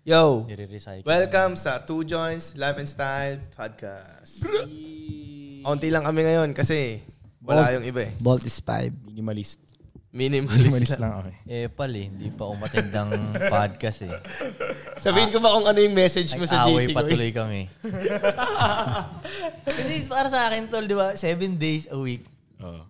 Yo, Nire-recycle. welcome sa Two Joints Life and Style Podcast. Onti lang kami ngayon kasi wala yung iba eh. Bolt is 5. Minimalist. Minimalist Minimalist lang. lang ako eh. Eh, pal eh. Hindi pa ako matindang podcast eh. Sabihin ko ba kung ano yung message mo sa GC Nag-away ko? pa tuloy kami. eh. Kasi para sa akin, tol, di ba? Seven days a week. Oo.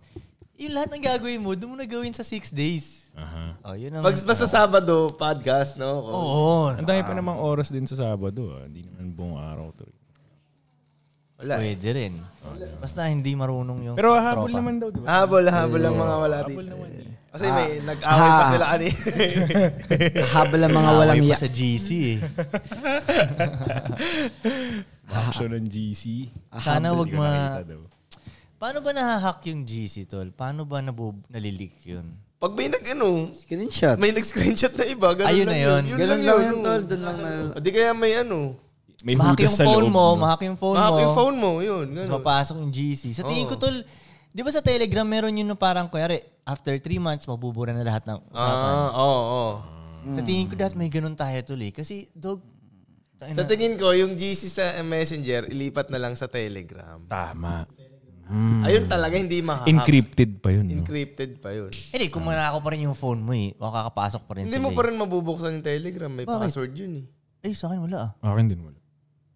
Yung lahat ng gagawin mo, doon mo na gawin sa six days. Aha. Oh, yun ang... Pag basta Sabado, podcast, no? Oo. Kung- Ang dami Ah. pa namang oras din sa Sabado. ah. Hindi naman buong araw to. eh. Wala. eh. Pwede rin. Oh, Basta hindi marunong yung Pero habol tropa. naman daw, di ba? Habol, habol lang mga wala dito. Kasi may nag-away pa Ah. sila ani. Habol ang mga Away walang pa iya. sa GC eh. Action ng GC. Ah, Sana wag Hindi ko ma... nakita daw. Paano ba nahahack yung GC, tol? Paano ba nabub- nalilik yun? Pag may nag ano, Screenshot. may nag-screenshot na iba, ganun Ayun lang na yun. yun. Yun Ganun lang lang yun. yun, no? tol. Doon lang na... O di kaya may ano, May Mahak hugas yung sa phone loob. mo, no? mahak yung phone mahap mo. yung phone mo, yun. Tapos Ganun. mapasok yung GC. Sa tingin ko, tol, di ba sa Telegram, meron yun na parang, kuyari, after three months, mabubura na lahat ng usapan. Ah, oo, oo. Sa tingin ko, dapat may ganun tayo, tol, eh. Kasi, dog, tayo Sa tingin ko, yung GC sa Messenger, ilipat na lang sa Telegram. Tama. Mm. Ayun talaga, hindi mahahap. Encrypted pa yun. No? Encrypted pa yun. Hindi, kung manako pa rin yung phone mo, eh. Makakapasok pa rin Hindi mo sila, eh. pa rin mabubuksan yung Telegram. May password yun eh. Eh, sa akin wala, ah. Akin din wala.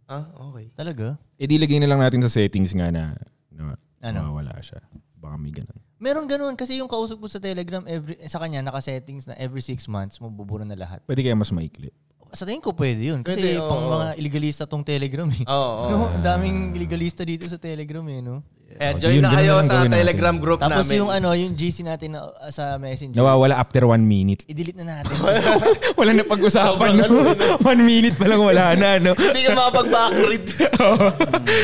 Ah, okay. Talaga? Eh di lagay na lang natin sa settings nga na na Ano? mawawala siya. Baka may ganun. Meron ganun. Kasi yung kausap ko sa Telegram, every, eh, sa kanya, naka-settings na every six months, mabubura na lahat. Pwede kaya mas maikli. Sa tingin ko, pwede yun. Kasi Pwede, oo. pang mga illegalista tong Telegram, eh. Oo, oo. No, ang daming illegalista dito sa Telegram, eh, no? Eh, join Yun, na ganun kayo lang sa gawin natin. Telegram group Tapos namin. yung ano, yung GC natin na, uh, sa Messenger. Nawawala after one minute. I-delete na natin. wala na pag-usapan. no? ano, eh, one minute pa lang wala na. No? Hindi ka makapag-backread.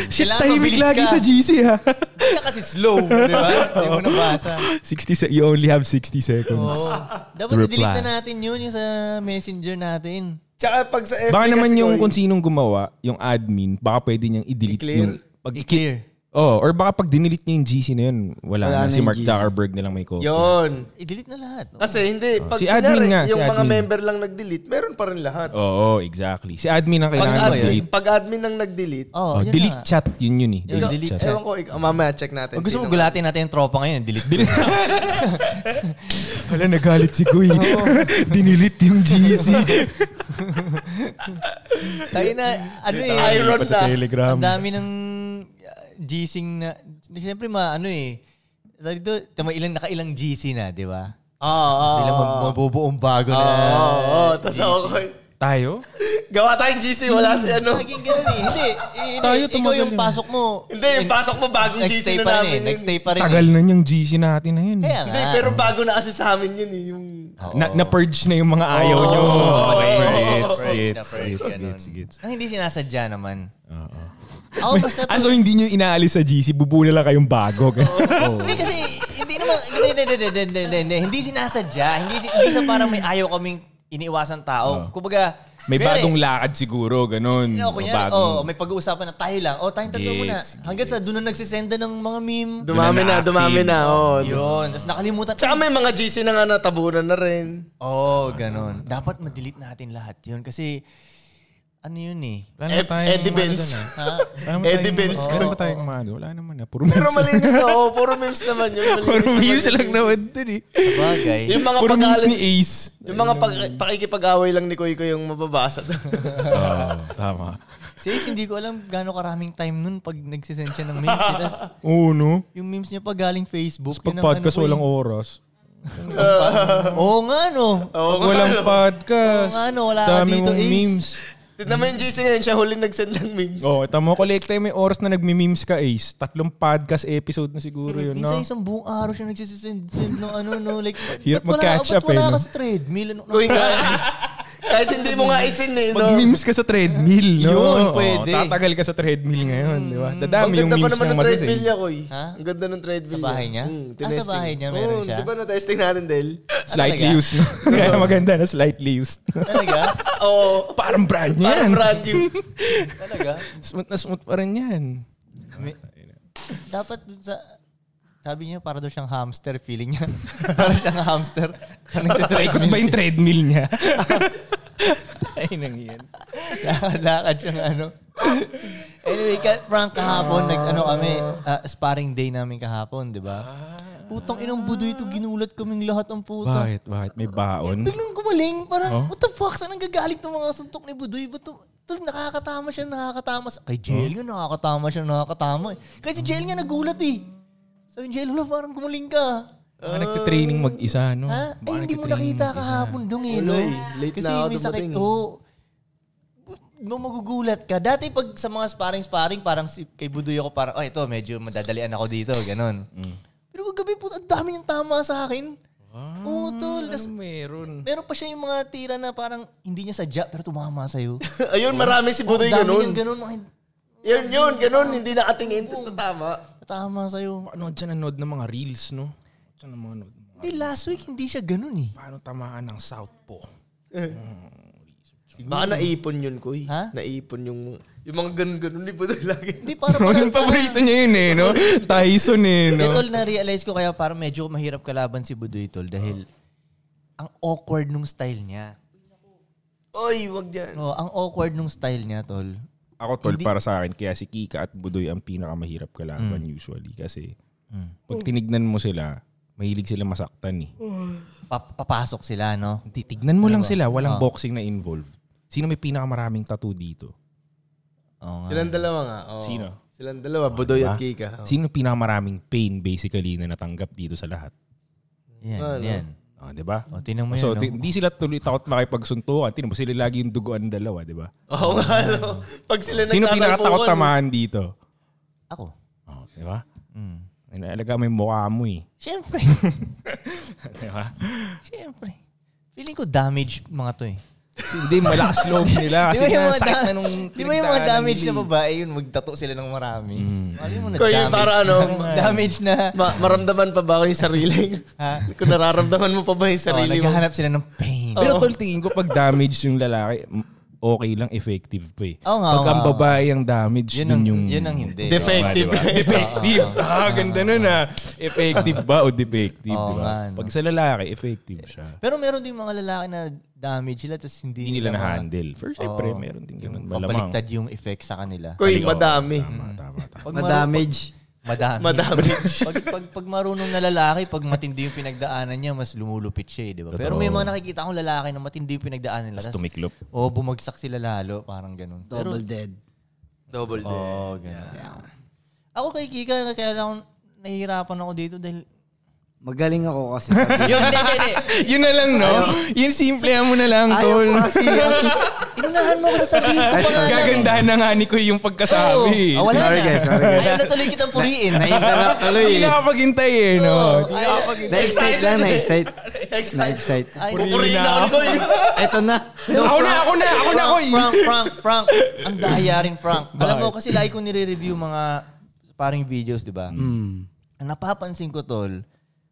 Shit, Kailangan tahimik mabilis lagi ka. sa GC ha. Hindi ka kasi slow, di ba? Hindi mo nabasa. 60 se- you only have 60 seconds. Oo. Dapat To i-delete reply. na natin yun, yung sa Messenger natin. Tsaka pag sa FB Baka naman kasi, yung oy, kung sinong gumawa, yung admin, baka pwede niyang i-delete I-clear. yung... Pag, I-clear. oh, or baka pag dinelete niya yung GC na yun, wala, Wala na. na Si yung Mark GC. Zuckerberg na lang may copy. Yun. I-delete na lahat. Oo. Kasi hindi, pag Oh, Si admin kunyari, nga, si yung mga admin. member lang nag-delete, meron pa rin lahat. Oo, exactly. Si admin ang Pag kailangan admin, mag-delete. pag admin lang nag-delete, Oh, Oh, yun delete na. chat. Yun yun eh. Yun, Delete, delete chat. chat. ewan ko, ik- mamaya check natin. Oh, Pag gusto mo sino- gulatin natin yung tropa ngayon, delete. delete. Wala, nagalit si Kuy. Dinelete yung GC. Tayo na, ano eh. Iron Lipat sa na. Telegram. Ang dami ng uh, GC na, siyempre ma, ano eh. Sabi dito, tama ilang nakailang GC na, di ba? Oo, oo. Ilang mag- mabubuong bago na. Oo, oo, ah, totoo ko. Tayo? Gawa tayong GC, wala si ano. Naging ganun eh. Hindi, eh, hindi. Tayo ikaw tumagal yung yun. pasok mo. Hindi, yung pasok mo bagong Next day GC pa na rin eh. namin. Next day pa rin Tagal eh. na yung GC natin na yun. eh. Kaya nga. Hindi, pero bago na kasi sa amin yun eh. Yung... Na, na-purge na yung mga ayaw nyo. Okay, gets, gets, gets, gets, gets. Ang hindi sinasadya naman. Oo. Ako basta Ah, so hindi nyo inaalis sa GC, bubuna lang kayong bago. Hindi kasi, hindi naman, hindi, hindi, hindi, hindi, hindi, hindi, hindi, hindi sinasadya. Hindi, si- hindi sa parang may ayaw kaming iniiwasan tao. Oo. Kumbaga, Hmm. May kunyari, bagong lakad siguro, ganun. ano, O kunyari, bagong- oh, may pag-uusapan na tayo lang. Oh, tayong tatlo Gets, muna. Hanggat sa doon na nagsisenda ng mga meme. Dumami na, na dumami active. na. Oo. Yun. Tapos nakalimutan. Tsaka may mga GC na nga natabunan na rin. Oh, ganun. Dapat ma-delete natin lahat yun kasi ano yun eh. Wala Ed- naman tayong Eddie mga Benz. doon, ah. Ha? Wala naman Eddie tayong- Benz Wala naman tayong mga doon. Wala naman na. Puro Pero memes. malinis na, oo. Puro memes naman yun. malinis Puro naman memes yun. lang naman dun eh. Sabagay. Yung mga Puro memes pangalan- ni Ace. Yung mga pag- pakikipag-away lang ni Kuy ko yung mababasa. Oo, Ah, tama. Si Ace, hindi ko alam gaano karaming time nun pag nagsisend siya ng memes. eh. Tapos Oo, no? yung memes niya pa galing Facebook. Pag ano podcast, walang Oo oras. oh, nga no. Oo, Pag walang podcast, Oo nga, no, ano, wala ka dami dito, mong Ace. memes. Tignan mo yung JC ngayon, siya huling nag-send ng memes. Oh, ito mo, kolekta yung may oras na nagmi-memes ka, Ace. Tatlong podcast episode na siguro yun, no? Minsan isang buong araw siya nagsisend send ng ano no. Like, ba't Hirap wala- mag-catch ba't up eh, wala no? ka sa treadmill? Ano, Kuy ka. Kahit hindi mo nga isin eh, no? Mag-memes ka sa treadmill, no? Yun, Oo, pwede. Mm. tatagal ka sa treadmill ngayon, di ba? Ang Dadami yung ganda pa memes naman ng ng masas, treadmill eh. niya, Kuy. Ha? Ang ganda ng treadmill Sa bahay niya? Ah, sa tinesting. bahay niya meron Oo, siya? Di ba na-testing natin, Del? Ah, Slightly talaga? used, no? Kaya maganda na slightly used. Talaga? Oo. Parang brand niya Parang Ano yan. brand new. Talaga? Smooth na smooth pa rin yan. May- dapat dun sa... Sabi niya, para daw siyang hamster feeling niya. para siyang hamster. Parang Ikot ba nagtitrendmill yung treadmill niya? Ay, nangiyan. Lakad-lakad siyang ano. anyway, ka, Frank, kahapon, nag, ano kami, ah, sparring day namin kahapon, di ba? Ah. Putang inang budoy ito, ginulat kaming lahat ang puta. Bakit? Bakit? May baon? Biglang gumaling, parang, Oh? what the fuck, saan ang gagaling itong mga suntok ni Budoy? Ba't to, Tol, nakakatama siya, nakakatama. sa- Kay JL nga, nakakatama siya, nakakatama. eh. Kasi JL nga nagulat eh. Sabi ni JL, wala, parang gumaling ka. Baka Ah, nagtitraining mag-isa, no? Ha? Baka Ay, hindi mo nagtitraining nakita mag-isa. kahapon dong eh. Wala no? eh. Late Kasi na ako may sakit dumating eh. ko. No, magugulat ka. Dati pag sa mga sparring-sparring, parang si, kay Budoy ako parang, oh, ito, medyo madadalian ako dito, ganon. Pero kagabi po, ang dami niyang tama sa akin. Oo, tol. Tas, Ano meron? meron pa siya yung mga tira na parang hindi niya sadya, pero tumama sa'yo. Ayun, marami si Budoy Ang dami ganun. niyang ganun, mga- Yun, yun, ganun. Hindi nakatingin, tapos natama. tama sa'yo. Paano Ano, dyan nanood ng mga reels, no? Dyan ang mga nanood. ng mga- Hindi, last week hindi siya ganun eh. Paano tamaan ng Southpaw? Baka naipon yun, Kuy. Ha? Naipon yung, yung mga ganun-ganun ni Budoy lagi. Hindi, parang... Bro, yung paborito niya yun eh, no? Tyson eh, Hindi, no? tol, na-realize ko kaya parang medyo mahirap kalaban si Budoy, tol. Dahil ang awkward nung style niya. Oy, wag dyan. No, ang awkward nung style niya, tol. Ako, tol, para sa akin, kaya si Kika at Budoy ang pinakamahirap kalaban usually. Kasi, pag tinignan mo sila, mahilig sila masaktan eh. Pa- papasok sila, no? Titignan mo lang sila, walang boxing na involved. Sino may pinakamaraming tattoo dito? Oo nga. Silang dalawa nga. oo. Ah. Sino? Silang dalawa, Budoy at diba? Kika. Oo. Sino pinakamaraming pain basically na natanggap dito sa lahat? Yan, Ano? yan. Ah, 'di ba? O, tinan mo So, yan, ti- Oh, no? di sila tuloy takot makipagsuntukan. Tinan mo sila lagi yung duguan dalawa, 'di ba? Oo nga, no? Pag sila Sino pinakatakot nagsasalpukan. tamahan dito? Ako. Oh, 'di ba? Mm. Alaga mo yung mukha mo eh. Siyempre. 'Di ba? Siyempre. Feeling ko damage mga to eh. Kasi Hindi, malakas loob nila. Kasi yung nasakit da- na nung di ba yung mga pinagdaanan damage nila na eh. babae yun, magtato sila ng marami. Mali mo na Kaya damage. yung para ano, na- damage na. Ma- maramdaman pa ba ako yung sarili? Ha? Kung nararamdaman mo pa ba yung Oh, sarili mo? naghahanap sila ng pain. Pero tol, tingin ko pag damage yung lalaki, m- okay lang, effective pa eh. Oo nga, pag oo ang nga, oo babae ang damage, yun ang, dun yung... yun ang hindi. oh. Defective. Effective. Ah, ganda nun ah. Effective ba o defective, Oo di ba? nga, no. Pag sa lalaki, effective siya. Pero meron din mga lalaki na damage sila tapos hindi, Hindi nila ma- na-handle. First, syempre, meron din ganun. Malamang. Papaliktad yung effect sa kanila. Kuy, Oo, madami. Tama, tama, tama. Pag Madamage. maru- Madami. Madami. pag, pag, pag marunong na lalaki, pag matindi yung pinagdaanan niya, mas lumulupit siya eh, di ba? Pero Totoo. may mga nakikita akong lalaki na matindi yung pinagdaanan nila. Tapos tas- tumiklop. Oo, bumagsak sila lalo. Parang ganun. Double dead. Double Oo, oh, ganun. Ako kay Kika, kaya lang akong nahihirapan ako dito dahil... Magaling ako kasi sa Yun, hindi, hindi, hindi. Yun na lang, no? Yun, simple mo na lang, Ayaw tol. ko kasi. Inunahan mo ako sasabihin ko pa nga. lang eh. Gagandahan na nga ni Kuy yung pagkasabi. Ah, wala Sorry na. guys, sorry guys. Ayaw na tuloy kitang puriin. Nainterrupt tuloy. Hindi nakapaghintay eh, no? Ayaw na- Na-excite lang, na-excite. Excited. Na-excite. Ay, Pupurihin na ako, Kuy. Ito na. Ako na, ako na, ako eh. na, Kuy. Frank, Frank, Frank. Ang daya rin, Frank. Alam mo, kasi lagi ko nire-review mga paring videos, di ba? Ang napapansin ko, Tol,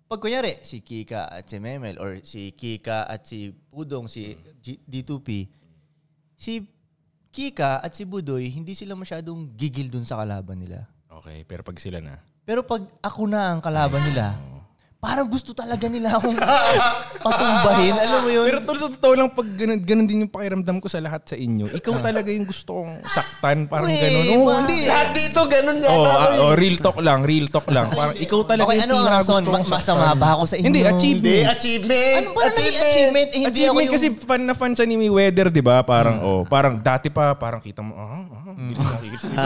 pag kunyari, si Kika at si Memel or si Kika at si Pudong, si G- D2P, si Kika at si Budoy, hindi sila masyadong gigil dun sa kalaban nila. Okay, pero pag sila na. Pero pag ako na ang kalaban nila, parang gusto talaga nila akong patumbahin. Alam mo yun? Pero tol, sa totoo lang, pag ganun, ganun din yung pakiramdam ko sa lahat sa inyo. Ikaw talaga yung gusto kong saktan, parang Uy, ganun. Oo, ma- hindi. Lahat dito, ganun yata. Oh, ah, Kuy. oh, real talk lang, real talk lang. Parang ikaw talaga Okay, yung ano ang pinaka rason? gusto kong Ma- masama saktan. ba ako sa inyo? Hindi, Hindi, achievement. Eh, achievement. Ano ba achievement? achievement? Eh, hindi ako achievement yung... kasi fan na fan siya ni Mayweather, di ba? Parang, oh, parang dati pa, parang kita mo, ah, ah, Mm. bilis na, bilis na.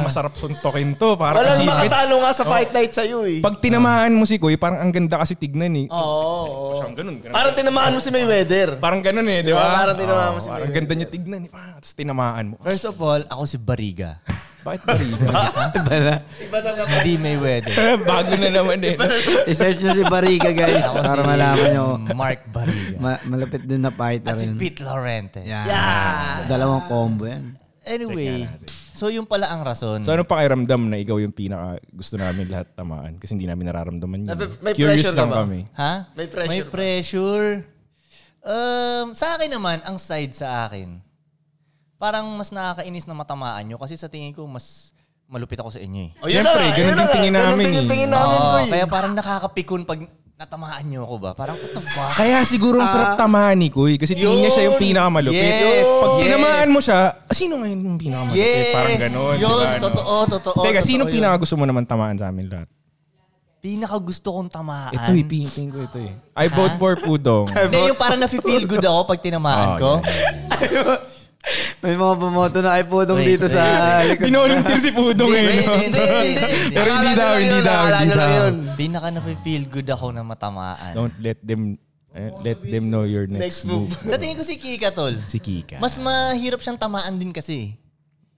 Ah, masarap suntokin to. Parang Walang achievement. makatalo nga sa fight night sa'yo eh. Pag tinamaan mo si Koy, parang ang ganda kasi tignan eh. Oh. Oo. oo. Siyang ganun, ganun. Parang tinamaan mo si Mayweather. Parang ganun eh, di ba? Parang tinamaan mo Oo, si Parang ganda niya tignan eh. Ah, Tapos tinamaan mo. First of all, ako si Bariga. Bakit ba Iba na. Iba na naman. Hindi may weather. Bago na naman eh. I-search nyo si Bariga guys Ako para si malaman nyo. Mark Bariga. Ma- malapit din na fighter At si yun. Pete Laurente. Yan. Dalawang combo yan. Anyway, so yung pala ang rason. So ano pakiramdam na ikaw yung pinaka gusto namin lahat tamaan kasi hindi namin nararamdaman yun. Nape- may Curious pressure ka lang ba? kami. ha? May pressure May ba? pressure. Um, sa akin naman, ang side sa akin, parang mas nakakainis na matamaan nyo kasi sa tingin ko mas malupit ako sa inyo eh. Oh, yun na Siyempre, nga, ganun yun na yung nga, tingin ganun namin tingin- eh. tingin namin, Oo, Kuy. kaya parang nakakapikon pag natamaan niyo ako ba? Parang, what the fuck? Kaya siguro ang sarap tamahan ni Kuy kasi tingin niya siya yung pinakamalupit. Yes! Pag Yes! tinamaan mo siya, "Ah, sino ngayon yung pinakamalupit? Yes! Parang ganon. Yun, diba, no? totoo, totoo. Teka, totoo sino yun. pinaka gusto mo naman tamaan sa amin lahat? Pinaka gusto kong tamaan. Ito eh, pinting ko ito eh. I vote for Pudong. Hindi, yung parang nafe-feel good ako pag tinamaan Oh, ko. May mga bumoto na ipodong Wait, dito sa likod. Pinolunteer si Pudong eh. Hindi, no? hindi, hindi, hindi. Pero hindi daw, hindi daw, hindi daw. Pinaka nafe-feel good ako na matamaan. Don't let them eh, let them know your next, move. Sa tingin ko si Kika, tol. Si Kika. Mas mahirap siyang tamaan din kasi.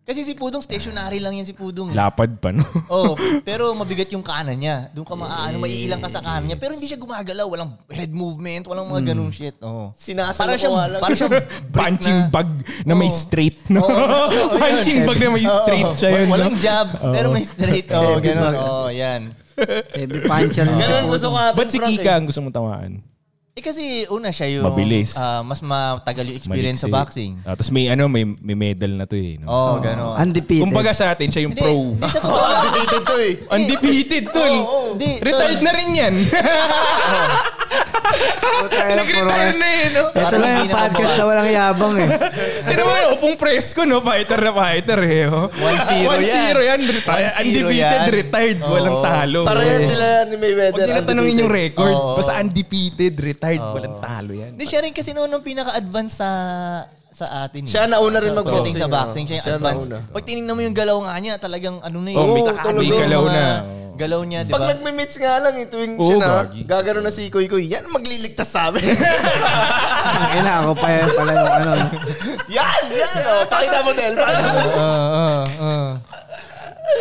Kasi si Pudong stationary lang yan si Pudong. eh. Lapad pa, no? oh, pero mabigat yung kanan niya. Doon ka maaano, maiilang ka sa kanan niya. Pero hindi siya gumagalaw. Walang head movement, walang Hmm. mga ganung shit. Oh. Sinasalo Para ko siyang, nga lang. para siyang brick Punching na- bag na may Oo. straight, no? Oo, oo, oo, yun. Oh, Punching bag na may Oo, straight siya yun, no? Walang jab, pero may straight. Oh, ganun. Oh, yan. Heavy puncher rin si Ganun, gusto Pudong. ko eh. nga. Ba't si Kika ang gusto mong tamaan? Eh kasi una siya yung Mabilis. ah, mas matagal yung experience sa Maliksi. boxing. Ah, Tapos may ano, may, may medal na to eh. No? Oh, ganun. Undefeated. Kumbaga sa atin, siya yung Hindi, pro. Hindi, Oh, sa totoo lang. Dito to eh. Undefeated, tol. Hindi, tol. Retired na rin yan. Nag-retire na eh, no? Ito lang yung podcast na walang yabang eh. Tira mo, upong press ko, no? Fighter na fighter, eh. Oh. 1-0 yan. 1-0 yan. Retired. 1-0 Undefeated, yan. Oh. retired. Oo. Walang talo. Parehas Eh. sila ni Mayweather. Ano Huwag nila tanongin yung record. Oo. Basta undefeated, retired. Walang talo yan. Hindi, siya rin kasi noon ang pinaka-advance sa sa atin. eh. Siya nauna rin Sa- mag-boxing, pagdating sa ano? boxing, siya yung Siya advance. nauna. Pag tinignan mo yung galaw nga niya, talagang ano na yun. Oo, may Yung takbo, may yung galaw mga na. Galaw niya, di Pag ba? nagme-meets nga lang, eh, tuwing Oo, siya na, gagi. gagano na si Koy Koy, yan ang magliligtas sa amin. Ang ina, ako pa yan pala yung ano. yan, yan, oh. Pakita mo, Del. Pakita mo. Ah, ah, ah.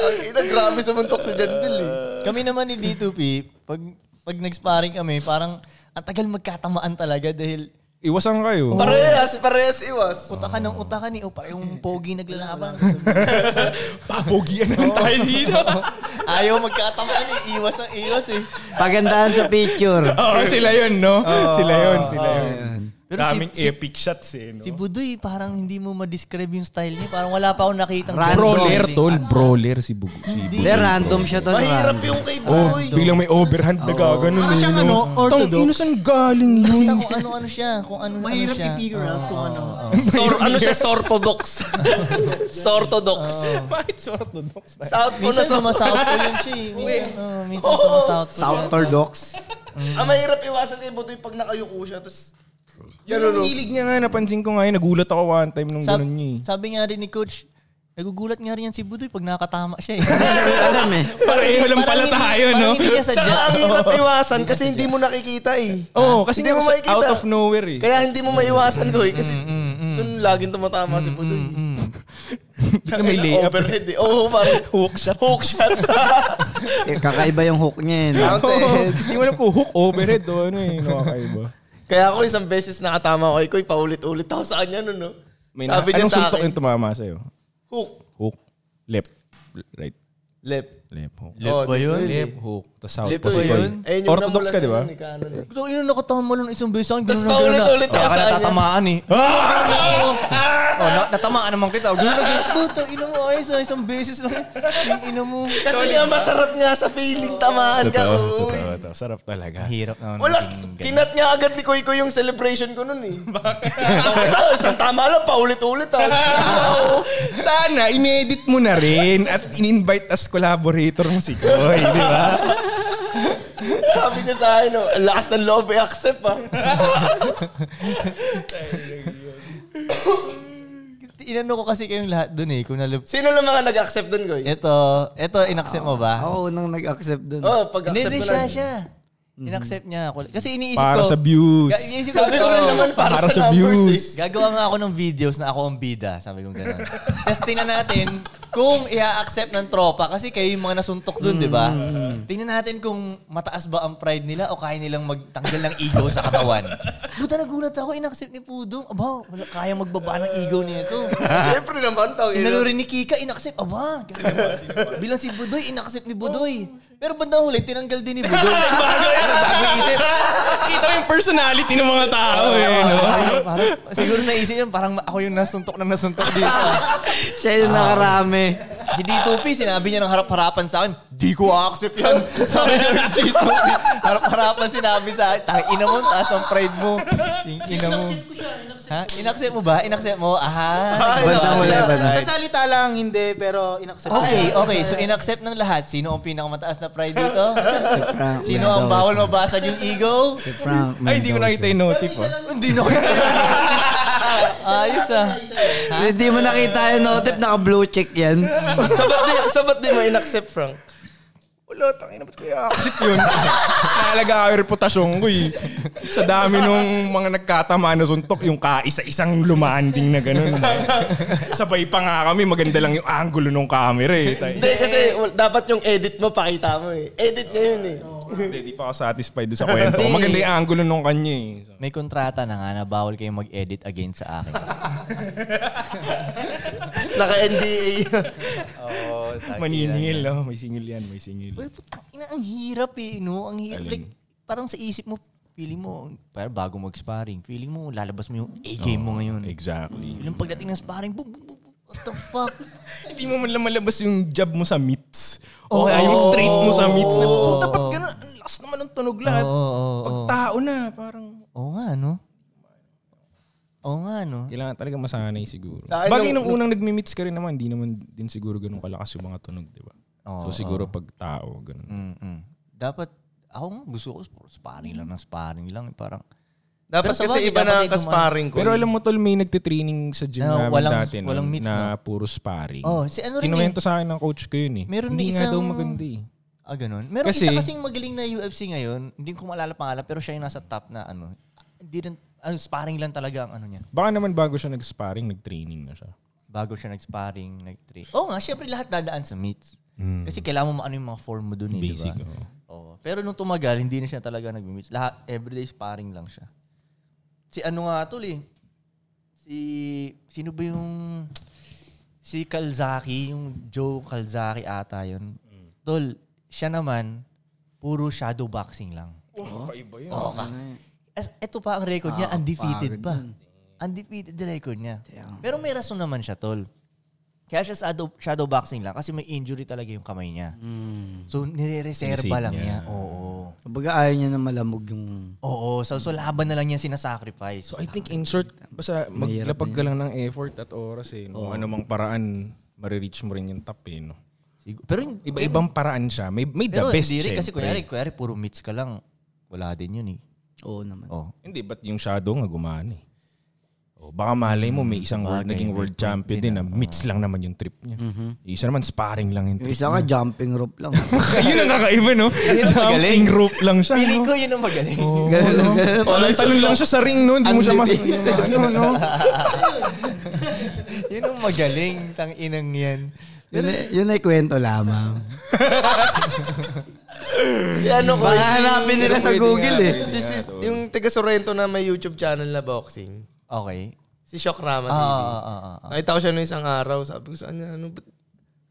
Ang ina, grabe sa muntok sa Jandil, eh. Kami naman ni D2P, pag, pag nag-sparring kami, parang ang tagal magkatamaan talaga dahil Iwasan kayo. Parehas, parehas iwas. utakan ng utakan ni o parehong pogi naglalaban. Papogian na lang tayo dito. Ayaw magkatamaan eh. Iwas ang iwas eh. Pagandaan sa oh, picture. Oo, sila yun, no? Sila yun, sila yun. Pero si- Daming si- epic shots, eh, no? Si Budoy, parang hindi mo ma-describe yung style niya. Parang wala pa akong nakitang Random. Brawler, tol. Brawler si Bugo. Si Hindi, random siya to. Mahirap random. yung kay Oh, Boy. bilang may overhand na gaganon eh. siyang ano, no? Tang, orthodox. inusan galing Basta yun. kung ano-ano siya. Kung ano Mahirap ano siya. i-figure out kung ano. Sor, ano siya? Sorpodox. Sortodox. Bakit orthodox? South po na Minsan sa... sumasouth ko yun siya eh. Minsan, oh, minsan sumasouth ko siya. Orthodox. Ang mahirap iwasan kay Boy pag nakayuko siya. Tapos, Yan ano? ang hilig niya nga, napansin ko nga yun. Nagulat ako one time nung Sab- ganun niya eh. sabi nga rin ni Coach, nagugulat nga rin yan si Budoy pag nakatama siya eh. Alam eh. Pareho lang pala Parang hindi- tayo, no? Parang hindi niya Tsaka sadya. ang hirap iwasan kasi hindi mo nakikita eh. Oo, kasi Hindi nga mo sa- makikita. out of nowhere eh. Kaya hindi mo maiwasan ko eh. Kasi dun laging tumatama si Budoy. Bigla may layup. Overhead eh. Oo, parang hook shot. Hook shot. Eh, Kakaiba yung hook niya eh. no? Mounted. Hindi mo alam kung hook, overhead o ano eh. Nakakaiba. Kaya ako isang beses nakatama ko kay Koy, paulit-ulit ako sa kanya nun, no? May Sabi niya anong sa suntok akin, yung tumama sa'yo? hook, Hook, left, right, left. left hook. Left ba yun? Left hook. Tapos south Left po ba si Koy. yun? Ayun yung Orthodox ka, di ba? namulat nun, eh, kanon. Gusto ko yun nakatama lang isang beses. Ang Tapos ganun na ganun na. paulit-ulit ako Baka sa kanya. Ah! natatamaan eh. Oo. Oh, na- natatamaan naman kita. Ganun na ganun. Puta, ina mo ay sa isang beses lang. Yung ina mo. Kasi nga masarap nga sa feeling tamaan ka. Totoo, oo. totoo, totoo. Sarap talaga. Hirap naman. Wala, maging ganun. kinat nga agad ni Koy Koy yung celebration ko nun eh. Bakit? isang tama lang, paulit-ulit ah. Oo. Sana, in-edit mo na rin at in-invite as collaborator mo si Koy, di ba? Sabi niya sa akin, no, ang lakas ng loob, eh, accept ah. Inano ko kasi kayong lahat dun eh. Kung nalab... Sino lang mga nag-accept dun, Koy? Ito, ito, inaccept mo ba? Ako unang nag-accept dun. Oo, Oh, pag-accept Hindi, hindi Oh, ko siya, lang. siya. Inaccept niya ako. Kasi iniisip Para sa ko... views. Ga- Iniisip ko, Sabi ko rin oh, naman para, Para sa sa, numbers, views. eh. Gagawa nga ako ng videos na ako ang bida. Sabi kong gano'n. Tapos tingnan natin kung i-accept ng tropa. Kasi kayo yung mga nasuntok dun, di ba? Tingnan natin kung mataas ba ang pride nila o kaya nilang magtanggal ng ego sa katawan. Buta nagulat ako, inaccept ni Pudong. Aba, wala, kaya magbaba ng ego nito. Siyempre naman, tawag. Inalo rin ni Kika, inaccept. Aba, bilang si Budoy, inaccept ni Budoy. Pero bandang huli, tinanggal din ni Budoy. Bago isip. Kita mo yung personality ng mga tao eh, no? Parang, parang, siguro naisip yun, parang ako yung nasuntok ng nasuntok dito. Siya yung nakarami. Ah. Si D2P, sinabi niya ng harap-harapan sa akin, di ko accept yan. Sabi niya ng D2P. Harap-harapan sinabi sa akin, tang ina mo, taas ang pride mo. Ting ina mo. Inaccept ko siya. Inaccept Ha? Inaccept mo ba? Inaccept mo? Aha. Ay, Banta mo na, banta. Sa salita lang, hindi, pero inaccept ko Okay, siya. okay. So inaccept ng lahat. Sino ang pinakamataas na pride dito? Frank Sino ang Mendoza. bawal mabasag yung ego? Si Frank Mendoza. Ay, hindi ko nakita yung Pero notif ah. isa lang, Hindi na kayo. Ayos ah. Ha? Hindi mo nakita yung notip, naka-blue check yan. sabat din, sabat din mo inaccept, Frank. Wala, tangin na ba't kaya accept yun? Nahalaga ako yung reputasyon ko eh. Sa dami nung mga nagkatama na suntok, yung kaisa-isang lumanding na gano'n. Sabay pa nga kami, maganda lang yung angulo nung camera eh. Tay- Hindi, kasi well, dapat yung edit mo, pakita mo eh. Edit niya yun eh. Hindi, di pa ako satisfied doon sa kwento ko. Maganda yung angulo nung kanya eh. So, May kontrata na nga na bawal kayong mag-edit against sa akin. Naka-NDA. Oo. Oh, Maniningil, no? May singil yan, may singil. Uy, putang ina, ang hirap eh, no? Ang hirap. Alin? Like, parang sa isip mo, feeling mo, parang bago mag-sparring, feeling mo, lalabas mo yung A-game mo ngayon. Exactly. Yung pagdating ng sparring, bug, bug, bug, bug, what the fuck? Hindi mo man lang malabas yung job mo sa meets. O kaya yung straight mo sa meets. Na, puta, ba't ganun? Ang lakas naman ng tunog lahat. Oo, oo, Pag tao na, parang... oo nga, no? Oo nga, no? Kailangan talaga masanay siguro. Sa akin, Bagay nung nung- unang nagmi-meets ka rin naman, hindi naman din siguro ganun kalakas yung mga tunog, di ba? Oo, Mm. so siguro pag tao, ganun. Mm-mm. Dapat, ako nga, gusto ko puro sparring lang ng sparring lang. eh, Parang, Dapat Pero sa kasi bagay, iba dapat na ang ay dumaan. kasparing ko. Pero alam mo tol, may nagtitraining sa gym No, namin walang- dati no, walang meets, na puro sparring. oh, si ano rin eh. Kinuwento sa akin ng coach ko yun eh. Meron hindi na nga daw isang- maganda eh. Ah, ganun. Meron Kasi- isa kasing magaling na UFC ngayon. Hindi ko maalala pangalan, pero siya yung nasa top na ano. Hindi rin, ano, sparring lang talaga ang ano niya. Baka naman bago siya nag-sparring, nag-training na siya. Bago siya nag-sparring, nag-train. Oo nga, syempre lahat dadaan sa meets. Kasi kailangan mo maano yung mga form mo dun eh, di Hmm. Basic. ba? oo. Oo. Pero nung tumagal, hindi na siya talaga nag-meets. Lahat, everyday sparring lang siya. Si ano nga tol eh. Si, sino ba yung, si Kalzaki, yung Joe Kalzaki ata yun. Tol, siya naman, puro shadow boxing lang. Oo ka. As, ito pa ang record niya, undefeated pa. Undefeated the record niya. Pero may rason naman siya, tol. Kaya siya shadow, shadow boxing lang kasi may injury talaga yung kamay niya. So, nire-reserva Sinisave lang niya. niya. Oo. Kumbaga ayaw niya na malamog yung... Oo. So, so laban na lang niya sinasacrifice. So I think in short, basta maglapag ka lang ng effort at oras eh. Kung anumang paraan, marireach mo rin yung top eh. No? Sigur- pero, Iba-ibang paraan siya. May, may the pero best hindi rin kasi syempre. kunyari, kunyari puro mitts ka lang. Wala din yun eh. Oo naman. Oh. Hindi, ba't yung shadow nga gumana eh? O, baka malay mo, may isang world, Hmm. Bagay, naging may world point Mm-hmm. champion din na mitts lang naman yung trip niya. Yung isa naman, sparring lang yung Yung trip. isa ka, jumping rope lang. Yun ang kakaiba, no? Jumping rope lang siya, Piling no? ko yun ang magaling. Ganun lang, ganun. Walang talon lang siya sa ring, no? Hindi mo siya mas... Ano, no? yun ang magaling. Tang inang yan. Yun, ay- yun ay kwento lamang. si ano ko. Baka si- hanapin nila sa Google eh. Si, si, yung taga Sorrento na may YouTube channel na boxing. Okay. Si Shock Rama Ah, TV. ah, ah, ah, ah. Nakita ko siya nung isang araw. Sabi ko sa kanya, ano, ba't,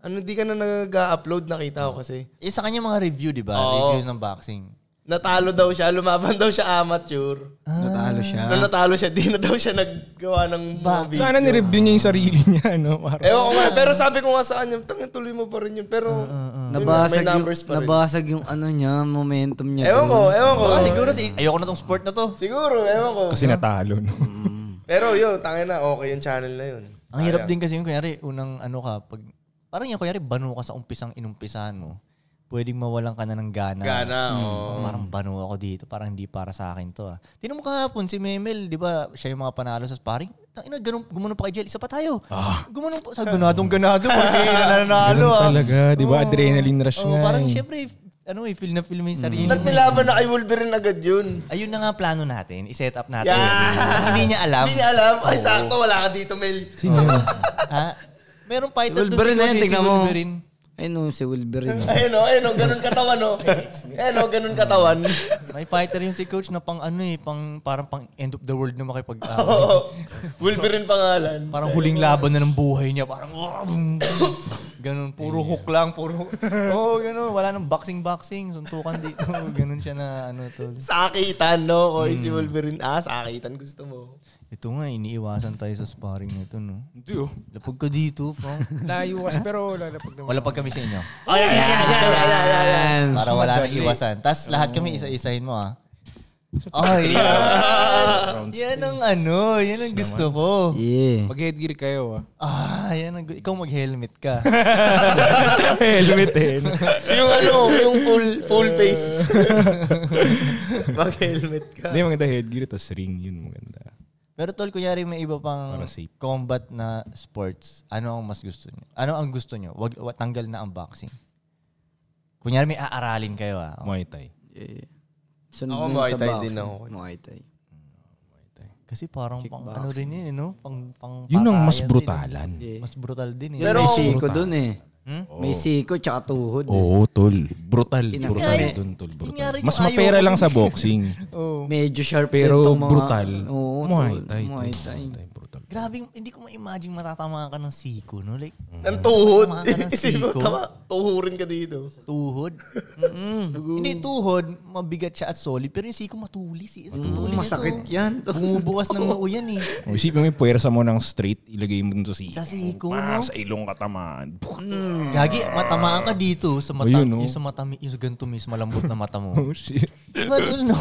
ano di ka na nag-upload? Nakita ko kasi. Yung sa kanya mga review, di ba? Oo. Reviews ng boxing. Natalo daw siya. Lumaban daw siya amateur. Natalo Ah. siya. Nung natalo siya, di na daw siya naggawa ng mga video. Sana nireview niya yung sarili niya, no? Parang, Ewan ko nga. Pero sabi ko nga sa kanya, tangin tuloy mo pa rin yun. Pero Ah, yun nga, Ah. may Nabasag yung, numbers pa rin. nabasag yung ano niya, momentum niya. Ewan ko, dun. ewan ko. Baka Ah, siguro, si, ayoko na tong sport na to. Siguro, ewan ko. Ano? kasi natalo, no? Pero yun, tangin na, okay yung channel na yun. Ang hirap din kasi yung kunyari, unang ano ka, pag, parang yung kunyari, banu ka sa umpisang inumpisahan mo, pwedeng mawalan ka na ng gana. Gana, Oh, oo. Parang banu ako dito, parang hindi para sa akin to. Ah. Tinan mo kahapon si Memel, di ba, siya yung mga panalo sa sparring. Tang ina, ganun, gumano pa kay Jel, isa pa tayo. Gumano pa, sa ganadong ganado, porque nananalo. Ganun ah. talaga, di ba? Oo. Adrenaline rush Oo, nga Parang eh. syempre, ano eh, feel na feel mo yung sarili. Ba't mo. nilaban na kay Wolverine agad yun? Ayun na nga ang plano natin, i-set up natin. Yeah. Hindi niya alam. Hindi niya alam. Ay, sakto, wala ka dito, Mel. Sino? ha? Merong fighter doon Wolverine na yun, Cody, tingnan mo. Wolverine. Ayun no, si Wolverine. Ayun o, ayun o, ganun katawan o. Ayun o, ganun katawan. May fighter yung si coach na pang ano eh, pang, parang pang end of the world na ah, makipag-away. Oo. Wolverine pangalan. Parang huling laban na ng buhay niya. Parang, "Oh, boom, boom." ganun, puro hook lang, puro, oh, ganun, wala nang boxing-boxing, suntukan dito, ganun siya na ano to. Sakitan, no? Koy, si Wolverine. Ah, sakitan gusto mo. Ito nga, iniiwasan tayo sa sparring nito, no? Hindi oh. Lapag ka dito, Frank. Layo kasi pero lalapag naman. Wala pag kami sa inyo. Oh, Ay, ay, ay, ay, ay, ay, ay, ay, ay. Para wala nang iwasan. Tapos lahat kami isa-isahin mo, ah. Oh, yan. yan ang ano, yan ang gusto ko. Yeah. Mag-headgear kayo ah. Ah, yan ang gu- Ikaw mag-helmet ka. Helmet eh. Yung ano, yung full full face. Mag-helmet ka. Hindi maganda headgear tas ring yun maganda. Pero tol, kunyari may iba pang Para safe. combat na sports, ano ang mas gusto niyo? Ano ang gusto niyo? Wag, wag- tanggal na ang boxing. Kunyari may aaralin kayo ah. Muay Thai. Saan Ako, yun Muay sa Thai boxing? din ako. Muay Thai. Kasi parang pang ano rin yun, eh, no? Pang, pang Yun ang mas patayan din. brutalan. Yeah. Mas brutal din eh. Pero, may siko dun eh. Hmm? May Oh. siko tsaka tuhod. eh. Oo, tol. Brutal. Inang- Brutal Ay, dun, tol. Brutal. nangyari kung Mas ayaw mapera ko lang sa boxing. Medyo Oh. sharp Pero itong mga- brutal. Oo, Muay tol. Thai. tol. Muay Thai. Brutal. Grabe, hindi ko ma-imagine matatamaan ka ng siko, no? Like, Mm. Ang tuhod. Tama ka ng Isipin mo, siko. tama. Tuhurin ka dito. tuhod. hindi tuhod, mabigat siya at solid, pero yung siko matulis eh. Mm. Matulis Masakit ito. yan. tol. Bumubukas ng noo yan eh. O, Isipin mo yung puwersa mo ng straight, ilagay mo dun sa siko. Sa siko, Pa, no? Sa ilong katamaan. Gagi, Mm. matamaan ka dito sa mata, Oh, yun, no? yung sa mata, mi- yung sa ganito mismo, malambot na mata mo. Oh, shit. diba, tol, no?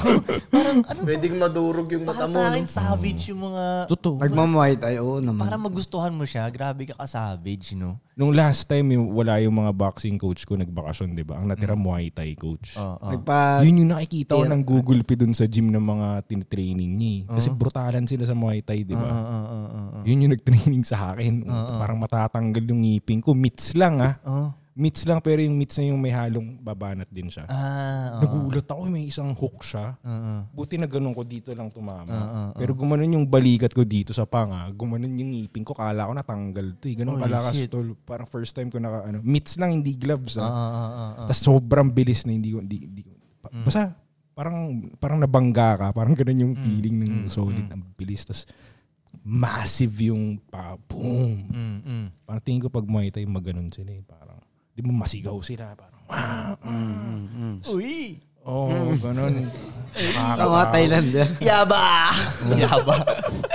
Parang, ano to? Pwedeng madurog yung mata Para mo. sa akin, mm. savage yung mga... Totoo. Nagmamuay Thai, oo naman. Para magustuhan mo siya, grabe ka ka-savage, no? Nung last time, yung- wala yung mga boxing coach ko nagbakasyon, di ba? Ang natira Muay Thai coach. Mm. Oo. oo. Nagpa... Ah. Yun yung nakikita ko ng Google Pi dun sa gym ng mga tinitraining niya eh. Kasi brutalan sila sa Muay Thai, di ba? Oo, oo, oo, oo. Yun yung nagtraining sa akin. Parang matatanggal yung ngipin ko. Mitts lang ah. Oo. Mitts lang pero yung mitts na yung may halong babanat din siya. Ah, oo. Nagulat ako, may isang hook siya. oo. Buti na ganun ko dito lang tumama. Pero gumanon yung balikat ko dito sa panga. Gumanon yung ngipin ko. Kala ko natanggal to eh. Ganun Holy kalakas shit. tol. Parang first time ko naka ano. Mitts lang, hindi gloves ah. Ah, ah, ah, ah. Tapos sobrang bilis na hindi ko, hindi, hindi ko. pa- Mm. Basta, parang, parang nabangga ka. Parang ganun yung feeling ng mm, solid. Ang bilis. Tapos, massive yung pa, boom. Mm, mm. Parang tingin ko pag Muay Thai, maganon sila eh. Parang, di mo masigaw sila. Parang, "Wah, mm." Uy! oh, Mm. ganun. Tama, Thailand yan. Yaba!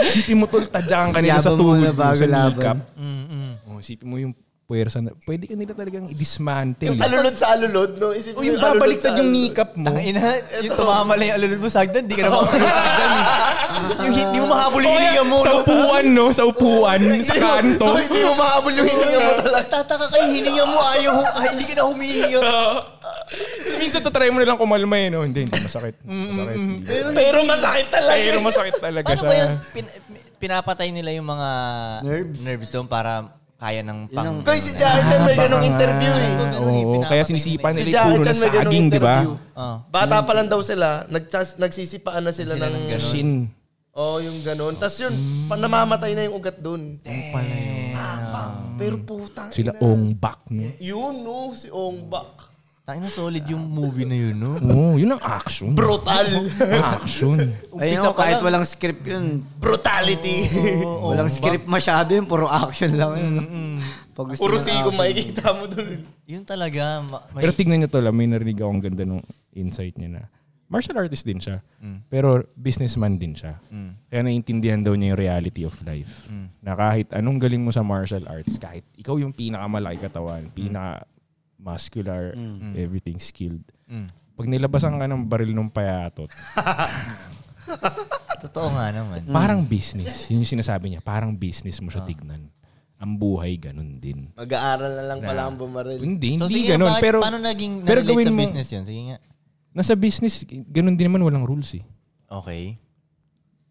Isipin mo tol, tadyakan kanila sa Yabang muna tuhod mo, bago sa laban. kneecap. Mm, mm. Oh, isipin mo yung puwersa na, pwede ka nila talagang i-dismantle. Yung Mm. alulod sa alulod, no? Isipin o mo yung alulod babaliktad sa yung alulod. kneecap mo. Ang ina, yung tumama lang yung alulod mo sagdan, di ka na makakasagdan. yung hindi mo mahabol yung hininga mo. Oh, Sa upuan, no? Sa upuan, sa kanto. Oh, hindi mo mahabol yung hininga mo talaga. Tataka kayo, hininga mo, ayaw, ay, hindi ka na humihinga. Minsan tatry mo nilang kumalma eh, no? Hindi, hindi, masakit. Masakit. hindi. Pero masakit talaga. Pero masakit talaga Ano siya. ba yan? Pin- pinapatay nila yung mga Nerves. nerves doon para kaya ng pang... ang- Pero si Jackie Chan may ganong interview eh. ganun eh, Oo, pinapatay kaya sinisipan Si nila nila yung Jackie puno Chan ng may ganong saging, diba? di ba? interview. Ah. Bata pa lang daw sila, nagsas, nagsisipaan na sila, ng... Shin. Oo, oh, yung ganon. Tapos yun, pa- namamatay na yung ugat dun. Tapang. Pero putang Sila ina. ong back, no? Yun, no? Si Ong Bak. Tangina solid yung movie na yun, no? Oo, yun ang action. Brutal. Ang action. Ayun, oh, kahit walang script yun. Brutality. walang script masyado yun. Puro action lang yun. Pag gusto Puro ng sigo action. makikita mo dun. Yun talaga, ma- may... Pero tignan niyo to, lang, may narinig akong ganda nung insight niya na martial artist din siya, Mm. pero businessman din siya. Kaya naiintindihan daw niya yung reality of life. Mm. Na kahit anong galing mo sa martial arts, kahit ikaw yung pinakamalaki katawan, Mm. pinaka muscular, everything skilled. Mm. Pag nilabasan ka ng baril ng payatot, Totoo nga naman. parang business. Yun yung sinasabi niya, parang business mo siya Ah. tignan. Ang buhay ganun din. Mag-aaral na lang pala ang bumaril. Hindi, So, hindi sige, ganun. bakit- pero, paano naging pero na-relate gawin sa mo, business yun? Sige nga. Nasa business, ganun din naman walang rules eh. Okay.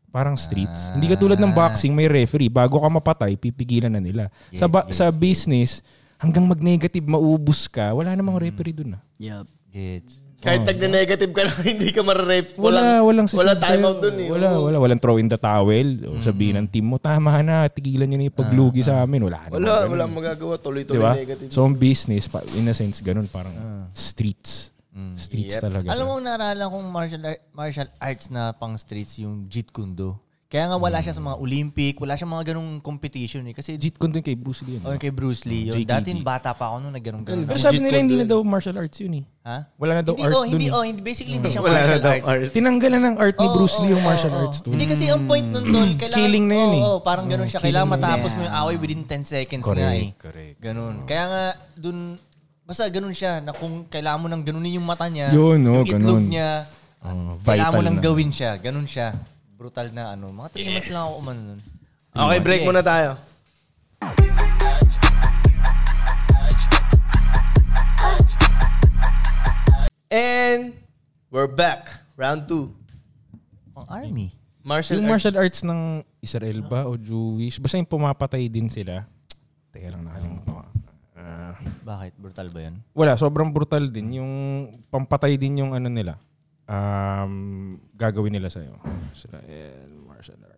Parang streets. Hindi ka tulad ng boxing, may referee. Bago ka mapatay, pipigilan na nila. sa ba- sa business, hanggang mag-negative, maubos ka, wala namang referee dun ah. Yup. Gets. Kahit nagne-negative ka na, hindi ka mararep. Wala, walang Wala sasabi time sa'yo. out dun eh. Wala, wala. Walang throw in the towel. O sabihin ng team mo, tama na, tigilan nyo na yung paglugi sa amin. Wala naman. Wala, wala magagawa. Tuloy-tuloy Diba? negative. So, ang business, pa- in a sense, ganun. Parang streets. Streets talaga. Alam siya. mo, naaralan kong martial, art- martial arts na pang streets yung Jeet Kune Do. Kaya nga wala siya sa mga Olympic, wala siya mga ganung competition eh. Kasi Legit content kay Bruce Lee. oh, Yun. kay Bruce Lee yun. JKD. Dati bata pa ako nung nagganong ganun. Pero sabi nila hindi na daw martial arts yun eh. Ha? Wala na daw Hindi, art oh, hindi, dun eh. oh, hindi, basically hindi siya Wala na martial daw arts. art. Tinanggalan ng art ni Oo, Bruce Lee yung oo, martial oo. arts doon. Hindi kasi ang point nun doon, kailangan, Killing na yan oo, eh. oo, parang ganun siya. Kailangan matapos mo yung away within 10 seconds nga eh. correct. Ganun. Kaya nga, dun, basta ganun siya na kung kailangan mo nang ganunin yung mata niya, Yun, oo, yung itlog ganun. niya, Oo, kailangan mo Ah, vital nang na. gawin siya. Ganun siya. Brutal na ano. Mga 3 months lang ako umano nun. Okay, break muna tayo. And we're back. Round 2. Ang army. Martial Yung arts. martial arts ng Israel ba o Jewish? Basta yung pumapatay din sila. Teka lang nakalimutan ko. Ah. Bakit? Brutal ba yun? wala, sobrang brutal din. Yung pampatay din yung ano nila. Um, gagawin nila sa'yo. Israel martial arts.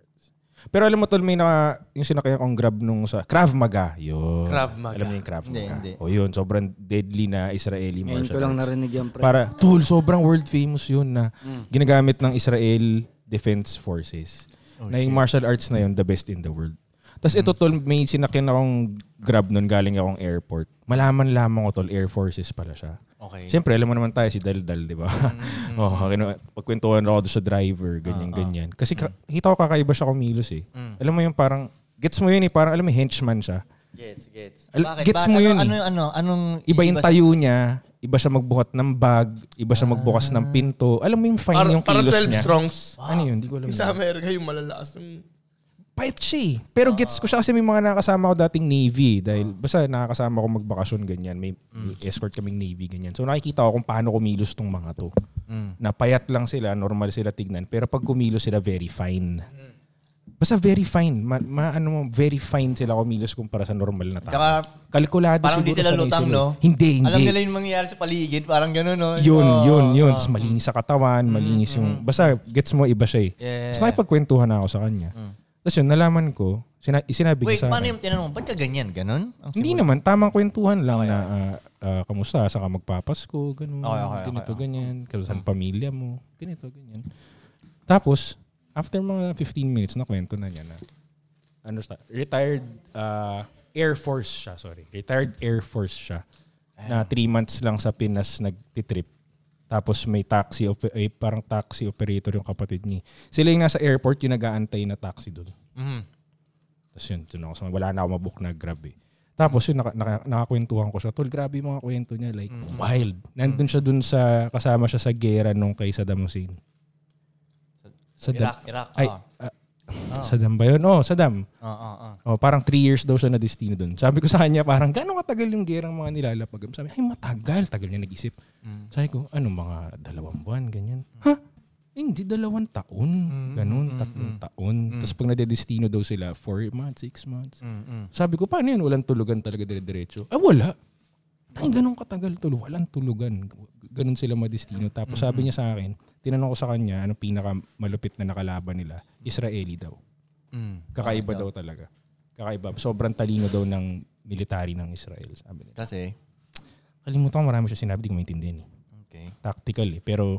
Pero alam mo tol, may naka, yung sinakyan kong grab nung sa Krav Maga. Yun. Krav Maga. Alam mo yung Krav Maga. Hindi, hindi. O yun, sobrang deadly na Israeli Ngayon martial ko lang arts. narinig yan, pre. Para, tol, sobrang world famous yun na Mm. ginagamit ng Israel Defense Forces. Oh, na yung martial arts na yun, the best in the world. Tapos Mm. ito, tol, may sinakyan akong grab nun galing akong airport. Malaman lamang ko, tol, Air Forces pala siya. Okay. Mm. Siyempre, alam mo naman tayo si Daldal, di ba? oh, kinu- pagkwentuhan ako doon sa driver, Ah, ganyan-ganyan. Kasi ka- Mm. kita ko kakaiba siya kumilos eh. Alam mo yung parang, gets mo yun eh, parang alam mo, henchman siya. Gets, gets. Al- Bakit? Gets mo Bakit? yun eh. Ano, ano, ano, anong Iba yung sa- tayo niya, iba siya magbuhat ng bag, iba siya magbukas ng Ah. pinto. Alam mo yung fine Para, yung para kilos 12 niya. strongs. Ano yun? Hindi ko alam. Yung yun. sa Amerika, yung malalakas. ng- Pait siya eh. Pero gets ko siya kasi may mga nakakasama ko dating Navy. eh, Dahil basta nakakasama ko magbakasyon ganyan. May, may Mm. escort kaming Navy ganyan. So nakikita ko kung paano kumilos tong mga to. Mm. Na payat lang sila, normal sila tignan. Pero pag kumilos sila, very fine. Mm. Basta very fine. Ma, ma- ano, mo, very fine sila kumilos kumpara sa normal na tao. Tsaka, Kalkulado parang di siguro sila sanay lutang, sila. eh. no? Hindi, hindi. Alam nila yung mangyayari sa paligid, parang ganun, no? Yun, Oo, yun, yun. oo. Tapos malinis sa katawan, malinis yung... Basta gets mo iba siya eh. Yeah. Mm. Tapos nakipagkwentuhan na ako sa kanya. Tapos yun, nalaman ko, sina- isinabi Wait, niya sa paano akin. yung tinanong? Ba't ka ganyan? Ganun? Ang Hindi naman, tamang kwentuhan lang na ah, ah, kamusta, saka magpapasko, ganun, Okay, okay, Mm. ganito, ganyan, kamusta ang pamilya mo, ganito, ganyan. Tapos, after mga 15 minutes, nakwento na niya na, ano sa, retired ah, Air Force siya, sorry. Retired Air Force siya. Na three months lang sa Pinas nagtitrip. Tapos may taxi, op- eh, parang taxi operator yung kapatid niya. Sila yung nasa airport, yung nag-aantay na taxi doon. Tapos yun, dun ako, sa- wala na ako mabook na grab eh. Tapos yun, naka, naka, nakakwentuhan ko siya. Tol, grabe yung mga kwento niya. Like, wild. Nandun siya dun sa, kasama siya sa gera nung kay Saddam Hussein. Saddam. Iraq, Iraq. Ay, oo. ah, Saddam ba yun? Oo, Saddam. Oo, oo, oo. Oh, parang three years daw siya na destino dun. Sabi ko sa kanya, parang gano'ng katagal yung gerang mga nilalapag? Sabi, ay matagal, tagal niya nag-isip. Sabi ko, ano mga dalawang buwan, ganyan. Ha? Hindi, dalawang taon. Ganun, tatlong taon. Tapos pag nadedestino daw sila, four months, six months. Sabi ko, paano yun? Walang tulugan talaga dire-diretso. Ah, wala. Ay, ganun katagal tol. Walang tulugan. Ganun sila madestino. Tapos sabi niya sa akin, tinanong ko sa kanya, ano pinaka malupit na nakalaban nila? Israeli daw. ah. Mm. Kakaiba daw talaga. Kakaiba. Sobrang talino daw ng military ng Israel, sabi nila. Kasi, Kalimutan ko marami siya sinabi, di ko maintindihan eh. okay. Tactical eh. Pero,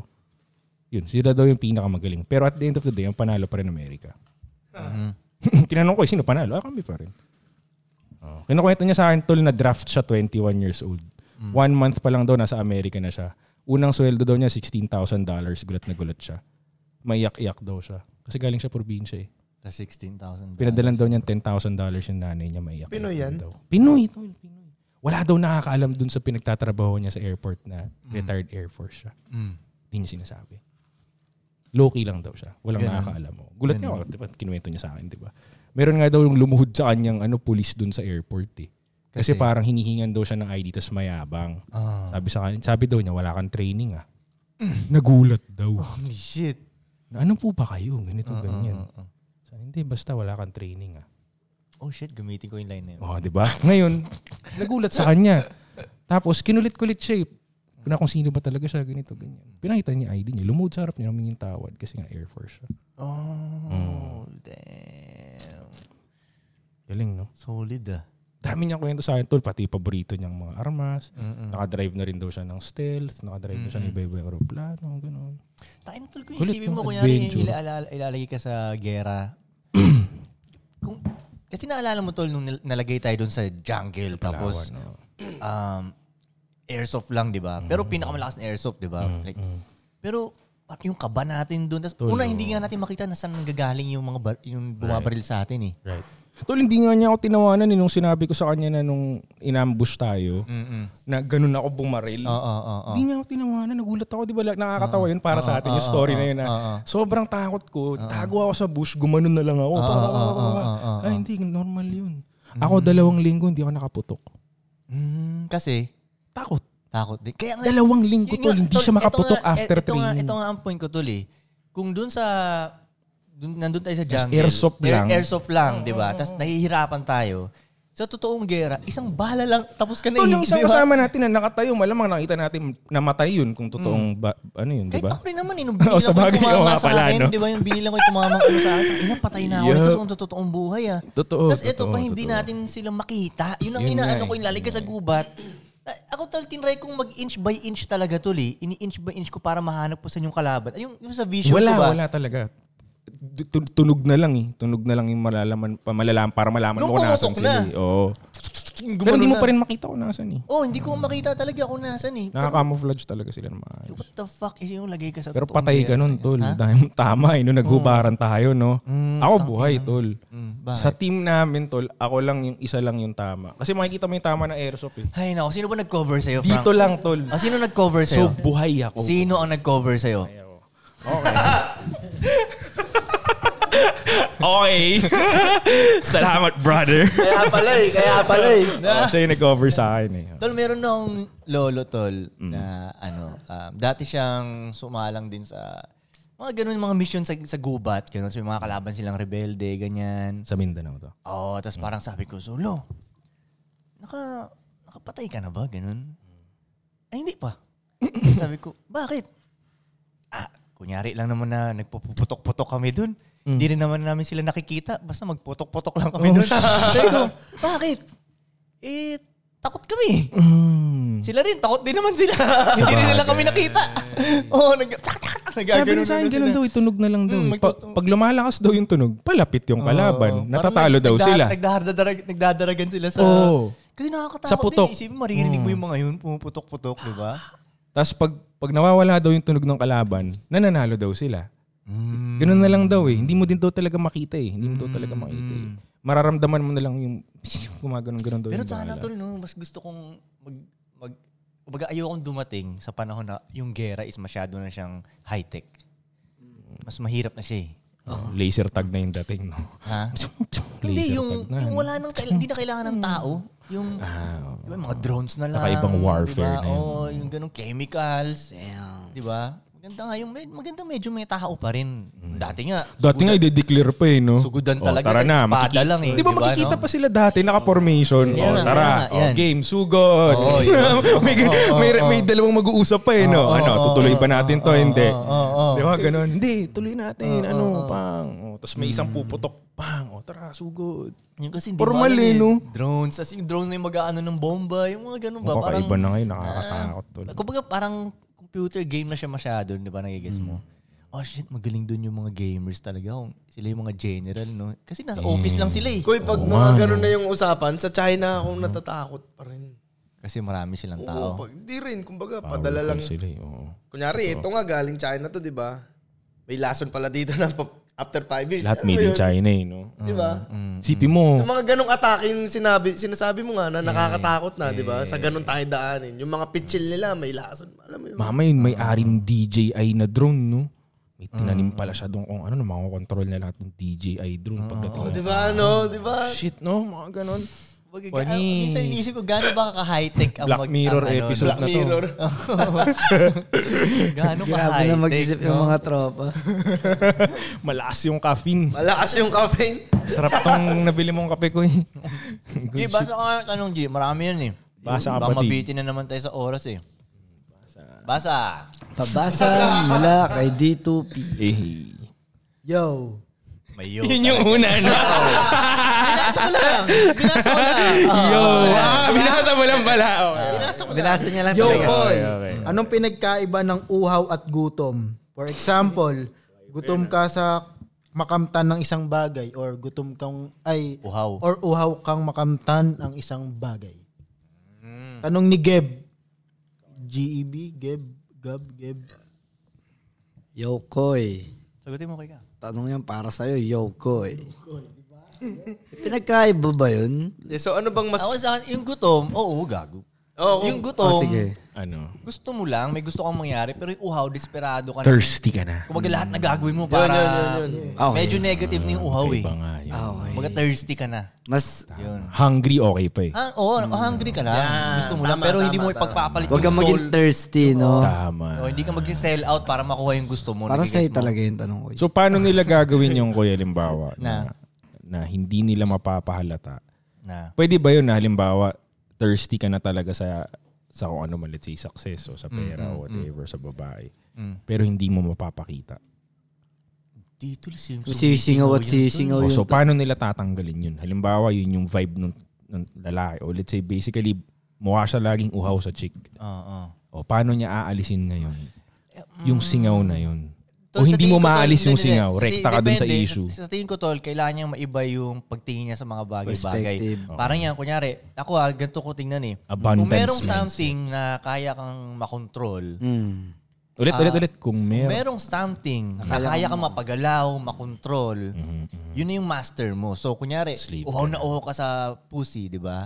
yun, sila daw yung pinakamagaling. Pero at the end of the day, ang panalo pa rin Amerika. Ah. Tinanong ko, eh, sino panalo? Ah, kami pa rin. Oh. Kinukwento niya sa akin, tol, na draft siya 21 years old. One month pa lang daw, nasa Amerika na siya. Unang sweldo daw niya, $16,000. Gulat na gulat siya. Maiyak-iyak daw siya. Kasi galing siya probinsya eh. Sa 16,000. Pinadalan daw niya $10,000 yung nanay niya maiyak. Pinoy yan? Daw. Pinoy, tol, Pinoy. Wala daw nakakaalam dun sa pinagtatrabaho niya sa airport na retired Air Force siya. Hindi niya sinasabi. Low-key lang daw siya. Walang nakakaalam. Oh. Gulat niya ako. Diba, kinuwento niya sa akin, di ba? Meron nga daw yung lumuhod sa kanyang ano, police dun sa airport eh. Kasi, parang hinihingan daw siya ng ID tas mayabang. Sabi sa kanya, sabi daw niya, wala kang training ah. Nagulat daw. Holy shit. Na, ano po ba kayo? Ganito, ganyan. So, hindi, basta wala kang training ah. Oh shit, gamitin ko yung line na yun. Oh, 'di ba? Ngayon, nagulat sa kanya. Tapos kinulit-kulit siya. eh. Na kung sino ba talaga siya, ganito, ganyan. Pinakita niya ID niya. Lumuhod sa harap niya, humingi ng tawad kasi nga Air Force siya. Oh, damn. Galing, no? Solid ah. Dami niya kwento sa akin, tol. Pati paborito niyang mga armas. Nakadrive na rin daw siya ng stealth. Nakadrive na siya ng iba-iba yung aeroplano, gano'n. Tain tol ko, Kulit isipin mo ng kunyari adventure. ilala- ilalagay ka sa gera. Kasi naalala mo tol nung nil- nalagay tayo doon sa jungle tapos um airsoft lang, 'di Mm-hmm. ba? Pero pinakamalakas na airsoft, 'di ba? Like pero par- yung kaba natin doon. Tapos una hindi nga natin makita na saan nanggagaling yung mga bar- yung bumabaril sa atin eh. Right. Tol, hindi nga niya ako tinawanan eh, nung sinabi ko sa kanya na nung inambush tayo, na ganun ako bumaril. Oo, oo, oo. Hindi niya ako tinawanan. Nagulat ako. Di ba la- nakakatawa Ah. yun para sa atin. Yung story na yun na sobrang takot ko. Tago ako sa bush. Gumanon na lang ako. Ah, Pa, pa, pa, pa, pa. ah. Ay, hindi. Normal yun. Ako dalawang linggo hindi ako nakaputok. Mm, kasi Takot. takot din. Kaya nga- Dalawang linggo Yun tol. nga, Hindi tol, siya ito makaputok nga, after ito nga- training. Ito nga ang point ko tol eh. Kung doon sa dun, nandun tayo sa Tas jungle. airsoft lang. Airsoft lang, di ba? Tapos nahihirapan tayo. Sa totoong gera, isang bala lang, tapos ka na Tol, eh, yung isang di ba? kasama natin na nakatayo, malamang nakita natin namatay yun kung totoong ba- ano yun, di Mm. Kahit ba? ako rin naman, eh, Oh, nung binilang sa ko bagay, yung oo tumama nga sa pala, akin, no? di ba yung binilang ko yung tumama ko sa akin, ina, patay na ako Yeah. nito sa kung totoong buhay ah. Totoo, Tapos ito pa, totoo, hindi totoo. natin sila makita. Yun ang Yun nga inaano eh. ko, yung lalagay ka sa gubat. Ah, Ako tol, tinry kong mag-inch by inch talaga tol eh. Ini-inch by inch ko para mahanap po sa yung kalaban. Ay, yung, yung sa vision Wala, ko ba? wala talaga. Tu- tu- Tunog na lang eh. Tunog na lang yung malalaman, pa, malalaman para malaman mo Nung kung nasan pumutok sila. na. eh. Oo. Pero hindi mo pa rin makita kung nasan eh. Oh, hindi ko makita talaga kung nasan eh. Nakakamuflage talaga sila ng maayos. What the fuck is yung lagay ka sa Pero totoong patay ka gera? nun, tol. Dahil tama eh, no, naghubaran Mm. tayo, no? ako buhay, tol. bakit? Sa team namin, tol, ako lang yung isa lang yung tama. Kasi makikita mo yung tama ng airsoft eh. Ay, nako. Sino ba nag-cover sa'yo, Frank? Dito lang, tol. Ah, sino nag-cover So, sa'yo? buhay ako. sino ang nag-cover sa'yo? Okay. Salamat, brother. Kaya pala eh, kaya pala eh. oh, siya yung nag-cover sa akin eh. Tol, meron na akong lolo, tol, na ano, um, dati siyang sumalang din sa mga ganun mga mission sa, sa gubat, ganun, so, yung mga kalaban silang rebelde, ganyan. Sa Mindanao to. Oo, oh, tapos parang sabi ko, so, lo, naka, nakapatay ka na ba? Ganun. Ay, hindi pa. sabi ko, bakit? Ah, kunyari lang naman na nagpuputok-putok kami dun. Hindi rin naman namin sila nakikita. Basta magputok-putok lang kami dun. sabi ko, bakit? Eh, takot kami. Sila rin, takot din naman sila. Hindi rin nila kami nakita. Oo, oh, nag... Sabi nila sa akin, na ganun sila. daw, itunog na lang daw. Mm, eh. Pa- magtutunog. pag lumalakas daw yung tunog, palapit yung Oo, kalaban. parang Natatalo nag- daw nagda- sila. Nagdadarag, nagdadaragan sila sa... Oo. Kasi nakakatakot Sa putok. Hmm. din. Isipin, maririnig mo yung mga yun, pumuputok-putok, di ba? Tapos pag, pag nawawala daw yung tunog ng kalaban, nananalo daw sila. Ganun na lang daw eh. Hindi mo din daw talaga makita eh. Hindi mo daw Mm. talaga makita eh. Mararamdaman mo na lang yung gumaganon-ganon daw Pero yung sana bala. tol, no, mas gusto kong mag... mag Kumbaga ayokong dumating sa panahon na yung gera is masyado na siyang high-tech. Mas mahirap na siya eh. Oh, Laser tag na yung dating. No? Ha? Laser Hindi, yung, tag na. yung wala nang, kaila- hindi na kailangan ng tao. Yung, Ah, di ba, mga drones na lang. Nakaibang warfare na yun. Oo, yung ganong chemicals. Di ba? Maganda nga yung, med- maganda medyo may tao pa rin. Dati nga. Dati nga, i-declare pa eh, no? Sugudan talaga, O, Mm. tara like, na, espada makikita- lang eh, Di ba di ba, makikita no? pa sila dati, naka-formation. Yan O, lang, tara, yan lang, O, yan. game, sugod. Oo, yun. may, may, may dalawang mag-uusap pa eh, no? ano, tutuloy ba natin to? Hindi. Di ba, ganun? Hindi, tuloy natin. ano, pang. O, Tapos may isang puputok, pang. O, tara, sugod. Yung kasi Formal alam eh, no? Drones. Tapos yung drone na yung mag-ano ng bomba. Yung mga ganun ba? Mukhang kaiba na ngayon, nakakatakot tol. Ah, Kumbaga parang computer game na siya masyado, di ba? Nagigets mo. Mm. Oh shit, magaling dun yung mga gamers talaga. Kung Sila yung mga general, no? Kasi nasa office lang sila eh. Kuy, pag mga ganun na yung usapan, sa China ako natatakot pa rin. Kasi marami silang Oo, tao. pag, di rin. Kumbaga, padala lang. Powerful Sila, eh, oo. Kunyari, ito nga, galing China to, di ba? May lason pala dito na pa- after five years. Lahat Alam mo made in yun? China eh, no? Di ba? City mo. Yung mga ganong atake yung sinabi, sinasabi mo nga na nakakatakot na, di ba? Sa ganun tayo daanin. Yung mga pitchil nila, may lason. Alam mo yun? Mama yun, may aring DJI na drone, no? May tinanim pala siya doon kung ano, no, makokontrol na lahat ng DJI drone pagdating. ng- Di ba, no? Di Ah. ba? Shit, no? Mga ganon. Kumbaga, Funny. ah, minsan iniisip ko, gano'n ba ka-high-tech ang Black mag- Mirror ang ano, episode na to. Mirror. Gano'n Grabe na ka-high-tech. mag-isip yung mga tropa. Malakas yung caffeine. Malakas yung caffeine. Sarap tong nabili mong kape ko eh. G, basa ka nga ng tanong, G. Marami yan eh. Basa ka Baka ba, T? mabitin na naman tayo sa oras eh. Basa. Pabasa mula kay D2P. Eh, Yo. May yo. Yun yung una, no? Binasa ko lang. Yo! Oh, Ah, binasa mo lang pala. Oh, Okay. Binasa niya lang Yo, talaga. boy. okay. Anong pinagkaiba ng uhaw at gutom? For example, gutom ka sa makamtan ng isang bagay or gutom kang ay Uhaw. or uhaw kang makamtan ang isang bagay. Tanong ni Geb. GEB, Geb, Gab, Geb. Yo, Koy. Sagutin mo kay ka. Tanong yan para sa'yo, yo, Koy. Pinagkaiba ba yun? Yeah, so ano bang mas... Ako sa akin, yung gutom, oo, gago. Oo, yung Oh, gutom, sige. Ano? gusto mo lang, may gusto kang mangyari, pero yung uhaw, desperado ka na. Thirsty ka na. Kumbaga lahat na gagawin mo para Okay. medyo negative na yung uhaw eh. Iba nga yun. Ah, okay. Kumbaga thirsty ka na. Mas, Yun. Hungry, okay pa eh. Ah, oo, oh, hungry ka lang. Gusto mo lang, Tama, pero hindi tama, mo tama. ipagpapalit huwag kang yung soul. maging thirsty, no? Tama. Oh, hindi ka mag-sell out para makuha yung gusto mo. Para Nagigets sa'yo mo? talaga yung tanong ko. So paano nila gagawin yung kuya limbawa Na? na, na hindi nila mapapahalata? Na. Pwede ba yun na halimbawa thirsty ka na talaga sa sa kung ano man, let's say success o sa Mm, pera o whatever, sa babae. Pero hindi mo mapapakita. Dito lang sisingaw at sisingaw O, yun. so paano nila tatanggalin yun? Halimbawa, yun yung vibe ng, ng lalaki. O let's say basically, mukha siya laging uhaw sa chick. Oo. oo. O paano niya aalisin ngayon? Yung singaw na yun. o Tol, Mm. sa hindi tingin mo ko, tol, maalis yung hindi, hindi. singaw. Sa Rekta tingin- ka dun sa depende. issue. Sa tingin ko, tol, kailangan niya maiba yung pagtingin niya sa mga bagay-bagay. Perspective. Parang yan, kunyari, ako ah, ganito ko tingnan eh. Abundance Kung merong mindset. something na kaya kang makontrol, Hmm. Ulit, Ah, ulit, ulit. Kung kung meron. merong something na kaya kang mapagalaw, makontrol, Mm-hmm. yun na yung master mo. So, kunyari, Sleep uhaw na uhaw ka sa pussy, di ba?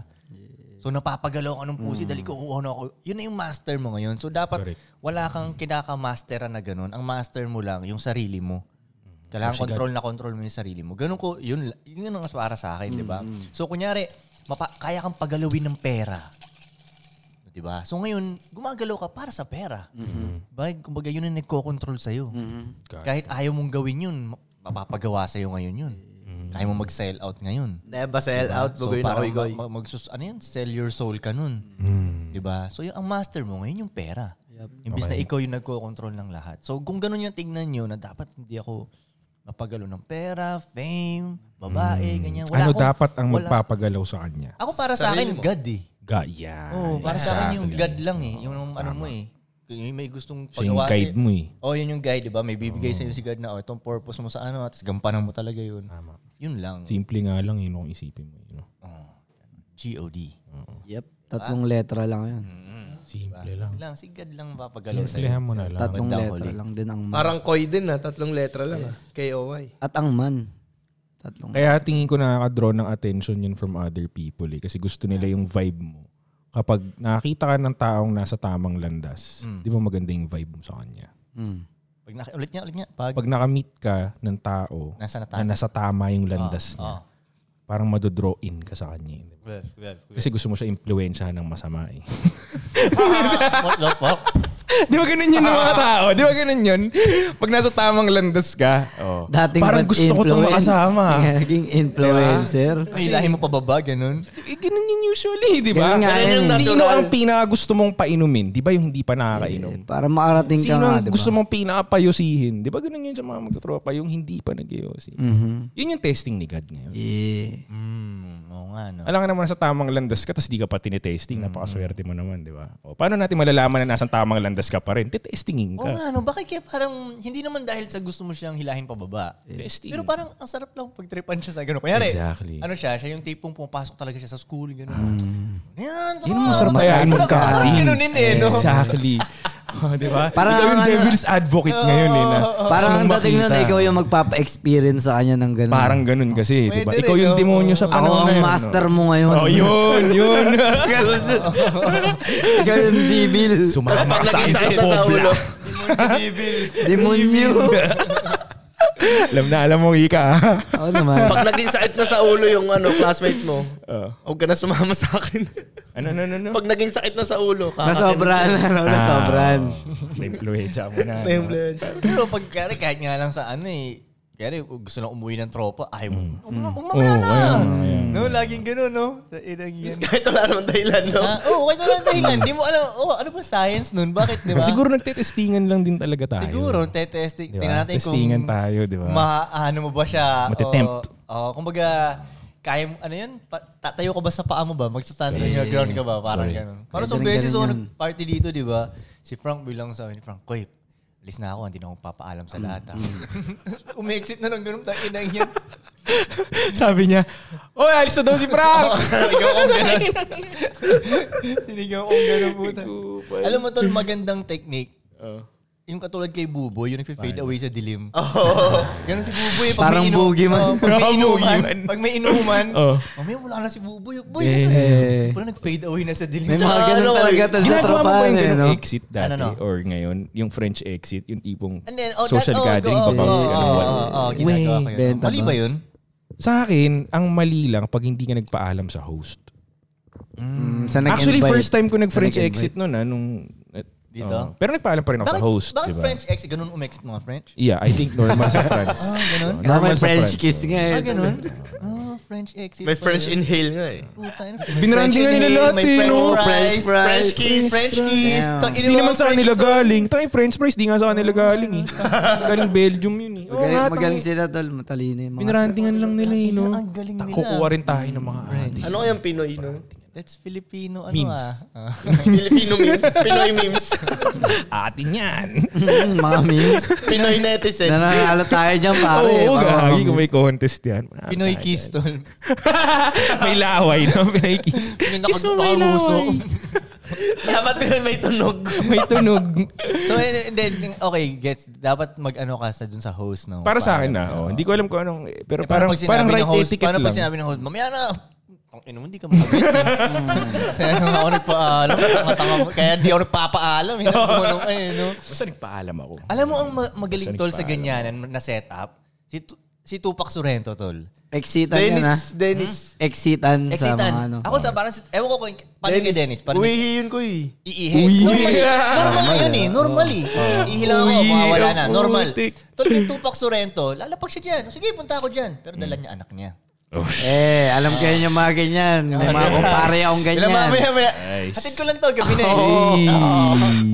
So, napapagalaw ka ng pussy, dali ko uhaw na ako. Yun na yung master mo ngayon. So, dapat Correct. wala kang kinakamasteran na ganun. Ang master mo lang, yung sarili mo. Kailangan control na control mo yung sarili mo. Ganun ko, yun, yun ang mas para sa akin, di ba? So, kunyari, mapa, kaya kang pagalawin ng pera. 'di ba? So ngayon, gumagalaw ka para sa pera. Bag, kumbaga yun ang nagko-control sa iyo. Kahit ayaw mong gawin 'yun, mapapagawa sa iyo ngayon 'yun. Kaya mo mag-sell out ngayon. Never sell out, So bugoy na parang oigoy. ma- ma- magsus ano 'yan? Sell your soul ka nun. Hmm. 'Di ba? So yung ang master mo ngayon yung pera. Imbis na ikaw yung nagko-control ng lahat. So kung ganun yung tingnan niyo na dapat hindi ako mapagalo ng pera, fame, babae, ganyan. Wala ano akong- dapat ang wala- magpapagalaw sa kanya? Ako para sa Sarili akin, mo. God eh. Ga, yeah. Oo, Oh, para sa akin yung Ah, Exactly. God lang eh. Yung ano mo eh. Yung may gustong Siya yung pagawa guide sa'yo. mo Hmm. eh. Oh, yun yung guide, di ba? May bibigay sa'yo si God na, oh, itong purpose mo sa ano, at gampanan mo talaga yun. Tama. Yun lang. Simple nga lang yun ang isipin mo. You know? G-O-D. Hmm. Yep. Tatlong letra lang yun. Simple lang. Yun lang, si God lang mapagalaw sa'yo. Simplehan mo na lang. Tatlong Bandang letra huli. lang din ang man. Parang koy din ha, tatlong letra lang ha. K-O-Y. At ang man. Tatlong. Kaya tingin ko nakaka-draw ng attention yun from other people eh. Kasi gusto nila yung vibe mo. Kapag nakakita ka ng taong nasa tamang landas, di ba maganda yung vibe mo sa kanya? Hmm. Pag naka, ulit niya, ulit niya. Pag, Pag nakamit ka ng tao Ah, nasa na natapos. nasa tama yung Ah, landas niya, parang madodraw in ka sa kanya. eh. Di ba? Kasi gusto mo siya impluensyahan ng masama eh. What the fuck? Di ba ganun yun ng mga tao? Di ba ganun yun? Pag nasa tamang landas ka, oh, Dating parang bad gusto ko itong influence. makasama. ah. Naging influencer. Kailahin mo pababa, ganun. Eh, ganun yun usually, di ba? Ganun nga Ganun yun yung eh. Sino ang pinakagusto mong painumin? Di ba yung hindi pa nakakainom? Para makarating ka Sino ang nga, diba? di ba? gusto mong pinakapayosihin? Di ba ganun yun sa mga magtutropa? Yung hindi pa nagyayosi. Mm-hmm. Yun yung testing ni God ngayon. Eh, Hmm, oo nga, no. Alam ka naman sa tamang landas ka tapos di ka pa tinetesting. Mm-hmm. Napakaswerte mo naman, di ba? O, paano natin malalaman na nasa tamang landas ka pa rin? Titestingin ka. Oo nga, no. Bakit kaya parang, hindi naman dahil sa gusto mo siyang hilahin pababa. Testing. Pero parang ang sarap lang pagtripan siya sa ganun. Kunyari, Exactly. ano siya, siya yung tipong pumapasok talaga siya sa school, ganun. Yan, Hmm. tama. Yun ang masarap kaya yung Masarap- masarap magka-acting. ganunin eh, no? Exactly. Oh, di ba? Parang Ikaw yung ano- devil's advocate ngayon eh. Na, gusto parang ang mong dating nun, makita. ikaw yung magpapa-experience sa kanya ng ganun. Mm. Parang ganun kasi, di ba? Diba? Pwede Ikaw rin, yung oh. demonyo sa ako panahon ang na yun, no? master mo ngayon. Oh, yun, yun. ikaw yung devil. Sumasama sa akin sa pobla. Demonyo. alam na, alam mo, Ika. ha? Oo naman. Pag naging sakit na sa ulo yung ano, classmate mo, Oh. huwag ka na sumama sa akin. Ano, ano, ano, ano? Pag naging sakit na sa ulo, Nasobran. Ano, Ah, nasobran. oh. Na-impluensya mo na. no? Pero pag kaya, kahit nga lang sa ano eh, kaya gusto lang umuwi ng tropa, ay mo. Huwag na, huwag mamaya Oo, na. ayun, ayun. No, laging ganun, no? Sa inang yan. Kahit wala naman dahilan, no? Ah, Oo, kahit wala dahilan. Di mo alam, oh, ano ba science nun? Bakit, di ba? Siguro nagtitestingan lang din talaga tayo. Siguro, tetesting. Di ba? Tingnan natin kung... Testingan tayo, di ba? Maano mo ba siya? Matetempt. O, o, kumbaga, kaya mo- ano yun? Pa, tatayo ka ba sa paa mo ba? Magsastand on your ground ka ba? Parang ganun. Parang sa Ganun, beses ganun ako yan. nag-party dito, di ba? Si Frank bilang sa akin, Frank, Koy, alis na ako, hindi na ako papaalam sa lahat. ah. Umi-exit na ng ganun, tayo inang yan. Sabi niya, Oy, alis na daw si Frank! Sinigaw kong ganun. Sinigaw kong ganun puta. Alam mo tol, magandang technique. Oh. Yung katulad kay Buboy, yung nagpe-fade away sa dilim. Oo. Ganun si Buboy. Pag Parang may inu- boogie man. Oo, pag may Parang inuman. boogie man. pag may inuman. Oo. Mamaya wala na si Buboy. Boy, nasa Eh. Parang nag-fade away na sa dilim. May mga Tsaka ganun ano, talaga tol sa Ginagawa mo ba tropahan yung eh, ganung no? exit dati Ano, no? or ngayon? Yung French exit, yung tipong And then, oh, social that, oh, gathering, go, oh, babawis oh, ka ng oh, wala. oh, oh, ginagawa Way, ko yun. benta Mali ba ba? yun? Sa akin, ang mali lang pag hindi ka nagpaalam sa host. Hmm, Sa nag-invite. Actually, first time ko nag-French Sa nag-invite. exit noon ah, nung... eh, Dito? oo. pero nagpaalam pa rin ako Bakit, sa host, bakit di diba? ba? French ex? Ganun umexit mga French? Yeah, I think normal sa France. Ah, ganun? Oo, Tama, sa French France, kiss oo. nga eh. Ah, ganun? Ah, French exit. May pala French yun. inhale nga eh. Puta, ano? Binranding nga nila lahat eh, May French no? fries. French fries. French kiss. French kiss. Damn. Tangina Hindi mga naman sa French kanila to. galing. Ito yung French fries, di nga sa kanila galing eh. galing Belgium yun eh. Oo Magaling, nga, magaling tangina. sila tol, matalino yung mga. Binrandingan lang nila eh, no? Ang galing nila. Kukuha rin tayo ng mga ate. Ano kayang Pinoy, no? That's Filipino, ano Memes. ah. Ah. Filipino memes. Pinoy memes. Atin yan. Mm, mga memes. Pinoy netizen. Nananalo tayo dyan pare. Oo, Mga gagi. mga Kung may contest yan. mga Pinoy tayo. kiss tol. may laway, no? Pinoy kiss. Yung kiss mo may nakapagpakaruso. laway. Dapat nga may tunog. may tunog. So, and, and then, okay, gets. Dapat mag-ano ka sa dun sa host, no? Para sa akin Paalam. na. Oh. Hindi ko alam kung anong... eh, Pero Eh, parang, pag sinabi parang ng right host, etiquette parang lang. pag sinabi ng host, mamaya na, ang ino mo, hindi ka makagets. Mm. Kaya nung ako nagpaalam, tanga-tanga mo. Kaya di ako nagpapaalam. Eh, no? Ay, no? Basta nagpaalam ako. Alam mo, ang ma- magaling Saan tol sa nagpaalam? ganyanan na setup, si, Tu- si Tupac Sorrento tol. Exitan yan ha. Dennis, Dennis. Exitan sa mga Exitan. ano. Ako sa parang, si- ewan ko kung, Hmm? paano kay Dennis? Paano kay Uwihi yun ko eh. Iihi. Normal, eh. normal na yun eh. Normal eh. Ah. Iihi lang ako, Uy, mawawala na. ang Normal. putik. Tol, kay Tupac Sorrento, lalapag siya dyan. Sige, punta ako dyan. Pero Hmm. dala niya anak niya. Oh, shit. Eh, alam ko yun yung mga ganyan. May mga kumpare akong Kailan ganyan. mamaya, mamaya. Nice. Hatid ko lang to, gabi na eh. Oo.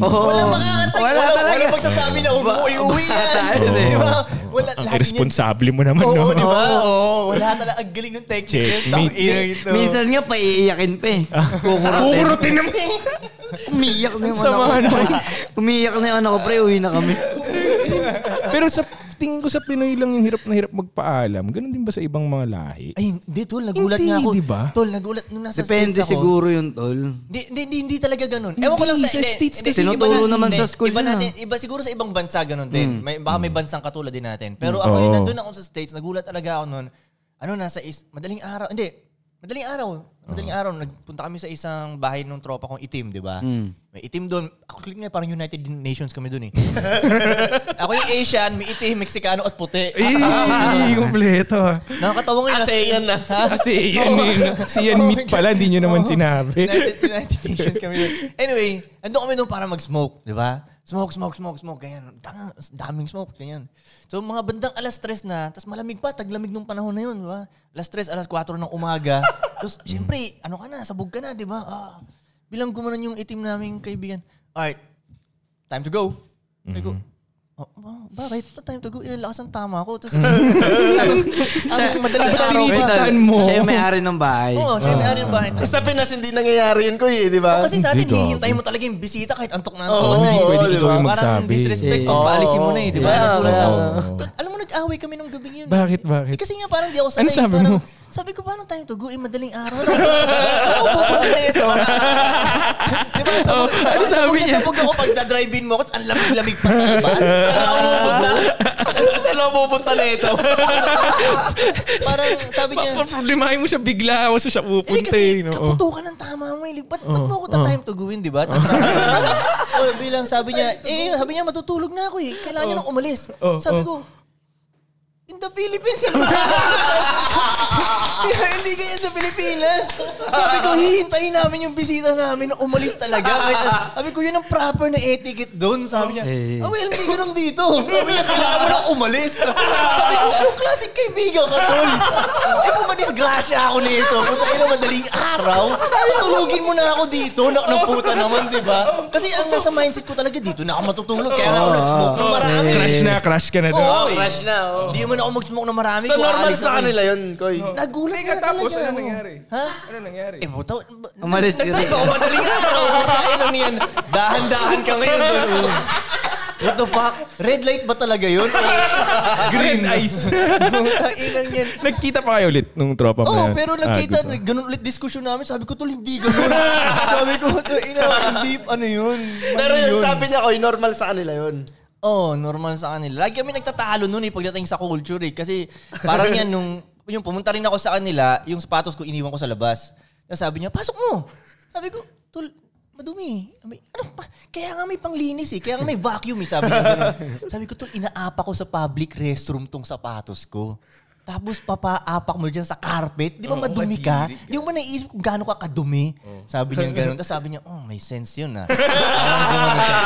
Oo. Walang makakatay. Wala, Wala wala, talaga. wala magsasabi na umuwi-uwi yan. Oo. Di ba? Wala, Ang lagi niyan- irresponsable mo naman, Oo, di no? ba? Oo, wala talaga. Ang galing ng technique. Checkmate. Tangina ito. Minsan nga, paiiyakin pa eh. Kukurutin. Kukurutin na mo! ano. Umiiyak na yung anak ko. Samahan mo. Umiiyak na yung anak ko, pre. Uwi na kami. Pero sa tingin ko sa Pinoy lang yung hirap na hirap magpaalam. Ganun din ba sa ibang mga lahi? Ay, hindi tol, nagulat Hindi, nga ako. di ba? Tol, nagulat nung nasa Depende States ako. siguro yun, tol. Hindi, hindi, hindi, hindi talaga ganun. Ewan ko lang Hindi, sa... sa hindi, States hindi, kasi tinuturo natin- naman sa hindi, school iba yun, ah. natin, iba siguro sa ibang bansa ganun din. May, baka may bansang katulad din natin. Pero ako, Oo. yun, nandun ako sa States, nagulat talaga ako nun. Ano, nasa is, madaling araw, hindi, madaling araw, madaling araw, nagpunta kami sa isang bahay ng tropa kong itim, di ba? Mm. May itim doon. Ako click nga, parang United Nations kami doon eh. ako yung Asian, may itim, Meksikano at puti. Ay, kompleto. Nakakatawa ngayon. ASEAN na. Kasi yan, eh, no? si yan meat pala, hindi nyo naman sinabi. United, United Nations kami doon. Anyway, ando kami doon para mag-smoke, di ba? Smoke, smoke, smoke, smoke, ganyan. Tanga, daming smoke, ganyan. So mga bandang alas tres na, tapos malamig pa, taglamig nung panahon na yun, di ba? Alas tres, alas 4 ng umaga. tapos syempre, ano ka na, sabog ka na, di ba? Ah, bilang gumanon yung itim naming kaibigan. Alright, time to go. I go, Oh, wow, bakit? Ba't time to go? Eh, lakas ang tama ko. Tapos, ang madaling araw. Wait, tol. Tinitan mo. Siya yung may-ari ng bahay. Oo, siya may ari ng bahay. Tapos sa Pinas, hindi nangyayari yun ko eh, di ba? Oh, kasi sa atin, Hindi, hihintayin mo talaga yung bisita kahit antok na antok. Oo, hindi pwede di ikaw ba? yung Parang magsabi. disrespect, Eh, pag paalisin mo na eh, di ba? oo, Nagulat oo. ako. Tol, Alam mo, nag-away kami nung gabi yun. Bakit, bakit? Eh, kasi nga parang di ako sanay. Ano sabi parang, mo? Sabi ko, paano time to go? Eh, madaling araw. Ano Saan ako pupunta na ito? di ba? Sa, Oo, sa, ano sa, sabi niya? Sabog ako pag dadrive-in mo ako, tapos ang lamig-lamig pa sa labas. Saan ako pupunta? Saan ako pupunta na ito? parang sabi niya, Papaproblemahin mo siya bigla ako sa siya hindi pupunta kasi eh. no? no? kaputukan ng tama mo eh. Ba't, ba't Oo. mo ako ta-time to go in, di ba? Tapos oh, bilang sabi niya, eh, sabi niya matutulog na ako eh. Kailangan niya nang umalis. Oo, Sabi oo. ko, in the Philippines. ano ba? Hindi kaya sa Pilipinas. Sabi ko, hihintayin namin yung bisita namin na umalis talaga. Kahit, sabi ko, yun ang proper na etiquette doon. Sabi niya, Eh. ah, well, hindi ganun dito. Sabi niya, kailangan mo nang umalis. Sabi ko, anong klaseng kaibigan ka, tol? Eh, kung madisgrasya ako nito, puta ina madaling araw, tulugin mo na ako dito, nak ng puta naman, di ba? Kasi ang nasa mindset ko talaga, dito na ako matutulog. Kaya na ako nag-smoke ng marami. Eh. Crush na, crush ka na doon. Oo, eh. Crush na, oh. Hindi man ako mag-smoke ng marami. Sa kung normal aalis ako sa eh. kanila yun, Koy. Nagulat Teka, nga tapos, ano talaga ako. nangyari? Ha? Ano nangyari? Eh, buta. Umalis Nagtay yun. ba ako madaling araw? Putain na niyan. Dahan-dahan ka ngayon doon. eh. What the fuck? Red light ba talaga yun? Eh, Green eyes. Inang yan. Nagkita pa kayo ulit nung tropa mo Oo, oh, yan? pero Ah, nagkita, gusto. ganun ulit diskusyon namin. Sabi ko, tol, hindi ganun. sabi ko, tol, ina, hindi, ano yun? Mali Pero yun, yun. sabi niya, oy, normal sa kanila yun. Oo, oh, normal sa kanila. Lagi kami nagtatalo noon eh pagdating sa culture eh. Kasi parang yan nung, yung pumunta rin ako sa kanila, yung sapatos ko iniwan ko sa labas. Tapos sabi niya, pasok mo! Sabi ko, tol, madumi. Sabi, ano pa? Kaya nga may panglinis eh. Kaya nga may vacuum eh. Sabi niya. ganun. sabi ko, tol, inaapa ko sa public restroom tong sapatos ko. Tapos papaapak mo dyan sa carpet. Di ba madumi ka? Di mo ba naisip kung gaano ka kadumi? Sabi niya ganun. Tapos sabi niya, oh, may sense yun ah.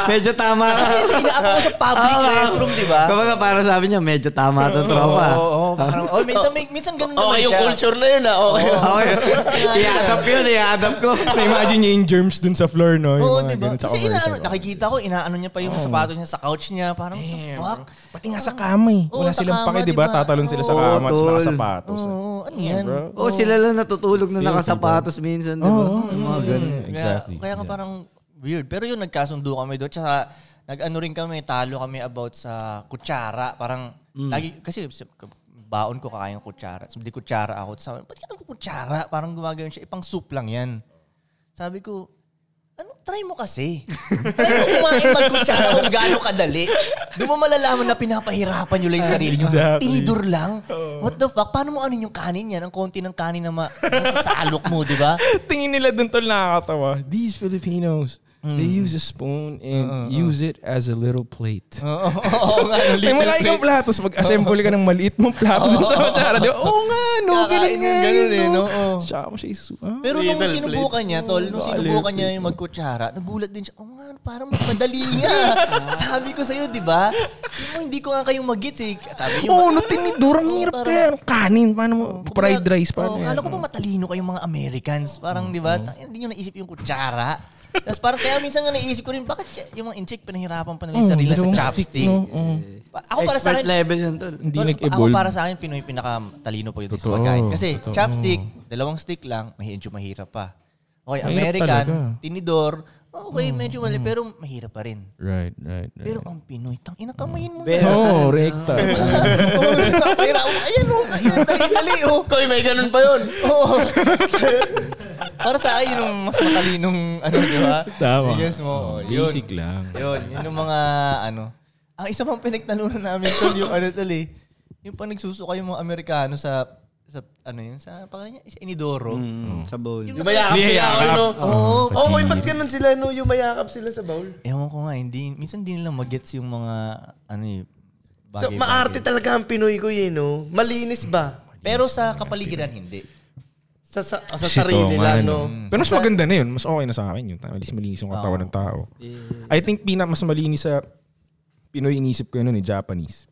medyo tama ka. Ah, Kasi inaapa ko sa public restroom, di ba? Kumbaga parang sabi niya, medyo tama to, tropa. Oo, oo, oo. parang, oh, minsan, may, minsan ganun naman Okay, Oh, yung siya. culture na yun, ah. Okay. Oh. Okay, i-adapt yun, i-adapt ko. Na-imagine niya yung germs dun sa floor, no? Yung Oo, mga di ba? ganun sa Mm. Kasi commercial. inaano, nakikita ko, inaano niya pa yung sapatos niya sa couch niya. Parang, what the fuck? Pati nga sa kama eh. Oo, Wala sa silang kama, pake, di ba? di ba? Tatalon sila sa Oo, kama at tol. nakasapatos. Oo, oh, ano yan? Bro. Oo, sila lang natutulog na nakasapatos minsan, di ba? Mga ganun. Kaya, kaya nga parang weird. Pero yun, nagkasundo kami doon. Tsaka, nag-ano rin kami, talo kami about sa kutsara. Parang, lagi, kasi s- baon ko kakayang kutsara. So, di kutsara ako. Sabi, ba't ka nagkukutsara? Parang gumagawin siya, ipang soup lang yan. Sabi ko, ano, try mo kasi. try mo kumain magkutsara kung gaano kadali. Doon mo malalaman na pinapahirapan nyo lang yung sarili nyo. Exactly. Tinidor lang. What the fuck? Paano mo ano yung kanin yan? Ang konti ng kanin na ma- masasalok mo, di ba? Tingin nila dun tol nakakatawa. These Filipinos, they Hmm. use a spoon Uh-uh, and use it as a little plate. Eh, Oo, oo nga. May no, Uh, little malaki kang plate. Uh-uh. plato, tapos mag-assemble ka ng maliit mong plato dun sa kutsara. di ba? Oo nga, no, Kakain ganun ng nga. ganun eh, yun, no? Eh, Oo. Tsaka mo siya isusunod. Ah. Pero nung Little sinubukan niya, tol, nung baka sinubukan little niya yung magkutsara, nagulat din siya, oh nga, parang mas madali nga. Sabi ko sa'yo, di ba? Yung mga hindi ko nga kayong mag-gets eh. Sabi niyo, Oo, oh, no, tinidor. Ang hirap parang- kaya. Kanin, paano mo? Fried rice, paano oh, yan? Mm, Kala ko pa matalino kayong mga Americans. Parang, di ba, tangina, hindi nyo naisip yung kutsara. Tapos parang kaya minsan nga naisip ko rin, bakit yung mga incheck pinahirapan pa nila yung Oo, sarili sa dalawang chopstick? eh. stick, Mm, no? Mm. Oo. Pa- Ako para sa Expert akin, level yan, tol. Hindi Tol, nag-evolve. Ako para sa akin, Pinoy pinakatalino po dito sa Totoo, pagkain. Kasi totoo. chopstick, dalawang stick lang, mahi- medyo mahirap pa. Okay, Mahirap American, talaga. Mm. tinidor, okay, medyo mali, pero mahirap pa rin. Right, right, right. Pero ang Pinoy, tang ina kamayin mo. Be- na. Oo, oh, rekta. Mahirap, oh, ayan o, ayan, dali-dali o. Koy, may ganun pa yun. Oo. Para sa akin, yun yung mas matalinong, ano, di ba? Tama. Yes mo, oh, yun. Basic lang. Yun, yun yung mga ano. Ang isa pang pinagtalunan namin tol yung ano tol eh. Yung pag nagsusuka yung mga Amerikano sa sa ano yun sa pangalan niya sa Inidoro. Mm. Sa bowl. Yung- Yumayakap sila ako, no? Oo. Oo, oh, koy, ba't ganun sila, no? Yumayakap sila sa bowl. Ewan ko nga, hindi, minsan hindi nila magets yung mga ano eh, So, bagay-bagay. maarte talaga ang Pinoy ko eh, yun, no? Malinis ba? Pero sa kapaligiran, hindi. Sa, sa, sa Shit, oo sarili nga, eh. lang, no? Mm. Pero mas maganda na yun. Mas okay na sa akin yun. Mas malinis yung katawan ng tao. I think pina, mas malinis sa Pinoy inisip ko yun nun eh, Japanese.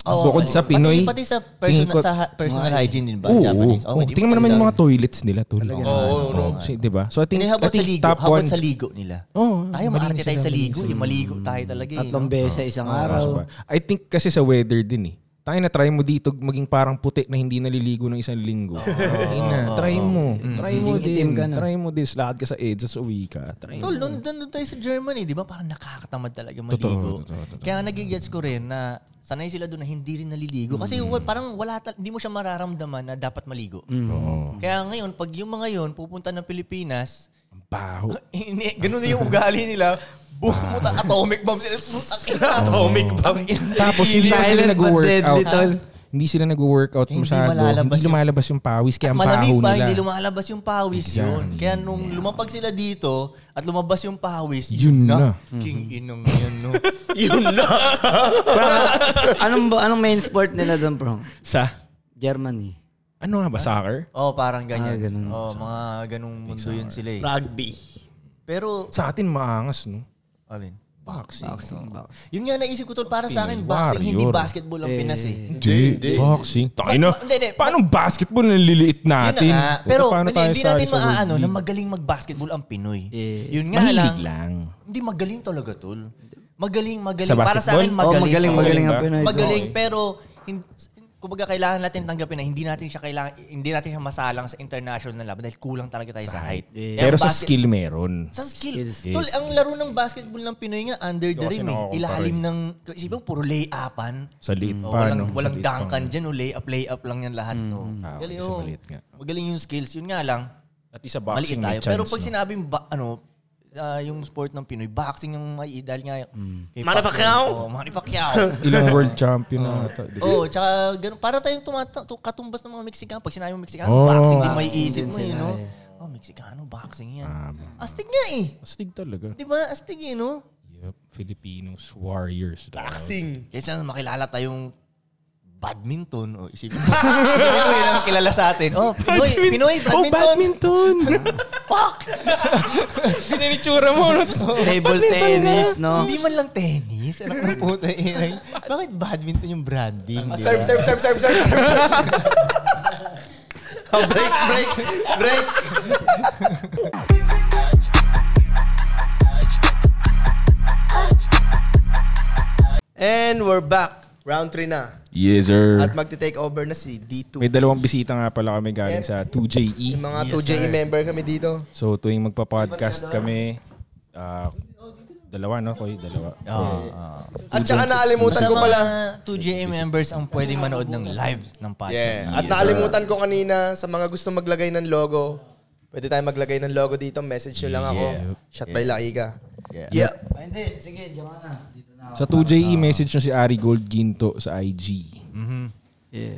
Bukod sa Pinoy, Pati, pati sa personal, tingin ko- sa ha- personal hygiene din ba? Oo. Japanese. Oh, oo. hindi Tingnan mo naman maganda. yung mga toilets nila, tol. Oo, Oo, oo. Si- Diba? So I think, Hindi, I habot sa think ligo. top Habot one. sa ligo nila. Oo, tayo, malinis maarte tayo sila, sa ligo. malinis Eh, maligo tayo talaga. Eh, Tatlong no? beses sa isang araw. Ah, I think kasi sa weather din eh. Tayo na try mo dito maging parang puti na hindi naliligo ng isang linggo. Ay na, try mo. Mm. Try mo din. Try mo din. Lahat ka sa EDSA sa uwi ka. Try mo. Tol, nun, dun, dun tayo sa Germany, di ba? Parang nakakatamad talaga Totoo, maligo. totoo, totoo. Kaya nagigets ko rin na sanay sila doon na hindi rin naliligo. Kasi Mm. wa- parang wala tal- hindi mo siya mararamdaman na dapat maligo. Oo. Kaya ngayon, pag yung mga yon pupunta ng Pilipinas, Ang baho. ini, ganun na yung ugali nila. Boom, Ah. muta atomic bomb sila. Putang ina, Atomic bomb. Oh. Tapos hindi pa sila Silent but nag-workout. deadly, tol. Hindi sila nag-workout Hindi masyado. malalabas Hindi yung- lumalabas yung pawis. Kaya ang baho Malamig pa, hindi nila. lumalabas yung pawis yun. Kaya nung lumapag sila dito at lumabas yung pawis, Yun na. Mm-hmm. King inong yan, no? Yun na. anong, ba- anong main sport nila doon, bro? Sa? Germany. Ano nga ba? Soccer? Oh, parang ganyan. Ah, ganun. Oh, mga ganung mundo yun sila eh. Rugby. Pero Sa atin maangas, no? alin? Boxing. Oh. Boxing, boxing. Yun nga naisip ko tol para sa akin boxing hindi warrior. basketball ang Pinas eh. Hindi, Boxing. Tangina. Ma- ma- Ano, hindi, hindi. Paano basketball na lililiit Yun na natin? nga. Puta, Pero paano hindi, tayo hindi sali natin sa World maaano na League? magaling mag-basketball ang Pinoy. Eh, Yun nga lang, Mahilig lang. Hindi magaling talaga tol. Magaling, magaling. Sa para sa akin basketball? Oh, magaling. magaling, magaling ang Pinoy. Magaling pero hin- kumbaga kailangan natin tanggapin na hindi natin siya kailangan hindi natin siya masalang sa international na laban dahil kulang talaga tayo sa height. Eh, Pero ang sa basket- skill meron. Sa skill. Tol, ang laro ng basketball ng Pinoy nga under the Ito kasi rim. nakukumpara Eh. Ilalim eh. ng isipin mo puro lay-upan. Sa liit Oh, pa, walang no? Sa walang liit dunkan pa. dyan o lay-up, lay-up lang yan lahat. No? Ah, Galing, kasi oh. maliit nga. Magaling yung skills. Yun nga lang, At isa maliit boxing tayo. may chance, Pero pag no? sinabing ba, ano, ah, yung sport ng Pinoy, boxing yung may dahil nga yung... Mm. kay Manny Pacquiao? Oh, Manny Pacquiao. Ilang world champion na ata. oh, tsaka ganun. Para tayong tumata- tu- katumbas ng mga Meksikano. Pag sinabi mo Meksikano, Oh. boxing din may Boxing isip din mo, eh, sila, no? eh. Oh, Meksikano, boxing yan. Ah, Astig nga eh. Astig talaga. Di ba? Astig eh, no? Yep. Filipinos, warriors. dog. Boxing. Kaysa makilala tayong badminton. O, isipin mo. isipin mo yun ang kilala sa atin. Oh, Pinoy, Pinoy, Oh, badminton. badminton! Fuck! Sino yung itsura mo? no? Table tennis, no? Hindi man lang tennis. Anak ng puta. eh. Bakit badminton yung branding? Ah, di serve, ba? serve, serve, serve, serve, serve. serve. Oh, Ah, break, break, break. And we're back. Round 3 na. Yes, sir. At magte-take over na si D2. May dalawang bisita nga pala kami galing sa 2JE. Yung mga 2JE member kami dito. So tuwing magpa-podcast kami, ah, dalawa no? Koy, dalawa. ah. At saka nakalimutan ko pala. Mga 2JA members ang pwede manood ng live ng podcast. Yeah. At nakalimutan ko kanina sa mga gusto maglagay ng logo. Pwede tayo maglagay ng logo dito. Message nyo lang ako. Shot by Laiga. Yeah. Hindi, sige, Joanna. Dito na Sa 2JE, message nyo si Ari Gold Ginto sa IG.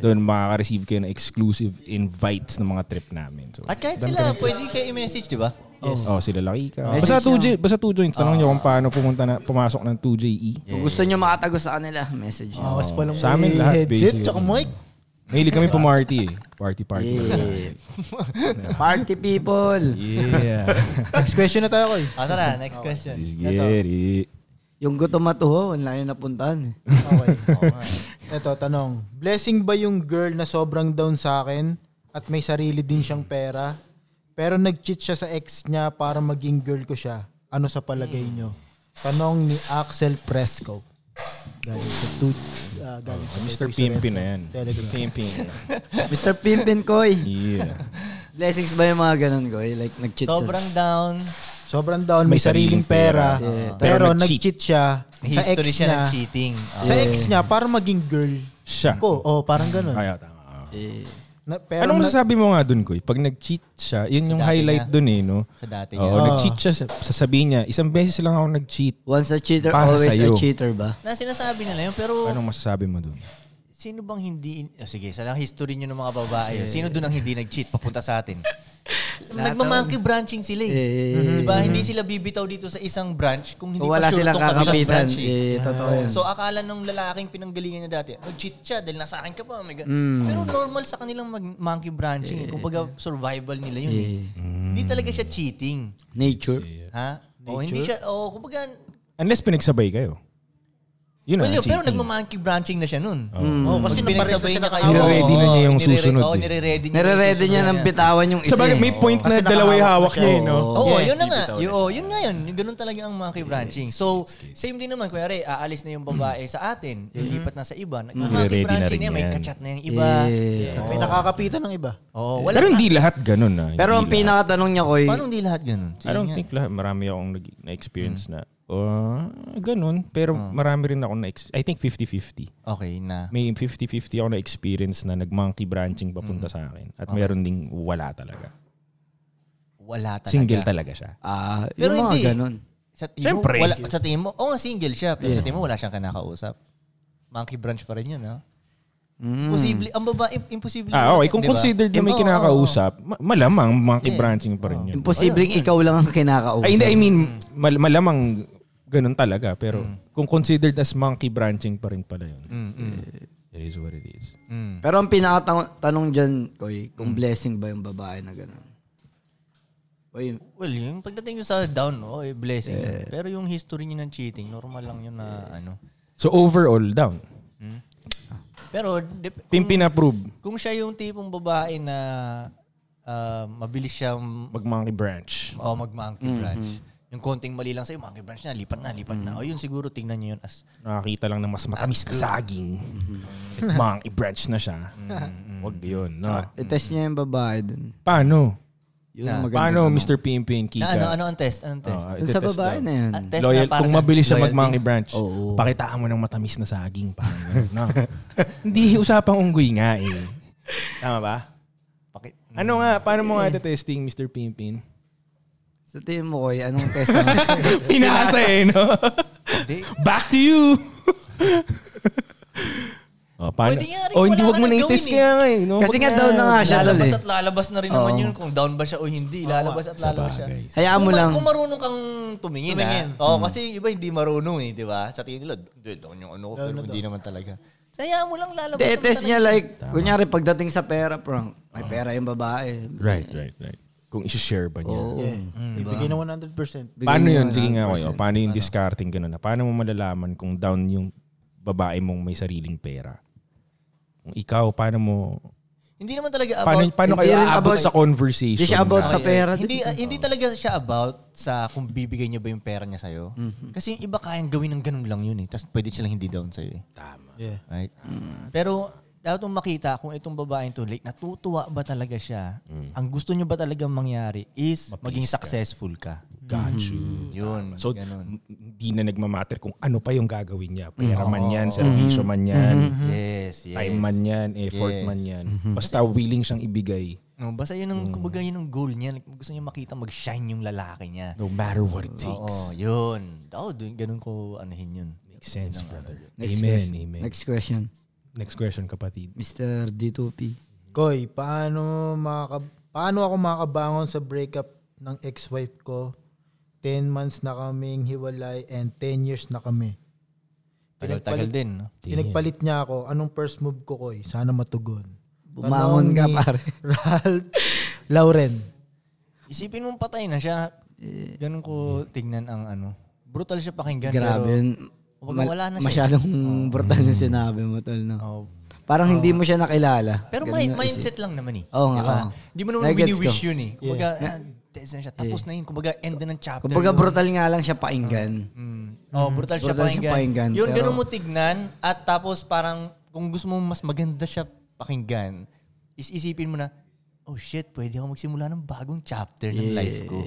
Doon makaka-receive kayo ng exclusive invites ng mga trip namin. So, At kahit sila, pwede kayo i-message, di ba? Oh, sila laki ka. Message Basta 2J, basta 2 joints. Tanong nyo kung paano pumunta na, pumasok ng 2JE. Kung gusto nyo makatago sa kanila, message nyo. Awas pa lang Oh. Sa amin may lahat, headset basically. tsaka mic. Mahilig kami pumarty eh. Party party. Yeah. Party people. Yeah. Next question na tayo, Koy. Ah, tara, next question. Let's get it. Yung gutom at tuho, wala na napuntahan. Okay. Ito, tanong. Blessing ba yung girl na sobrang down sa akin at may sarili din siyang pera? Pero nag-cheat siya sa ex niya para maging girl ko siya. Ano sa palagay nyo? Tanong ni Axel Presco. Galing sa two, ah, galing sa Mr. Tito Pimpin Sorrento. na yan. Telegram. Pimpin. Mr. Pimpin Koy. Yeah. Blessings ba yung mga ganun, Koy? Like, nag-cheat sa- Sobrang down. Sobrang down, may, sariling pera. Pero Pero nag-cheat siya sa ex History siya niya. ng cheating. Ah. Sa ex niya para maging girl Siya. ko. O, parang ganun. Kaya tama. Na, pero Anong na- masasabi mo nga dun, Koy? Pag nag-cheat siya, yun yung dati highlight niya. dun eh, no? Sa dati Oo, Ah. nag-cheat siya. sa- Sasabihin niya, isang beses lang ako nag-cheat. Once a cheater, Para always sa'yo. a cheater ba? Na sinasabi nila yun, pero Anong masasabi mo dun? sino bang hindi... Oh, sige, sa lang history nyo ng mga babae, sino doon ang hindi nag-cheat papunta sa atin? Nagmamonkey branching sila eh. Di ba? Hindi sila bibitaw dito sa isang branch kung hindi Kung pa wala sure silang tong kabilang kakapitan. branch eh. Eh, totoo yun. So akala nung lalaking pinanggalingan niya dati, oh, cheat siya dahil nasa akin ka pa. may ga-" Pero normal sa kanilang mag- monkey branching. Mm. Eh. Kumbaga survival nila yun eh. Hindi talaga siya cheating. Nature. Ha? O hindi siya, o kumbaga, Unless pinagsabay kayo. Yun well, na, yun, pero cheating. nagmamonkey branching na siya nun. Oo, oh, kasi Ano, naparesa Pinagsabay siya niya na kayo. Nire-ready na niya yung nire-re- susunod Ah, Oo, eh. nire-ready niya. Nire-ready niya ng bitawan yung isa. Sabagay, eh. may point na Kasi dalawa yung hawak nakahawak niya, siya. eh, no? Oo, yun na nga. Yun, oo, yun nga yun. Yung Ganun talaga ang monkey branching. So, same din naman. Kunyari, aalis na yung babae sa atin. Lilipat na sa iba. Nag-monkey Mm-hmm. Nire-ready na branching rin niya. May yan. kachat na yung iba. Yeah. May nakakapitan ng iba. Oo, wala. Pero hindi lahat ganun ah. Pero ang Hindi lahat. pinakatanong niya, Koy, Paano hindi lahat ganun? I don't think lahat. Marami akong nag- na-experience na. Hmm. Uh, ganun. Pero marami rin ako na I think 50-50. Okay na. May 50-50 ako na-experience na nag-monkey branching papunta Mm. sa akin. At meron ding wala talaga. Wala talaga. Single talaga siya. ah, yung Pero mga hindi. ganun. Sa tingin mo, wala, sa tingin mo, oo nga, single siya. Pero sa tingin mo, wala siyang kanakausap. Monkey branch pa rin yun, ha? Imposible. Ang babae, Mm. imposible. eh, Ah, okay. Kung Di ba? considered na may Oo, oo, oo. kinakausap, ma- malamang monkey branching pa rin yun. Imposibleng ikaw lang ang kinakausap. Ay, hindi. I Mm. mean, mal- malamang ganun talaga. Pero kung considered as monkey branching pa rin pala yun. Mm, eh, It is what it is. Pero ang pinakatanong dyan, Koy, kung blessing ba yung babae na gano'n? Koy, Well, yung pagdating nyo sa down, oh, eh, blessing. yun. Pero yung history niyo ng cheating, normal lang yun na ano. So overall, down. Pero dep- Pimpin approve. kung siya yung tipong babae na ah, mabilis siya Mag monkey branch. Mm-hmm. o mag-monkey branch, Yung konting mali lang sa'yo, monkey branch na, lipat na, lipat Mm-hmm. na. O yun, siguro tingnan niyo yun as Nakakita lang ng mas matamis na saging. Mm-hmm. At Mang, i-branch na siya. Mm, Huwag yun. No. I-test niya yung babae dun. Paano? Yun ang maganda. Ah, Paano, Mr. Pimpin and Kika? Na, ano, ano ang test? Anong test? Oh, Dun sa itetest babae daw. na yun. Ah, test Loyal, na para kung sa mabilis siya mag loyalty. monkey branch, Oo. pakitaan mo ng matamis na saging. Parang ganun, no? Hindi, usapang unggoy nga eh. Tama ba? Paki- Ano nga, paano mo nga ito testing, Mr. Pimpin? Sa tingin mo, Koy, anong test ang Pinasa eh, no? Hindi. Back to you! oh, paano? Pwede nga rin, oh, hindi, wala wag ka mo nang na i-test gawin kaya nga eh. No? Kasi nga down na nga siya tol lalabas eh. at lalabas na rin Oh. naman yun kung down ba siya o hindi. Lalabas at lalabas siya. Sabagay. Hayaan mo Kung ma- lang. Kung marunong kang tumingin, ha? Oo, kasi yung iba hindi marunong eh, di ba? Sa tingin nila, dude, ako yung ano ko, pero hindi naman talaga. Hayaan mo lang lalabas. Hindi, naman test talaga. niya like, kunyari pagdating sa pera, prank. May pera yung babae. Right, right, right. Kung isi-share ba niya. Oo. Yeah. Eh, Ibigay ng 100%. Bigyan Paano niya yun? ng Sige nga 100%. kayo. Paano yung discarding ka na? Paano mo malalaman kung down yung babae mong may sariling pera? Kung ikaw, paano mo... Hindi naman talaga about... Paano, paano Hindi kayo rin aabot about- sa conversation? Hindi siya about na- sa pera. Hindi, ah, hindi talaga siya about sa kung bibigay niya ba yung pera niya sa'yo. Kasi yung iba kayang gawin ng ganun lang yun eh. Tapos pwede silang hindi down sa'yo eh. Yeah. Right? Pero dapat mong makita kung itong babaeng to, like, natutuwa ba talaga siya? Ang gusto niyo ba talaga mangyari is maging successful ka. Got you. Yun, So, ganun. m- hindi na nagmamatter kung ano pa yung gagawin niya. Pera man yan, servisyo man yan, eh, Yes, yes. time man yan, effort Yes. man yan. Basta willing siyang ibigay No, basta yun Mm. ang, kumbaga yun ang goal niya. Like, gusto niya makita mag-shine yung lalaki niya. no matter what it Oo, takes. yun. Oo, dun, ganun ko anuhin yun. ano Makes sense, brother. Next amen, question. amen. Next, Next question. question, kapatid. Mr. D2P. Koy, paano maka paano ako makabangon sa breakup ng ex-wife ko? 10 months na kaming hiwalay and 10 years na kami. Tagal-tagal din. No? Pinagpalit niya ako. Anong first move ko, Koy? Sana matugon. Bumangon Tanong ka, ni pare. Ralph Lauren. Isipin mong patay na siya. Ganun ko tingnan ang ano. Brutal siya pakinggan. Eh, Grabe Pero, yun. Huwag Mal- wala na siya. Masyadong brutal yung sinabi mo, tol. No? Oo. Parang hindi mo siya nakilala. pero Ganun may, yung isip. mindset lang naman eh. Oo nga, Diba? oo. Di mo naman Nagets wini-wish ko. yun eh. Kumbaga, ah, tense na siya. Tapos na yun. Kumbaga, end na ng chapter. Kumbaga yun. brutal nga lang siya pakinggan. Mm. Oh, brutal, siya Brutal siya pakinggan. pakinggan, Yun, pero- ganun mo tignan at tapos parang kung gusto mo mas maganda siya pakinggan, is isipin mo na, oh shit, pwede ako magsimula ng bagong chapter ng life ko.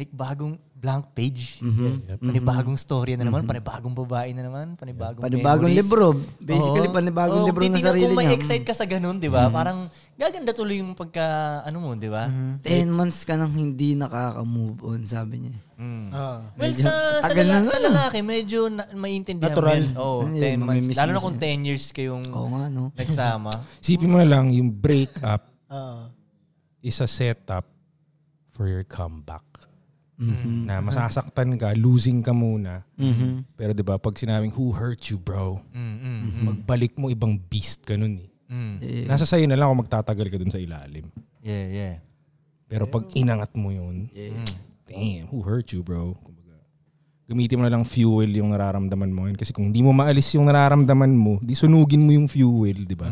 Like bagong blank page. Mm-hmm. Panibagong story na naman, panibagong babae na naman, panibagong Panibagong memories. libro. Basically, Oo. panibagong Oo, libro ng titignan sarili Kung niya. Mm-hmm. ma-excite ka sa ganun, di ba? Parang gaganda tuloy yung pagka, ano mo, di ba? Ten months ka nang hindi nakaka-move on, sabi niya. Mm. Ah. Well, sa, sa, tagal lala- na nga, sa lalaki, medyo na, maintindihan Mm, Natural. mo yan. Oo, Ano yun, 10 months. mamimiss Lalo na na kung 10 years kayong Oh. Oo nga, no? nagsama. Isipin mo na lang, yung breakup Ah. is a setup for your comeback. Na masasaktan ka, losing ka muna. Pero 'di ba pag sinabing who hurt you, bro? Magbalik mo ibang beast ka nun eh. Nasa sa'yo na lang kung magtatagal ka dun sa ilalim. Yeah, yeah. Pero pag inangat mo 'yun, damn, who hurt you, bro? Kumbaga, gamitin mo na lang fuel yung nararamdaman mo ngayon. Kasi kung hindi mo maalis yung nararamdaman mo, di sunugin mo yung fuel, di ba?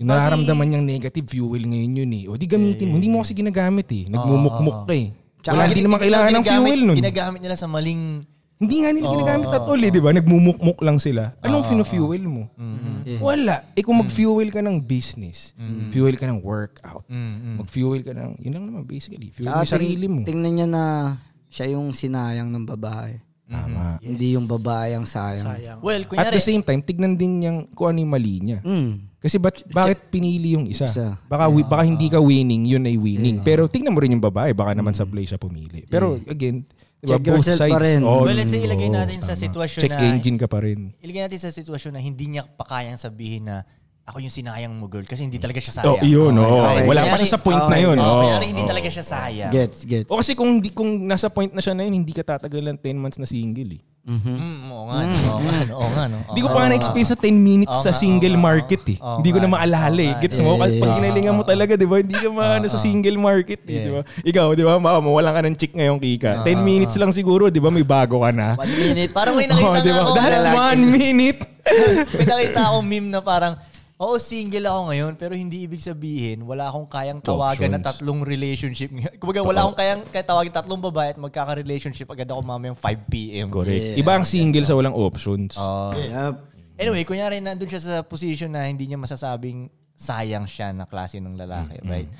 Yung nararamdaman niyang negative fuel ngayon yun eh. O di gamitin mo. Hindi mo kasi ginagamit eh. Nagmumukmuk ka eh. Wala, hindi naman kailangan ng fuel nun. Ginagamit nila sa maling... Hindi nga nila ginagamit at all eh, di ba? Nagmumukmuk lang sila. Anong fino-fuel mo? Mm-hmm. Wala. Eh Mm. kung mag-fuel ka ng business, fuel ka ng workout, Mm-hmm. mag-fuel ka ng, yun lang naman basically. Fuel mo yung Tsaka sarili ting- mo. Tingnan niya na siya yung sinayang ng babae. Mm-hmm. Tama. Hindi yung babae ang sayang. At Well, kunyari, the same time, tignan din niyang kung ano yung mali niya. Mm. Kasi ba't- bakit pinili yung isa? Isa. Baka, wi- baka hindi ka winning, yun ay winning. Pero tingnan mo rin yung babae, baka naman Mm-hmm. sa play siya pumili. Pero again, di ba, Check both yourself pa sides. rin. on. Well, let's say ilagay Oo, natin sa tama. sitwasyon Check na- engine ka pa rin. ilagay natin sa sitwasyon na hindi niya pa kayang sabihin na ako yung sinayang mo, girl. Kasi hindi talaga siya Oh, sayang. yun. Oh. okay. Wala pa Kunyari- siya sa point na yun. Oo, Oo, kunyari, hindi oo. talaga siya sayang. Gets, gets. O Oh. kasi kung, di, kung nasa point na siya na yun, hindi ka tatagalan 10 months na single eh. Mm, oo nga, no, oo nga, no, oo nga, no. Hindi ko pa nga na-explain sa 10 minutes sa single market eh. Ah. Oo Hindi ko na nga. maalala eh. Gets mo? Kasi pag ginalingan mo talaga, di ba? Hindi ka maano sa single market eh, di ba? Ikaw, di ba? Ma, mawalan ka ng chick ngayon, Kika. 10 minutes lang siguro, di ba? May bago ka na. One minute. Parang may Oh, nakita nga di ba? ako. That's lalaki. one minute. May nakita akong meme na parang, Oo, single ako ngayon, pero hindi ibig sabihin, wala akong kayang tawagan na options. tatlong relationship. ngayon. Kumbaga, wala akong kayang kaya tawagan tatlong babae at magkaka-relationship agad ako mamayang 5 p.m. Correct. Iba ang single sa walang options. Yup. Anyway, kunyari nandun siya sa position na hindi niya masasabing sayang siya na klase ng lalaki, right?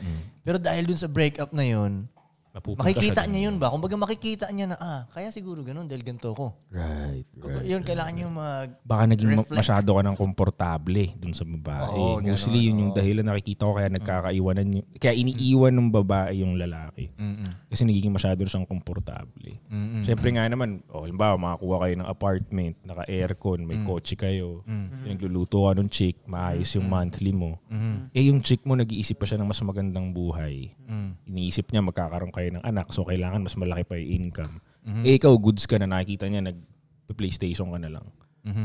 Pero dahil dun sa breakup na yun, Mapupunta makikita siya niya yun ba? Kung baga makikita niya na, ah, kaya siguro ganun dahil ganito ko. Right, Kung- Yun, kailangan niya mag... Baka naging ma- Reflect. masyado ka ng komportable dun sa babae. Oo, Mm. ganun, Mostly yun yung dahilan nakikita ko kaya nagkakaiwanan yun. Kaya iniiwan ng babae yung lalaki. Kasi nagiging masyado siyang komportable. Siyempre nga naman, oh, halimbawa makakuha kayo ng apartment, naka-aircon, may Mm. kotse kayo, nagluluto ka ng chick, maayos yung monthly mo. Eh yung chick mo nag-iisip pa siya ng mas magandang buhay. Mm. Iniisip niya magkakaroon kayo ng anak so kailangan mas malaki pa yung income. Mm-hmm. Eh ikaw goods ka na nakikita niya nag-PlayStation ka na lang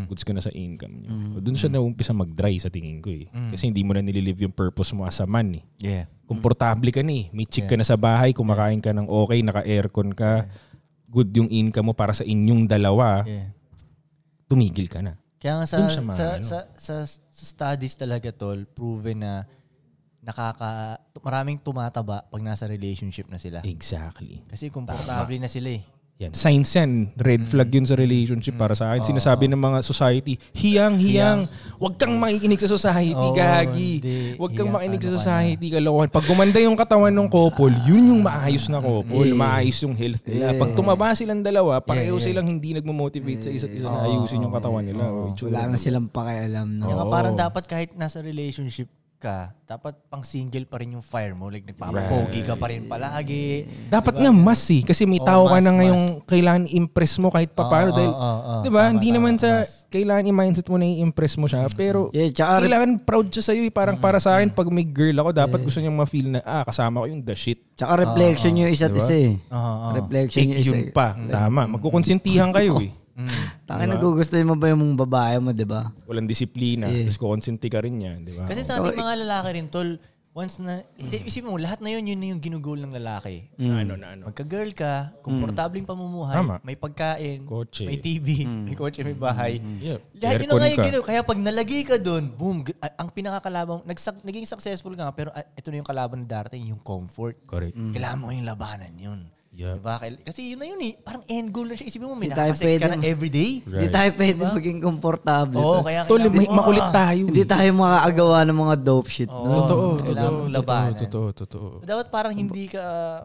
goods ka na sa income niya. Doon siya naumpisa mag-dry sa tingin ko eh. Kasi hindi mo na nililive yung purpose mo as a man eh. Yeah. Komportable ka na eh. May chick ka na sa bahay, kumakain ka ng okay, naka-aircon ka, good yung income mo para sa inyong dalawa, Yeah. tumigil ka na. Kaya nga sa, Dun sa, siya mga sa, ano. sa, sa studies talaga tol, proven na nakaka tu- maraming tumataba pag nasa relationship na Eh, sila. Exactly. Kasi komportable na sila eh. Yan. Signs yan. Red Mm. flag yun sa relationship para sa akin. Sinasabi ng mga society, hiyang, hiyang. Huwag kang makikinig sa society, Oo, gagi. hindi. Huwag kang Hiyang, makinig sa ano ka society, kalokohan. Pag gumanda yung katawan ng couple, yun yung maayos na couple. Maayos yung health nila. Pag tumaba silang dalawa, pareho silang hindi nagmo-motivate sa isa't isa Mm. na ayusin yung katawan nila. o itsura Wala na nila. silang pakialam na. Kaya nga parang dapat kahit nasa relationship ka, dapat pang single pa rin yung fire mo. Like nagpapapogi ka pa rin palagi. Dapat nga mas eh. Kasi may Oo, tao ka mas, na ngayong kailangan i-impress mo kahit paparo. Oo, dahil, oo, oo. di ba? Tama, Hindi tama, naman sa kailangan i-mindset mo na i-impress mo siya. Oh. Pero Yeah, tsaka- kailangan proud siya sa'yo eh. Parang Mm-hmm. para sa akin, pag may girl ako, dapat gusto niyang ma-feel na, ah, kasama ko yung the shit. Tsaka reflection nyo isa't isa eh. Oo, oo. Reflection nyo Eh, isa. yun Mm-hmm. pa. Tama. Magkukonsintihan kayo eh. Tangin nagugustuhin mo ba yung babae mo, di ba? Walang disiplina. Tapos kukonsinti ka rin niya. Di ba? Kasi sa ating mga lalaki rin, tol, once na, Hindi, isipin mo, lahat na yun, yun na yung ginugol ng lalaki. Na ano na ano. Magka-girl ka, komportableng pamumuhay, Mm. Tama. may pagkain, Kotse. Mm. may TV, may kotse, may bahay. Yeah. Lahat yun na Aircon nga yung ka. ginawa. Kaya pag nalagay ka doon, boom, g- a- ang pinakakalabang, nagsak, naging successful ka nga, pero ah, ito na yung kalaban na darating, yung comfort. Correct. Mm. Kailangan mo yung labanan yun. Yeah. Diba? Kail- Kasi yun na yun eh. Parang end goal na siya. Isipin mo, may Hindi tayo nakasex ka na pwedeng- everyday. Hindi tayo pwede maging komportable. Oo, Tol. kaya Tol, kailangan- may- ah. makulit tayo. Hindi eh. tayo makakagawa ng mga dope shit. Oo, no? Totoo, kailangan totoo, mong totoo, labanan. totoo, totoo. Dapat parang hindi ka... ah,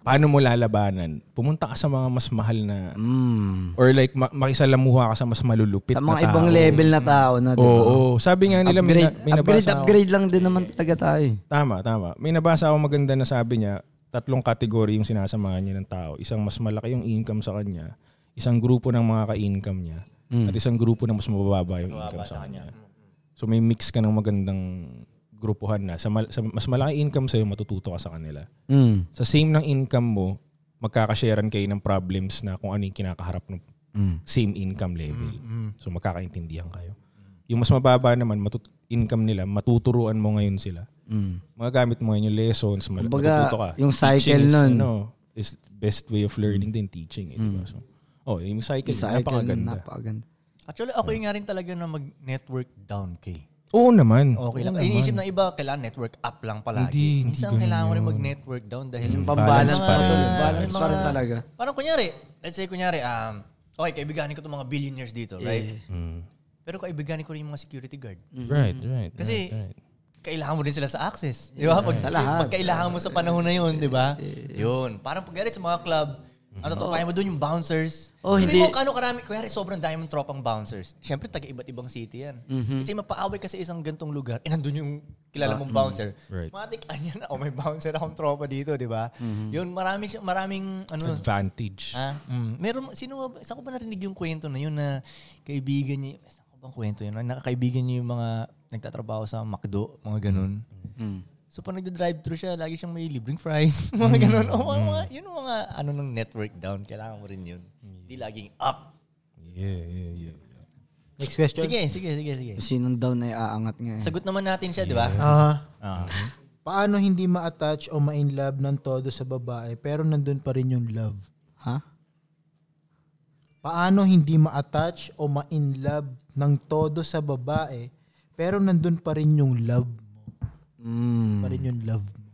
Paano mo lalabanan? Pumunta ka sa mga mas mahal na Mm. Or like ma- makisalamuha ka sa mas malulupit Sa na mga tao. ibang level na tao na, di Oo, ba? oo. sabi nga nila may, upgrade, na- may upgrade, nabasa ako- upgrade lang din naman talaga tayo. eh. Tama, tama. May nabasa ako maganda na sabi niya, tatlong kategory yung sinasamahan niya ng tao. Isang mas malaki yung income sa kanya, isang grupo ng mga ka-income niya, at isang grupo na mas mababa yung income sa kanya. So may mix ka ng magandang grupuhan na. Sa, mal- sa mas malaki income sa'yo, matututo ka sa kanila. Mm. Sa same ng income mo, magkakasharean kayo ng problems na kung ano yung kinakaharap ng Mm. same income level. So magkakaintindihan kayo. Yung mas mababa naman, matut- income nila, matuturuan mo ngayon sila. Magagamit mo ngayon yung lessons, mal- Mm. Kumbaga, matututo ka. yung cycle Teaching is, nun. Mm. Ano, is best way of learning din, teaching. Eh, diba? So, oh, yung cycle, Sa cycle napakaganda. Napakaganda. Actually, okay nga rin talaga na mag-network down kay. Oo naman. Oh. Okay lang. Iniisip ng iba, kailangan network up lang palagi. Hindi, hindi Mm. Minsan kailangan mo rin mag-network down dahil Pambalance Mga- pa rin. Balance mga- pa rin talaga. Parang kunyari, let's say kunyari, um, okay, kaibiganin ko itong mga billionaires dito, right? Mm. Pero kaibiganin ko rin yung mga security guard. Right, right. Kasi right, right. kailangan mo din sila sa access. Di ba? Pag, pag kailangan mo sa panahon na yun, di ba? Yun. Parang pag sa mga club, ang tatapayan mo doon yung bouncers. Oh, Sabi hindi. mo kano karami, kuya sobrang dami mong tropang bouncers. Siyempre, taga iba't ibang city yan. Mm-hmm. Kasi mapaaway ka sa isang gantong lugar, eh nandun yung Ah, kilala mm. mong bouncer. Right. Matik-an yan, oh may bouncer akong tropa dito, di ba? Mm-hmm. Yun, marami siya, maraming ano, Advantage. Ah, mm. Meron, sino nga ba, saan ko ba narinig yung kwento na yun na kaibigan niya, saan ko bang kwento yun? Na Nakakaibigan niya yung mga nagtatrabaho sa McDo, mga ganun. Mm. So pag nagda-drive-thru siya, lagi siyang may libreng fries, Mm. mga ganun. O mga, mga- yun yung mga ano ng network down, kailangan mo rin yun. Hindi laging up. Yeah, yeah, yeah. Next question. Sige, sige, sige, sige. Sinong daw na iaangat nga eh. Sagot naman natin siya, di ba? Ah, Ah. paano hindi ma-attach o ma-inlove ng todo sa babae pero nandun pa rin yung love? Ha? Paano hindi ma-attach o ma-inlove ng todo sa babae Pero nandun pa rin yung love mo. Pa rin yung love mo.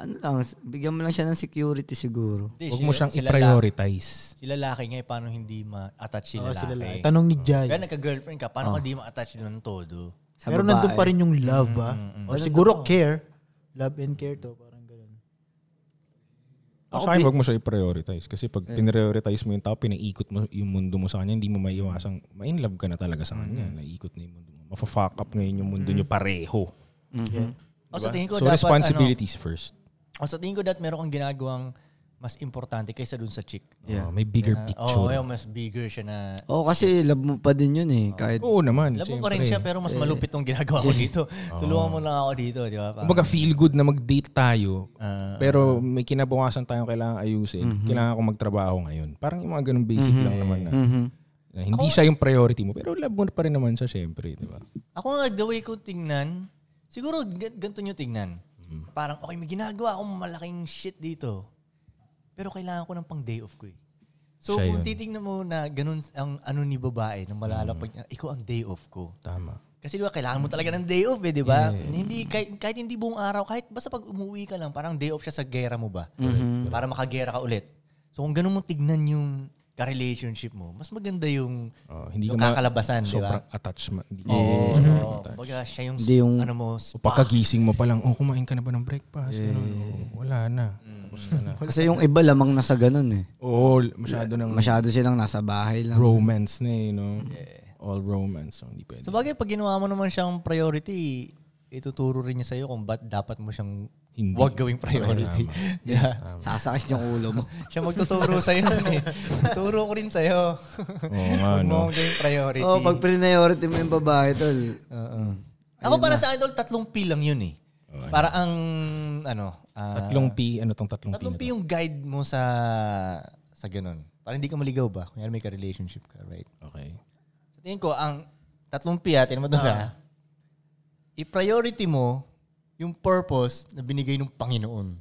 Ano lang, bigyan mo lang siya ng security siguro. Huwag mo siyang i-prioritize. Sila laki nga, eh, paano hindi ma-attach sila Oo, laki? sila lahat. Tanong ni Jai. Kaya nagka-girlfriend ka, Ah. paano ka di ma-attach doon todo? Sa Pero babae. Mm, nandun pa rin yung love, ah. Or siguro care. Love and care to, parang ganun. Sa akin, huwag mo siya i-prioritize. Kasi pag pinrioritize mo yung tao, pinaikot mo yung mundo mo sa kanya, hindi mo maiwasang, ma-in love ka na talaga sa kanya. Mm-hmm. Naiikot na yung mundo mo. Mafa-fuck up ngayon yung mundo nyo pareho. O sa tingin ko, So, Mm-hmm. dapat, responsibilities first. Ano, o sa tingin ko, dapat meron kang ginagawang mas importante kaysa doon sa chick. Yeah. Ah, may bigger picture. Oo Oo, oh, mas bigger siya na... Oh, Oo, kasi love mo pa din yun eh. Kahit, naman. Alam mo pa rin syempre. siya, pero mas malupit tong ginagawa ko dito. Tulungan mo lang ako dito, di ba? Parang- Kumbaga feel good na mag-date tayo. Ah, pero may kinabukasan tayong kailangan ayusin. Mm-hmm. Kailangan ko magtrabaho ngayon. Parang yung mga ganun basic lang naman na, Mm-hmm. na hindi siya yung priority mo. Pero love mo pa rin naman siya syempre, di ba? Ako nga, the way ko tingnan, siguro gan- ganito nyo tingnan. Mm-hmm. Parang, okay, may ginagawa akong malaking shit dito. Pero kailangan ko ng pang day off ko eh. So, Siya yun. kung titingnan mo na ganun ang ano ni babae na Mm. malalapag niya, ikaw ang day off ko. Tama. Kasi di ba, kailangan mo talaga ng day off eh, di ba? Hindi, kahit, kahit hindi buong araw, kahit basta pag umuwi ka lang, parang day off siya sa gera mo ba? Mm-hmm. Para makagera ka ulit. So kung ganun mo tignan yung ka-relationship mo, mas maganda yung, Oh, hindi yung ka ma- kakalabasan, di ba? Sobrang attachment. Oo. Yeah. Oh, Baga siya yung, Hindi yung- ano mo, spa. Pagkagising mo pa lang, oh, kumain ka na ba ng breakfast? Ganun. Oo, wala na. Mm. Tapos ka na. kasi yung iba lamang nasa ganun eh. Oo, masyado ng Masyado silang nasa bahay lang. romance na eh, no? All romance. So, hindi pwede. Sa bagay, pag ginawa mo naman siyang priority, ituturo rin niya sa'yo kung ba't dapat mo siyang Hindi. wag gawing priority. yeah. Sasakit yung ulo mo. Siya magtuturo sa'yo nun eh. Turo ko rin sa'yo. Oo nga, Huwag no? mo gawing priority. Oo, pag priority mo yung babae, tol. Ako para sa idol, tatlong P lang yun eh. para ang, ano, ah, Tatlong P, ano tong tatlong, tatlong P? P yung guide mo sa, sa ganun. Para hindi ka maligaw ba? Kunyari may ka-relationship ka, right? na- Okay. Sa tingin ko, ang tatlong P, ha, tinan mo doon ha, i-priority mo yung purpose na binigay ng Panginoon.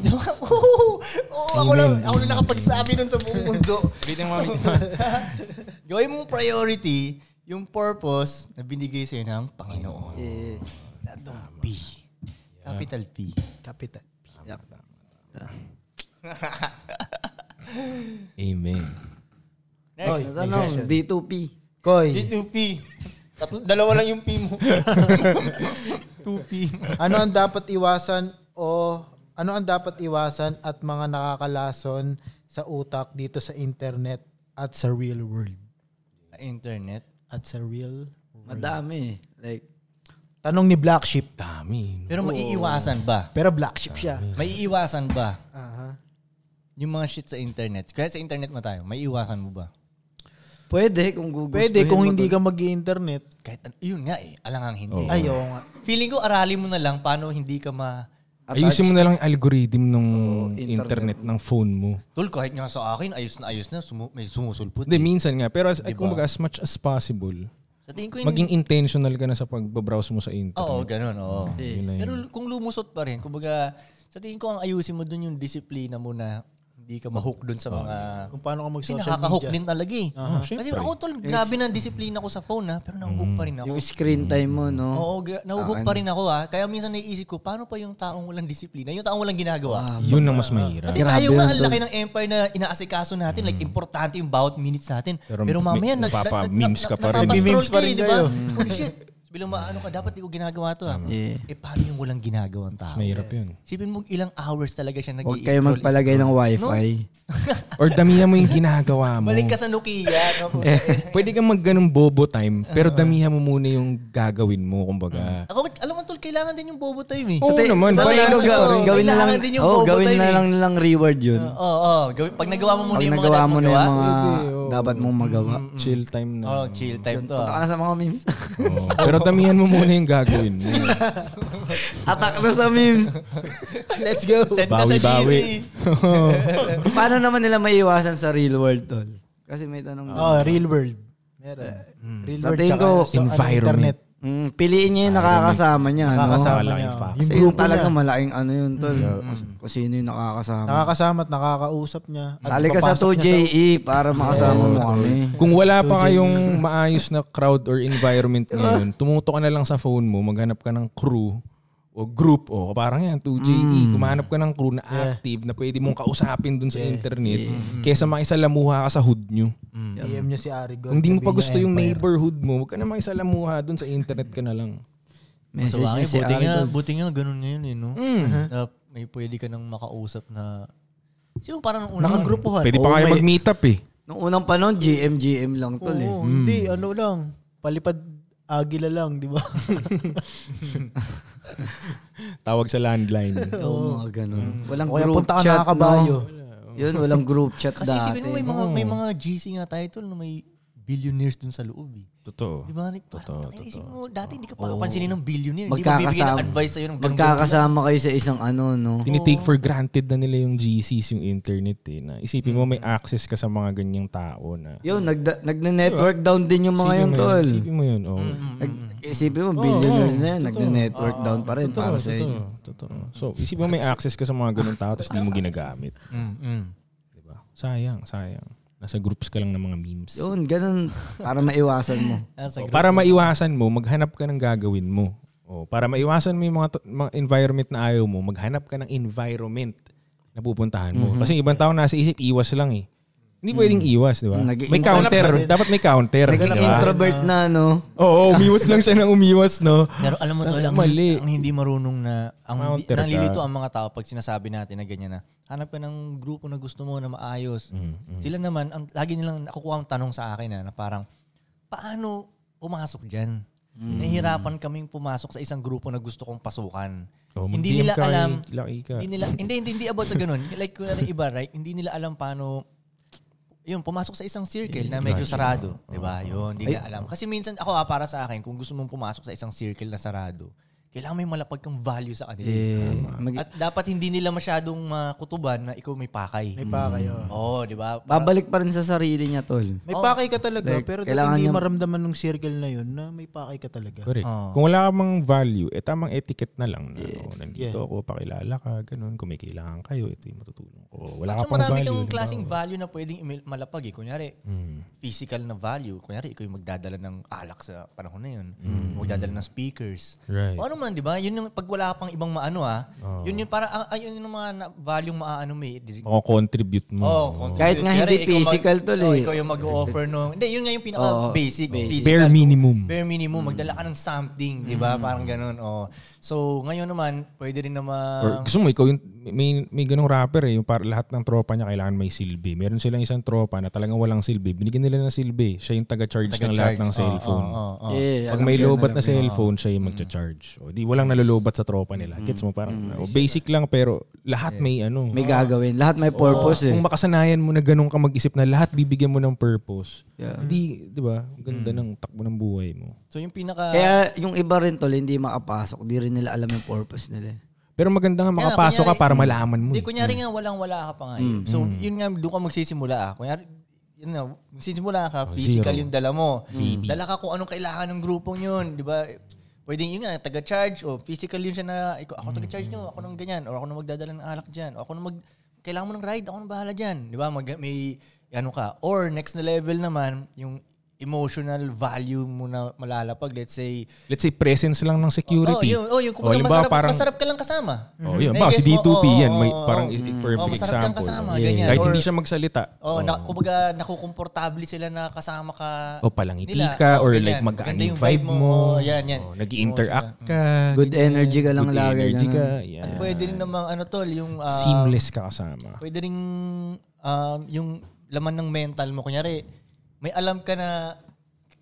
Di ba? Oo! Oo, ako lang, ako lang nakapagsabi nun sa buong mundo. Ulitin mo, ulitin Gawin mong priority yung purpose na binigay sa'yo ng Panginoon. Tatlong P. Capital P. Capital. Amen. Next. Tanong, D2P. Koy, Dito P. Tatlo, dalawa lang yung P mo. 2P. ano ang dapat iwasan o ano ang dapat iwasan at mga nakakalason sa utak dito sa internet at sa real world? Internet. At sa real world. Madami eh. Like, Tanong ni Black Sheep. Dami. No? Pero maiiwasan ba? Pero Black Sheep siya. Maiiwasan ba Aha. yung mga shit sa internet? Kaya sa internet mo tayo, maiiwasan mo ba? pwede kung gugustuhin Pwede kung mo, hindi tol. ka mag-internet. Kahit an- yun nga eh, alangang hindi. Oo. Ay, oo nga. Feeling ko aralin mo na lang paano hindi ka ma... Ayusin mo na lang yung algorithm ng internet. internet. ng phone mo. Tol, kahit nga sa akin, ayos na ayos na, sumu- may sumusulpot. eh. Hindi, minsan nga. Pero as, kumbaga, as much as possible, Sa tingin ko yun, maging intentional ka na sa pagbabrowse mo sa internet. Oo, ganun, oo. Yun na yun. Pero kung lumusot pa rin, kumbaga, sa tingin ko ang ayusin mo dun yung disiplina mo na hindi ka mahook dun sa mga... Kung paano ka Kasi mag-social nakaka-hook media. din talaga eh. Ah, Kasi syempre. ako tol, grabe na ang disiplina ko sa phone ha, pero Mm. nahuhook pa rin ako. Yung screen time mo, no? Oo, gra- Ah, nahuhook ano? pa rin ako ha. Kaya minsan naiisip ko, paano pa yung taong walang disiplina? Yung taong walang ginagawa. Yun ang mas mahirap. Kasi Ah, Grabe tayo nga, yun, ang tol. Mm-hmm. laki ng empire na inaasikaso natin. Like, importante yung bawat minutes natin. Pero, Pero may- mamaya, nag, nag, nag, nagpapa-memes ka pa rin. Napapastrol Nagmi-memes ka pa eh, rin di ba? kayo. Oh, shit. Bilang maano ka, dapat di ko ginagawa to. Ah. Eh, paano yung walang ginagawang tao? Mas mahirap yun. Isipin mo ilang hours talaga siya nag Huwag kayo magpalagay ng wifi. Or damihan mo yung ginagawa mo. Balik ka sa Nokia. no? Pwede kang magganong bobo time, Ah. pero damihan mo muna yung gagawin mo, kumbaga. Ako, alam mo tol, kailangan din yung bobo time eh. Oo Kasi- naman, Sa tingin balance ko, yun. gawin- gawin na lang, kailangan din yung oh, bobo gawin time na eh. lang nilang reward yun. Oo, oo. Gawin- pag nagawa mo muna Pag yung mga nagawa dapat mo na magawa, yung mga dapat mong magawa. Mm, Chill time na. Oh, chill time to. Punta ka na sa mga memes. Oo. Pero damihan mo muna yung gagawin mo. Atak na sa memes. Let's go. Send na sa Bawi-bawi. GC. Paano naman nila maiiwasan sa real world, tol? Kasi may tanong. Oh, real world. Meron. Real Sa tingin ko, Mm. tsaka sa- ano, environment. internet. Mm, piliin niya yung nakakasama niya. no? Nakakasama malaking niya. facts. Yung Kasi yun grupo talaga niya. malaking ano yun, tol. Kung- Kung sino yung nakakasama. Nakakasama at nakakausap niya. At Sali ka sa papasok niya 2JE para makasama mo kami. Kung wala pa kayong maayos na crowd or environment ngayon, tumuto ka na lang sa phone mo, maghanap ka ng crew o group o parang yan Mm. 2JE kumahanap ka ng crew na active na pwede mong kausapin dun sa internet Mm-hmm. kaysa makisalamuha ka sa hood nyo Mm. sa- DM niya si Ari Gold. kung hindi mo pa sabihin gusto niya, yung Empire. neighborhood mo huwag ka na makisalamuha dun sa internet ka na lang Message Masama niya eh. si buti Ari nga, Gold. buti nga ganun ngayon eh, no? Na may pwede ka nang makausap na... Siguro parang nung unang... Nakagrupuhan. pwede Oo, pa kayo may- mag-meet up eh Nung unang panahon, GM, GM lang, tol eh. Oo, hindi. Ano lang. Palipad agila lang, di ba? tawag sa landline Oo, mga ganun. Walang O kaya group punta ka chat, nakakabayo. no? Yun, walang group chat Kasi dati. isipin mo, may mga, may mga GC nga tayo tol na may billionaires dun sa loob eh. totoo Di ba? Like, Totoo, totoo, totoo. totoo. Isipin mo, dati hindi ka pa pansinin ng billionaire. Hindi ba bibigyan Magkakasama. ng advice sa'yo ng ganun- Magkakasama kayo sa isang ano, no? tinitake for granted na nila yung GCs, yung internet eh. Na isipin Mm. mo may access ka sa mga ganyang tao na... Yun, nagda- nagne-network down din yung mga yun, tol. Isipin mo yun, oo. Nag- Isipin mo, billionaires oo, na yun, nagne-network down pa rin para sa inyo. Totoo, totoo. So, isipin mo may access ka sa mga ganong tao tapos di mo ginagamit. Di ba? Sayang, sayang. Nasa groups ka lang ng mga memes. Yun, ganun, para maiwasan mo. Ah, sa O, para maiwasan mo, maghanap ka ng gagawin mo. O, para maiwasan mo yung mga, to- mga environment na ayaw mo, maghanap ka ng environment na pupuntahan Mhm. mo. Kasi ibang tao nasa isip, iwas lang eh. Hindi pwedeng iwas, di ba? Nag-i- May counter. Dapat may counter. di Naging ba? introvert na, no? Oo, umiwas lang siya ng umiwas, no? Pero alam mo tol, ang, Mali. ang hindi marunong na, ang hindi- Counter ka. nalilito ang mga tao pag sinasabi natin na ganyan na, hanap ka ng grupo na gusto mo na maayos. Mm, Sila naman, ang, lagi nilang nakukuha ang tanong sa akin ah, na, na parang, paano pumasok dyan? Mm. Nahihirapan kaming pumasok sa isang grupo na gusto kong pasukan. Oh, hindi mag-DM nila ka, eh. alam, laki ka. hindi nila, hindi, hindi, hindi about sa ganun. Like, kunwari iba, right? Hindi nila alam paano yun, pumasok sa isang circle na medyo sarado. di ba? Yun, di na alam. Kasi minsan, ako ah, para sa akin, kung gusto mong pumasok sa isang circle na sarado, kailangan may malapag kang value sa kanila. Mag- At dapat hindi nila masyadong makutuban na ikaw may pakay. May Mm. pakay, oo. Oo, diba? di ba? Parang- babalik pa rin sa sarili niya, tol. May pakay ka talaga, Like, pero kailangan dapat hindi niya- maramdaman ng circle na yun na may pakay ka talaga. Correct. Oh. Kung wala ka mang value, eh tamang etiquette na lang. Na, oh, nandito ako, pakilala ka, ganun. Kung may kailangan kayo, ito yung matutulong ko. Wala ka Tsaka pang marami value. kang di ba? klaseng value na pwedeng imi- malapag eh. Kunyari, Mm. physical na value. Kunyari, ikaw yung magdadala ng alak sa panahon na yun. Magdadala ng speakers. Hmm. Right. O ano man, di ba? Yun yung pag wala ka pang ibang maano ah. Yun yung para, ah, ah, yun yung mga na- value maaano may. Mako-contribute mo. Oh, Kahit nga hindi physical to, eh. Ikaw yung mag-offer no. Hindi, yun nga yung pinaka-basic. physical. Bare Hmm. minimum. Bare minimum, magdala ka ng something, di ba? Parang ganun. Oh. So, ngayon naman, pwede rin naman... Or gusto mo, ikaw yung, may, may ganong rapper eh, yung para lahat ng tropa niya kailangan may silbi. Meron silang isang tropa na talagang walang silbi. Binigyan nila ng silbi. Siya yung taga-charge ng lahat ng cellphone. Eh, Pag alam may ko yun, lobat alam na ko yun. cellphone, siya yung magcha-charge. O, di, walang nalulobat sa tropa nila. Gets mo? Parang o, basic lang pero lahat may ano. May gagawin. Lahat may purpose, eh. Kung makasanayan mo na ganun ka mag-isip na lahat bibigyan mo ng purpose, Yeah. hindi, di ba? Ang Ganda ng takbo ng buhay mo. So, yung pinaka... Kaya yung iba rin, tol, hindi makapasok. Di rin nila alam yung purpose nila. eh. Pero maganda nga makapasok ka kunyari- para malaman mo. Hindi, eh. kunyari nga walang-wala ka pa nga. eh. So, yun nga, doon ka magsisimula ah. Kunyari, yun na, magsisimula ka, Oh, physical yung dala mo. Dala ka kung anong kailangan ng grupong yun, di ba? Pwedeng yun nga, taga-charge, o physical yun siya na, ikaw, Mm. ako taga-charge nyo, ako nang ganyan, or ako nang magdadala ng alak dyan, o ako nang mag, kailangan mo ng ride, ako nang bahala dyan. Di ba? Mag, may, ano ka. Or, next na level naman, yung emotional value mo na malalapag. Let's say, Let's say presence lang ng oh, security. yun, oh, yung kumbaga O, halimbawa, masarap, masarap ka lang kasama. Oh, yun. Ba, si Na-guess Mm-hmm. mo, D2P oo, yan. May oo, parang oo. i- perfect Oo, masarap kang example. kasama, Yeah. ganyan. Kahit Or- hindi siya magsalita. Oh, na, kumbaga nakukomportable sila na kasama ka. O palangiti nila. ka Oh, or ganyan. like maganda Maganda yung vibe mo. Oh, yan, yan. O, Nag-interact ka. Good energy ka lang Good lagi. energy ganun. ka. At Yan. pwede rin namang ano tol, yung ah, Seamless ka kasama. Pwede rin um, yung laman ng mental mo kunyari may alam ka na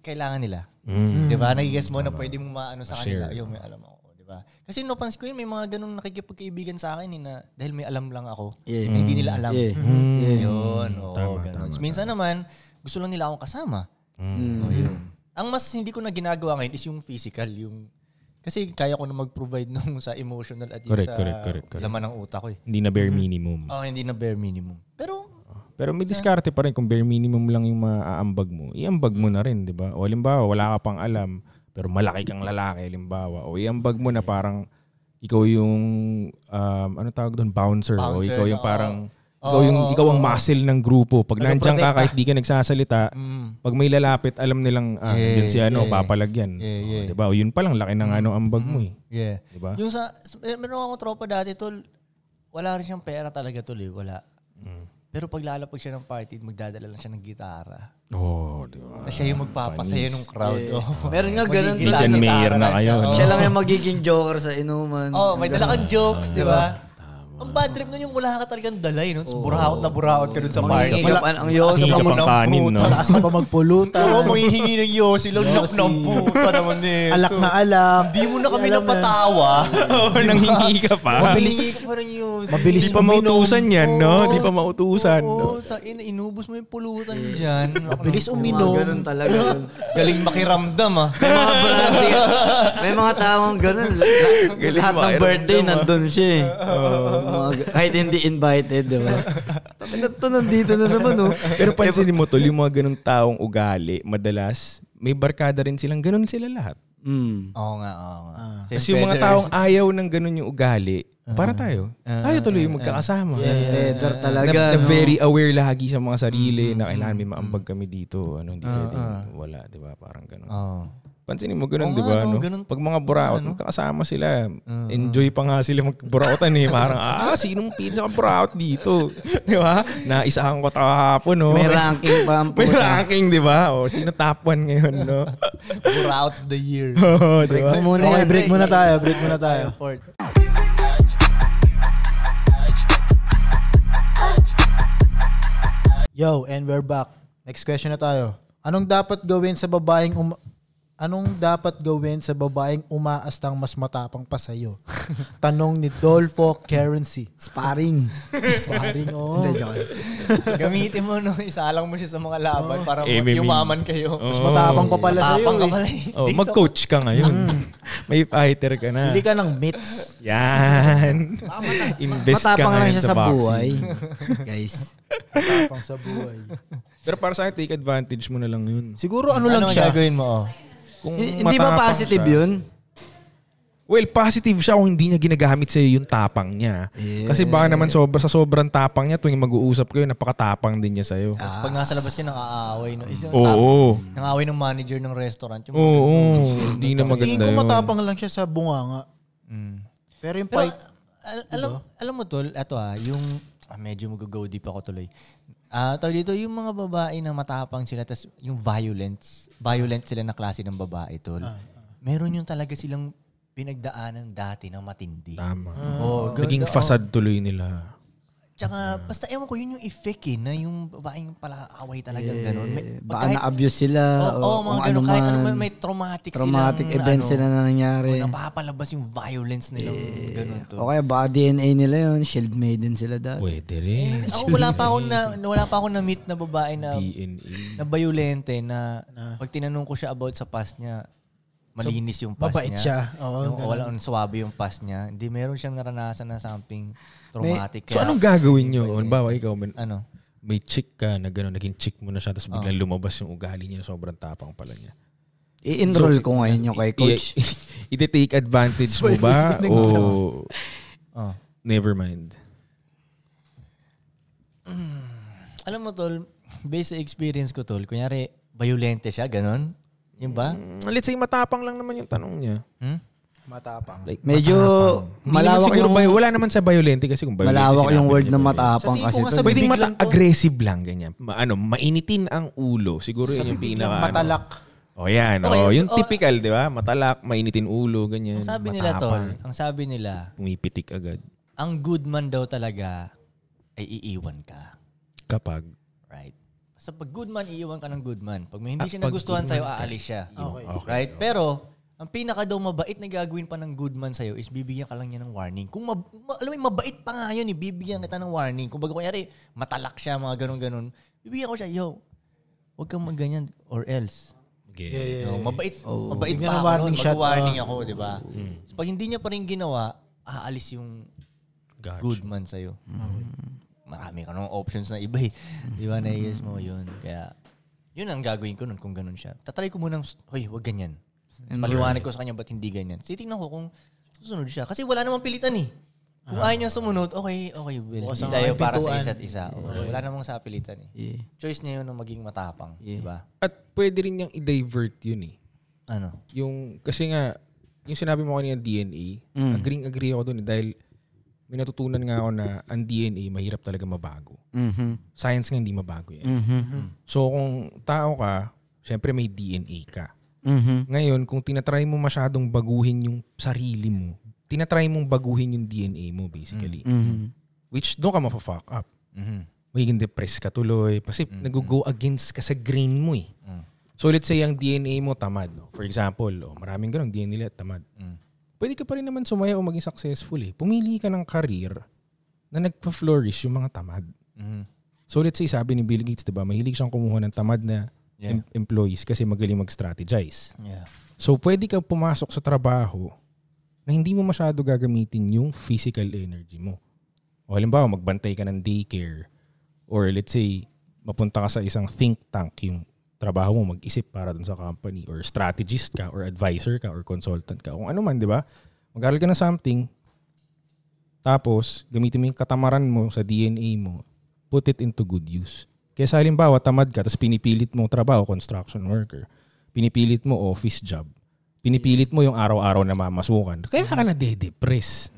kailangan nila. Mm. 'Di ba? Nagigets mo na pwede mong maano sa kanila. Yung may alam ako, 'di ba? Kasi napansin ko yun, may mga ganung nakikipagkaibigan sa akin eh, na dahil may alam lang ako. Yeah. na hindi nila alam. Yeah. Mm. Yun, oo, ganun. minsan naman, gusto lang nila akong kasama. Mm. Oo, Mm. yun. Ang mas hindi ko na ginagawa ngayon is yung physical, yung kasi kaya ko na mag-provide nung sa emotional at yung Correct, sa correct, correct, correct. laman ng utak ko eh. Hindi na bare minimum. Oh, hindi na bare minimum. Pero Pero may diskarte pa rin kung bare minimum lang yung maaambag mo. Iambag mo na rin, di ba? O halimbawa, wala ka pang alam. pero malaki kang lalaki, limbawa, o iambag mo na parang ikaw yung, um, ano tawag doon, bouncer, o ikaw yung parang, ikaw, yung, ikaw ang muscle ng grupo. Pag nandiyan ka, kahit di ka nagsasalita, pag may lalapit, alam nilang, ah, dyan si ano, papalagyan. Yeah, O, yeah. diba? O yun pa lang, laki ng ano, ambag mo eh. Yeah. Diba? Yung sa, s- mer- meron akong tropa dati, tol, wala rin siyang pera talaga, tol, eh. Wala. Mm. Pero pag lalapag siya ng party, magdadala lang siya ng gitara. Oo, diba? Na siya yung magpapasaya ng crowd. Oh. Meron nga ganun Magiging Agent talaga. Mayor na kayo. no? Siya lang yung magiging joker sa inuman. oh, may dala kang jokes, di ba? Ang bad trip nun yung wala ka talagang dalay, no? So, Burahot na burahot ka dun sa party. Mangingigapan ang yosi. Mangingigapan Mangingigapan ang kanin, puta. no? Taas ka pa magpulutan. Oo, manghihingi ng yosi lang. Lock ng puta naman eh. alak na alak. Hindi mo na kami napatawa. Oo, nang hindi ka pa. Mabilis ka pa ng yosi. Mabilis Di pa mautusan yan, no? Di pa mautusan. no? Oo, ta- ina, inubos mo yung pulutan dyan. Mabilis Mga uminom. ganun talaga. yun. Galing makiramdam ah. May mga brandi. May mga taong ganun. La- Lahat ng birthday nandun siya eh. Mga ga- Kahit hindi invited, di ba? Tangina to, nandito na naman oh. Pero pansinin mo, tol, yung mga ganung taong ugali, madalas, may barkada rin silang, ganun sila lahat. Mm. Oo nga, oo nga. Ah, Kasi yung mga taong ayaw ng ganun yung ugali, Ah. para tayo. Ayaw tuloy yung magkakasama. Leather talaga. Na, na no? very aware lagi sa mga sarili Mm-hmm, na kailangan may maambag kami dito. Ano, hindi Ah, pwedeng wala, di ba? Parang ganun. Oo. Pansinin mo, ganun, Ah. Oo di nga, ba? no? No? Ganun. ano? Ah, Pag mga buraot, magkakasama sila. Enjoy pa nga sila magburautan eh. Parang, ah, sinong pinaka-buraot dito? di ba? Naisahan ko tahapon, no? May ranking pa ang May puta. ranking, di ba? O, sino top one ngayon, no? We're out of the year. Oo, di ba? Muna okay, break muna tayo. Break muna tayo. Port. Yo, and we're back. Next question na tayo. Anong dapat gawin sa babaeng um Anong dapat gawin sa babaeng umaastang mas matapang pa sa'yo? Tanong ni Dolfo Currency. Sparring. Sparring, oh. Hindi, joke. Gamitin mo no, isalang mo siya sa mga laban para Eh, may- yumaman kayo. Oo. Mas matapang pa pala sa'yo. Tapang ka eh. pala eh. Oh, mag-coach ka ngayon. May fighter ka na. Bili ka ng mitts. Yan. Invest ka Matapang lang ngayon siya sa, sa boxing. buhay. Guys. Matapang sa buhay. Pero para sa akin, take advantage mo na lang yun. Siguro ano lang siya. mo? Oh? Kung Hindi ba Mm, matapang positive siya- yun? Well, positive siya kung hindi niya ginagamit sa'yo yung tapang niya. Kasi baka naman sobra, sa sobrang tapang niya, tuwing mag-uusap kayo, napakatapang din niya sa'yo. Tapos pag nasa labas niya, nang-aaway. No? Is yung tap- Oo. nang-aaway ng manager ng restaurant. Yung Oo, oo. Hindi na Tingin maganda ko yun. matapang lang siya sa bunganga. Pero yung Pero, fight, al- alam, alam mo tol, eto ha, yung, ah, medyo mag-go deep ako tuloy. Ah, tawag dito, yung mga babae na matapang sila, tas yung violence, violent sila na klase ng babae, tol. Ah, Meron yung talaga silang pinagdaanan dati na matindi. Tama. Oh, Naging fasad tuloy nila. Tsaka, basta ewan ko, yun yung effect eh, na yung babaeng palaaway talaga ganun. May, Eh, pag Baka kahit- na-abuse sila. Oo, o oh, mga kung ganun. ano kahit man. ano man, may traumatic, traumatic silang, event ano, sila na Eh, nangyari. o napapalabas yung violence nila. ganun to. O kaya baka DNA nila yun. Shield maiden sila dati. Pwede rin. Ako wala pa ako na wala pa ako na meet na babae na DNA. na bayulente na pag tinanong ko siya about sa past niya, malinis yung past mabait niya. siya. Yung Oh, Oo, wala ang swabe yung past niya. Hindi meron siyang naranasan na something traumatic. So Kaya- anong gagawin nyo? Bawa ikaw, may, ano? may chick ka na gano'n, naging chick mo na siya, tapos biglang lumabas yung ugali niya, sobrang tapang pala niya. I-enroll ko ngayon yung kay coach. I- Iti-take advantage mo ba? o Oh. never mind. Alam mo tol, based sa experience ko tol, kunyari bayulente siya, ganun. Yun ba? Mm, Let's say matapang lang naman yung tanong niya. Hmm? matapang. Like, Medyo malawak malawak yung, Bio, wala naman sa violente kasi kung violente malawak sinabi yung word niya, na violent. matapang Sa kasi. tingin ko nga to. sa Pwedeng Bibig mata- lang to. aggressive lang ganyan. Ma- ano, mainitin ang ulo. Siguro yun yung pinaka. ano. Matalak. O yan. Okay, O, yung oh. typical, di ba? Matalak, mainitin ulo, ganyan. Ang sabi nila tol, Mm, matapang. ang sabi nila, Pumipitik agad. ang good man daw talaga ay iiwan ka. Kapag. Right? Basta pag good man, iiwan ka ng good man. Pag may hindi Ah, siya pag nagustuhan good sa'yo, man ka, aalis siya. Okay. right? Pero, ang pinaka daw mabait na gagawin pa ng good man sa'yo is bibigyan ka lang niya ng warning. Kung mab- ma- alam mo, yun, mabait pa nga yun, eh, bibigyan kita ng warning. Kung baga, kunyari, matalak siya, mga ganun-ganun. Bibigyan ko siya, yo, huwag kang magganyan or else. Okay. So, mabait, mabait Bigyan pa ng ako warning warning shot, mag-warning ako, di ba? So, pag hindi niya pa rin ginawa, aalis yung Gotcha. good man sa'yo. Marami ka nung options na iba eh. Di ba, na-yes mo yun. Kaya, yun ang gagawin ko nun kung ganun siya. Tatry ko munang, hoy, wag ganyan. And Paliwanag ko sa kanya, ba't hindi ganyan? Titignan ko kung susunod siya. Kasi wala namang pilitan eh. Kung ayaw niya sumunod, okay, okay, Will. Hindi ang tayo mga para sa pintuan. isa't isa. Oo, Wala namang sa pilitan eh. Yeah. Choice niya yun na maging matapang. Yeah. Diba? At pwede rin niyang i-divert yun eh. Ano? Yung, kasi nga, yung sinabi mo kanina DNA, Mm. agreeing-agree ako dun eh, dahil may natutunan nga ako na ang DNA mahirap talaga mabago. Mhm. Science nga hindi mabago yan. Mhm. So kung tao ka, syempre may DNA ka. Mhm. Ngayon, kung tinatry mo masyadong baguhin yung sarili mo, tinatry mong baguhin yung DNA mo basically, Mhm. which doon ka mapafuck up. Magiging depressed ka tuloy kasi nag-go against ka sa grain mo eh. So let's say ang DNA mo tamad. no? For example, oh, maraming ganun, DNA nila tamad. Pwede ka pa rin naman sumaya o maging successful eh. Pumili ka ng career na nagpa-flourish yung mga tamad. So let's say sabi ni Bill Gates, 'di ba, mahilig siyang kumuha ng tamad na em- employees kasi magaling mag-strategize. Yeah. So pwede ka pumasok sa trabaho na hindi mo masyado gagamitin yung physical energy mo. O halimbawa, magbantay ka ng daycare or let's say mapunta ka sa isang think tank yung trabaho mo, mag-isip para dun sa company or strategist ka or advisor ka or consultant ka. Kung ano man, di ba? Mag-aral ka ng something tapos, gamitin mo yung katamaran mo sa DNA mo, put it into good use. Kaya sa halimbawa, tamad ka, tapos pinipilit mo trabaho, construction worker. Pinipilit mo office job. Pinipilit mo yung araw-araw na mamasukan. Kaya ka na de-depress.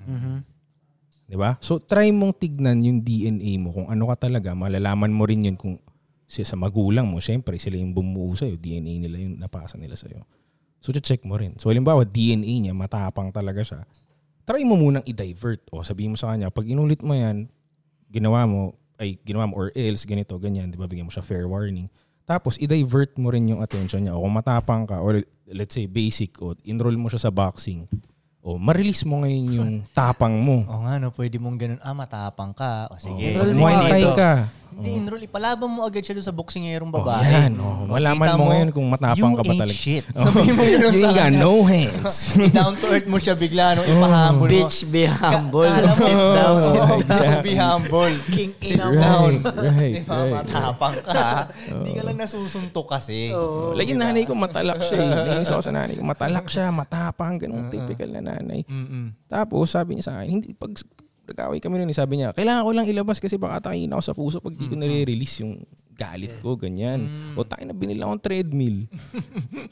Di ba? So, try mong tignan yung DNA mo kung ano ka talaga. Malalaman mo rin yun kung si- sa magulang mo. Siyempre, sila yung bumuo sa'yo. DNA nila yung napasa nila sa'yo. So, check mo rin. So, halimbawa, DNA niya, matapang talaga siya try mo munang i-divert. O sabihin mo sa kanya, pag inulit mo yan, ginawa mo, ay ginawa mo or else, ganito, ganyan, di ba? Bigyan mo siya fair warning. Tapos, i-divert mo rin yung attention niya. O kung matapang ka, or let's say basic, o enroll mo siya sa boxing, o ma-release mo ngayon yung tapang mo. O nga, no, pwede mong ganun, ah, matapang ka. O sige. Pag Eh, Dito. Muay Thai ka. Hindi, enroll. Ipalaban mo agad siya doon sa O, boksingherong babae. Oh, Oh, yan, o. Malaman kita mo ngayon kung matapang you ka ba ain't talaga. shit. O, you ain't got no hands. Oh, Down to earth mo siya bigla, no? Ipahambol mo. Bitch, be humble. Alam mo, Sit down. Oo, tapos be humble. King in Right, down. right, Oh. Di ba, right. matapang ka. Hindi ka lang nasusuntok kasi. Oh, Lagi nanay ko matalak siya. eh. Nainis ako sa nanay ko. Matalak siya, matapang, ganun typical na nanay. Tapos sabi niya sa akin, hindi, pag nag-away kami nun, eh, sabi niya, kailangan ko lang ilabas kasi baka takin ako sa puso pag di ko nare-release yung galit ko, ganyan. O tayo na binila akong treadmill.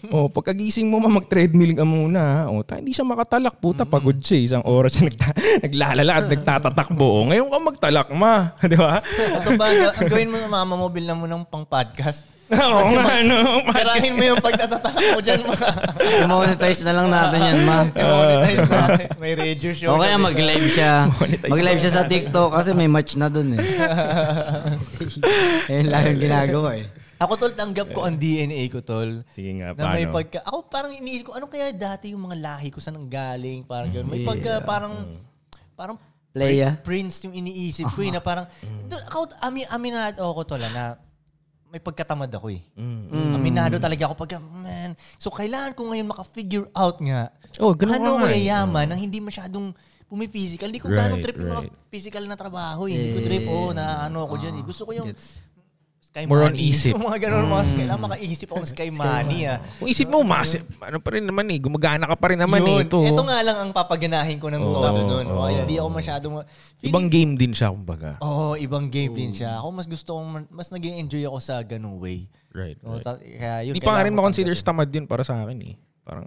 o pagkagising mo, ma, mag-treadmill ka muna. O tayo, hindi siya makatalak, puta, pagod siya. eh. Isang oras siya nagta- naglalala at nagtatatakbo. O, ngayon ka magtalak, ma. Di ba? Ito ba, ga- ang gawin mo na mama mo, bilhan mo ng pang-podcast. Oo nga, no? Karahin mo yung pagtatatak mo dyan, mga I-monetize na lang natin yan, ma. Oh. monetize na. May radio show. O kaya mag-live siya. Mag-live siya sa TikTok kasi may match na dun eh. Ayun lang yung ginagawa eh. Ako, tol, tanggap ko ang DNA ko, tol. Sige nga, Na may paano? pagka... Ako parang iniisip ko, ano kaya dati yung mga lahi ko, saan ang galing? Parang ganun. May pagka Mm. parang... Parang Play, ah. Prince yung iniisip ko eh, na parang... Mm. Tol, ako, ami, aminado ako, tol, ah, na may pagkatamad ako eh. Mm. Aminado talaga ako pagka, man. So, kailangan ko ngayon maka-figure out nga Oh, ganun ano ka nga eh. mayayaman nang hindi masyadong pumiphysical. Hindi ko Right, ganong trip yung mga right. physical na trabaho. eh. Hindi ko trip, oh, na ano ako dyan. eh. Gusto ko yung Sky More on Money. isip. Mm. Yung mga ganun, mga sky, ah, makaisip ako ng Sky Money. Ah. Kung isip mo, massive. Ano pa rin naman eh. Gumagana ka pa rin naman eh. Yun. Ito. Ito nga lang ang papaganahin ko ng todo nun. oo, Oh, hindi ako masyadong... Ibang game din siya, kumbaga. Oo, oh, ibang game din siya. Ako mas gusto kong, mas naging enjoy ako sa ganung way. Right, Oo, right. ta- kaya yun, Hindi pa nga rin kailangan ko makonsider tanggapin. stamad yun para sa akin eh. Parang,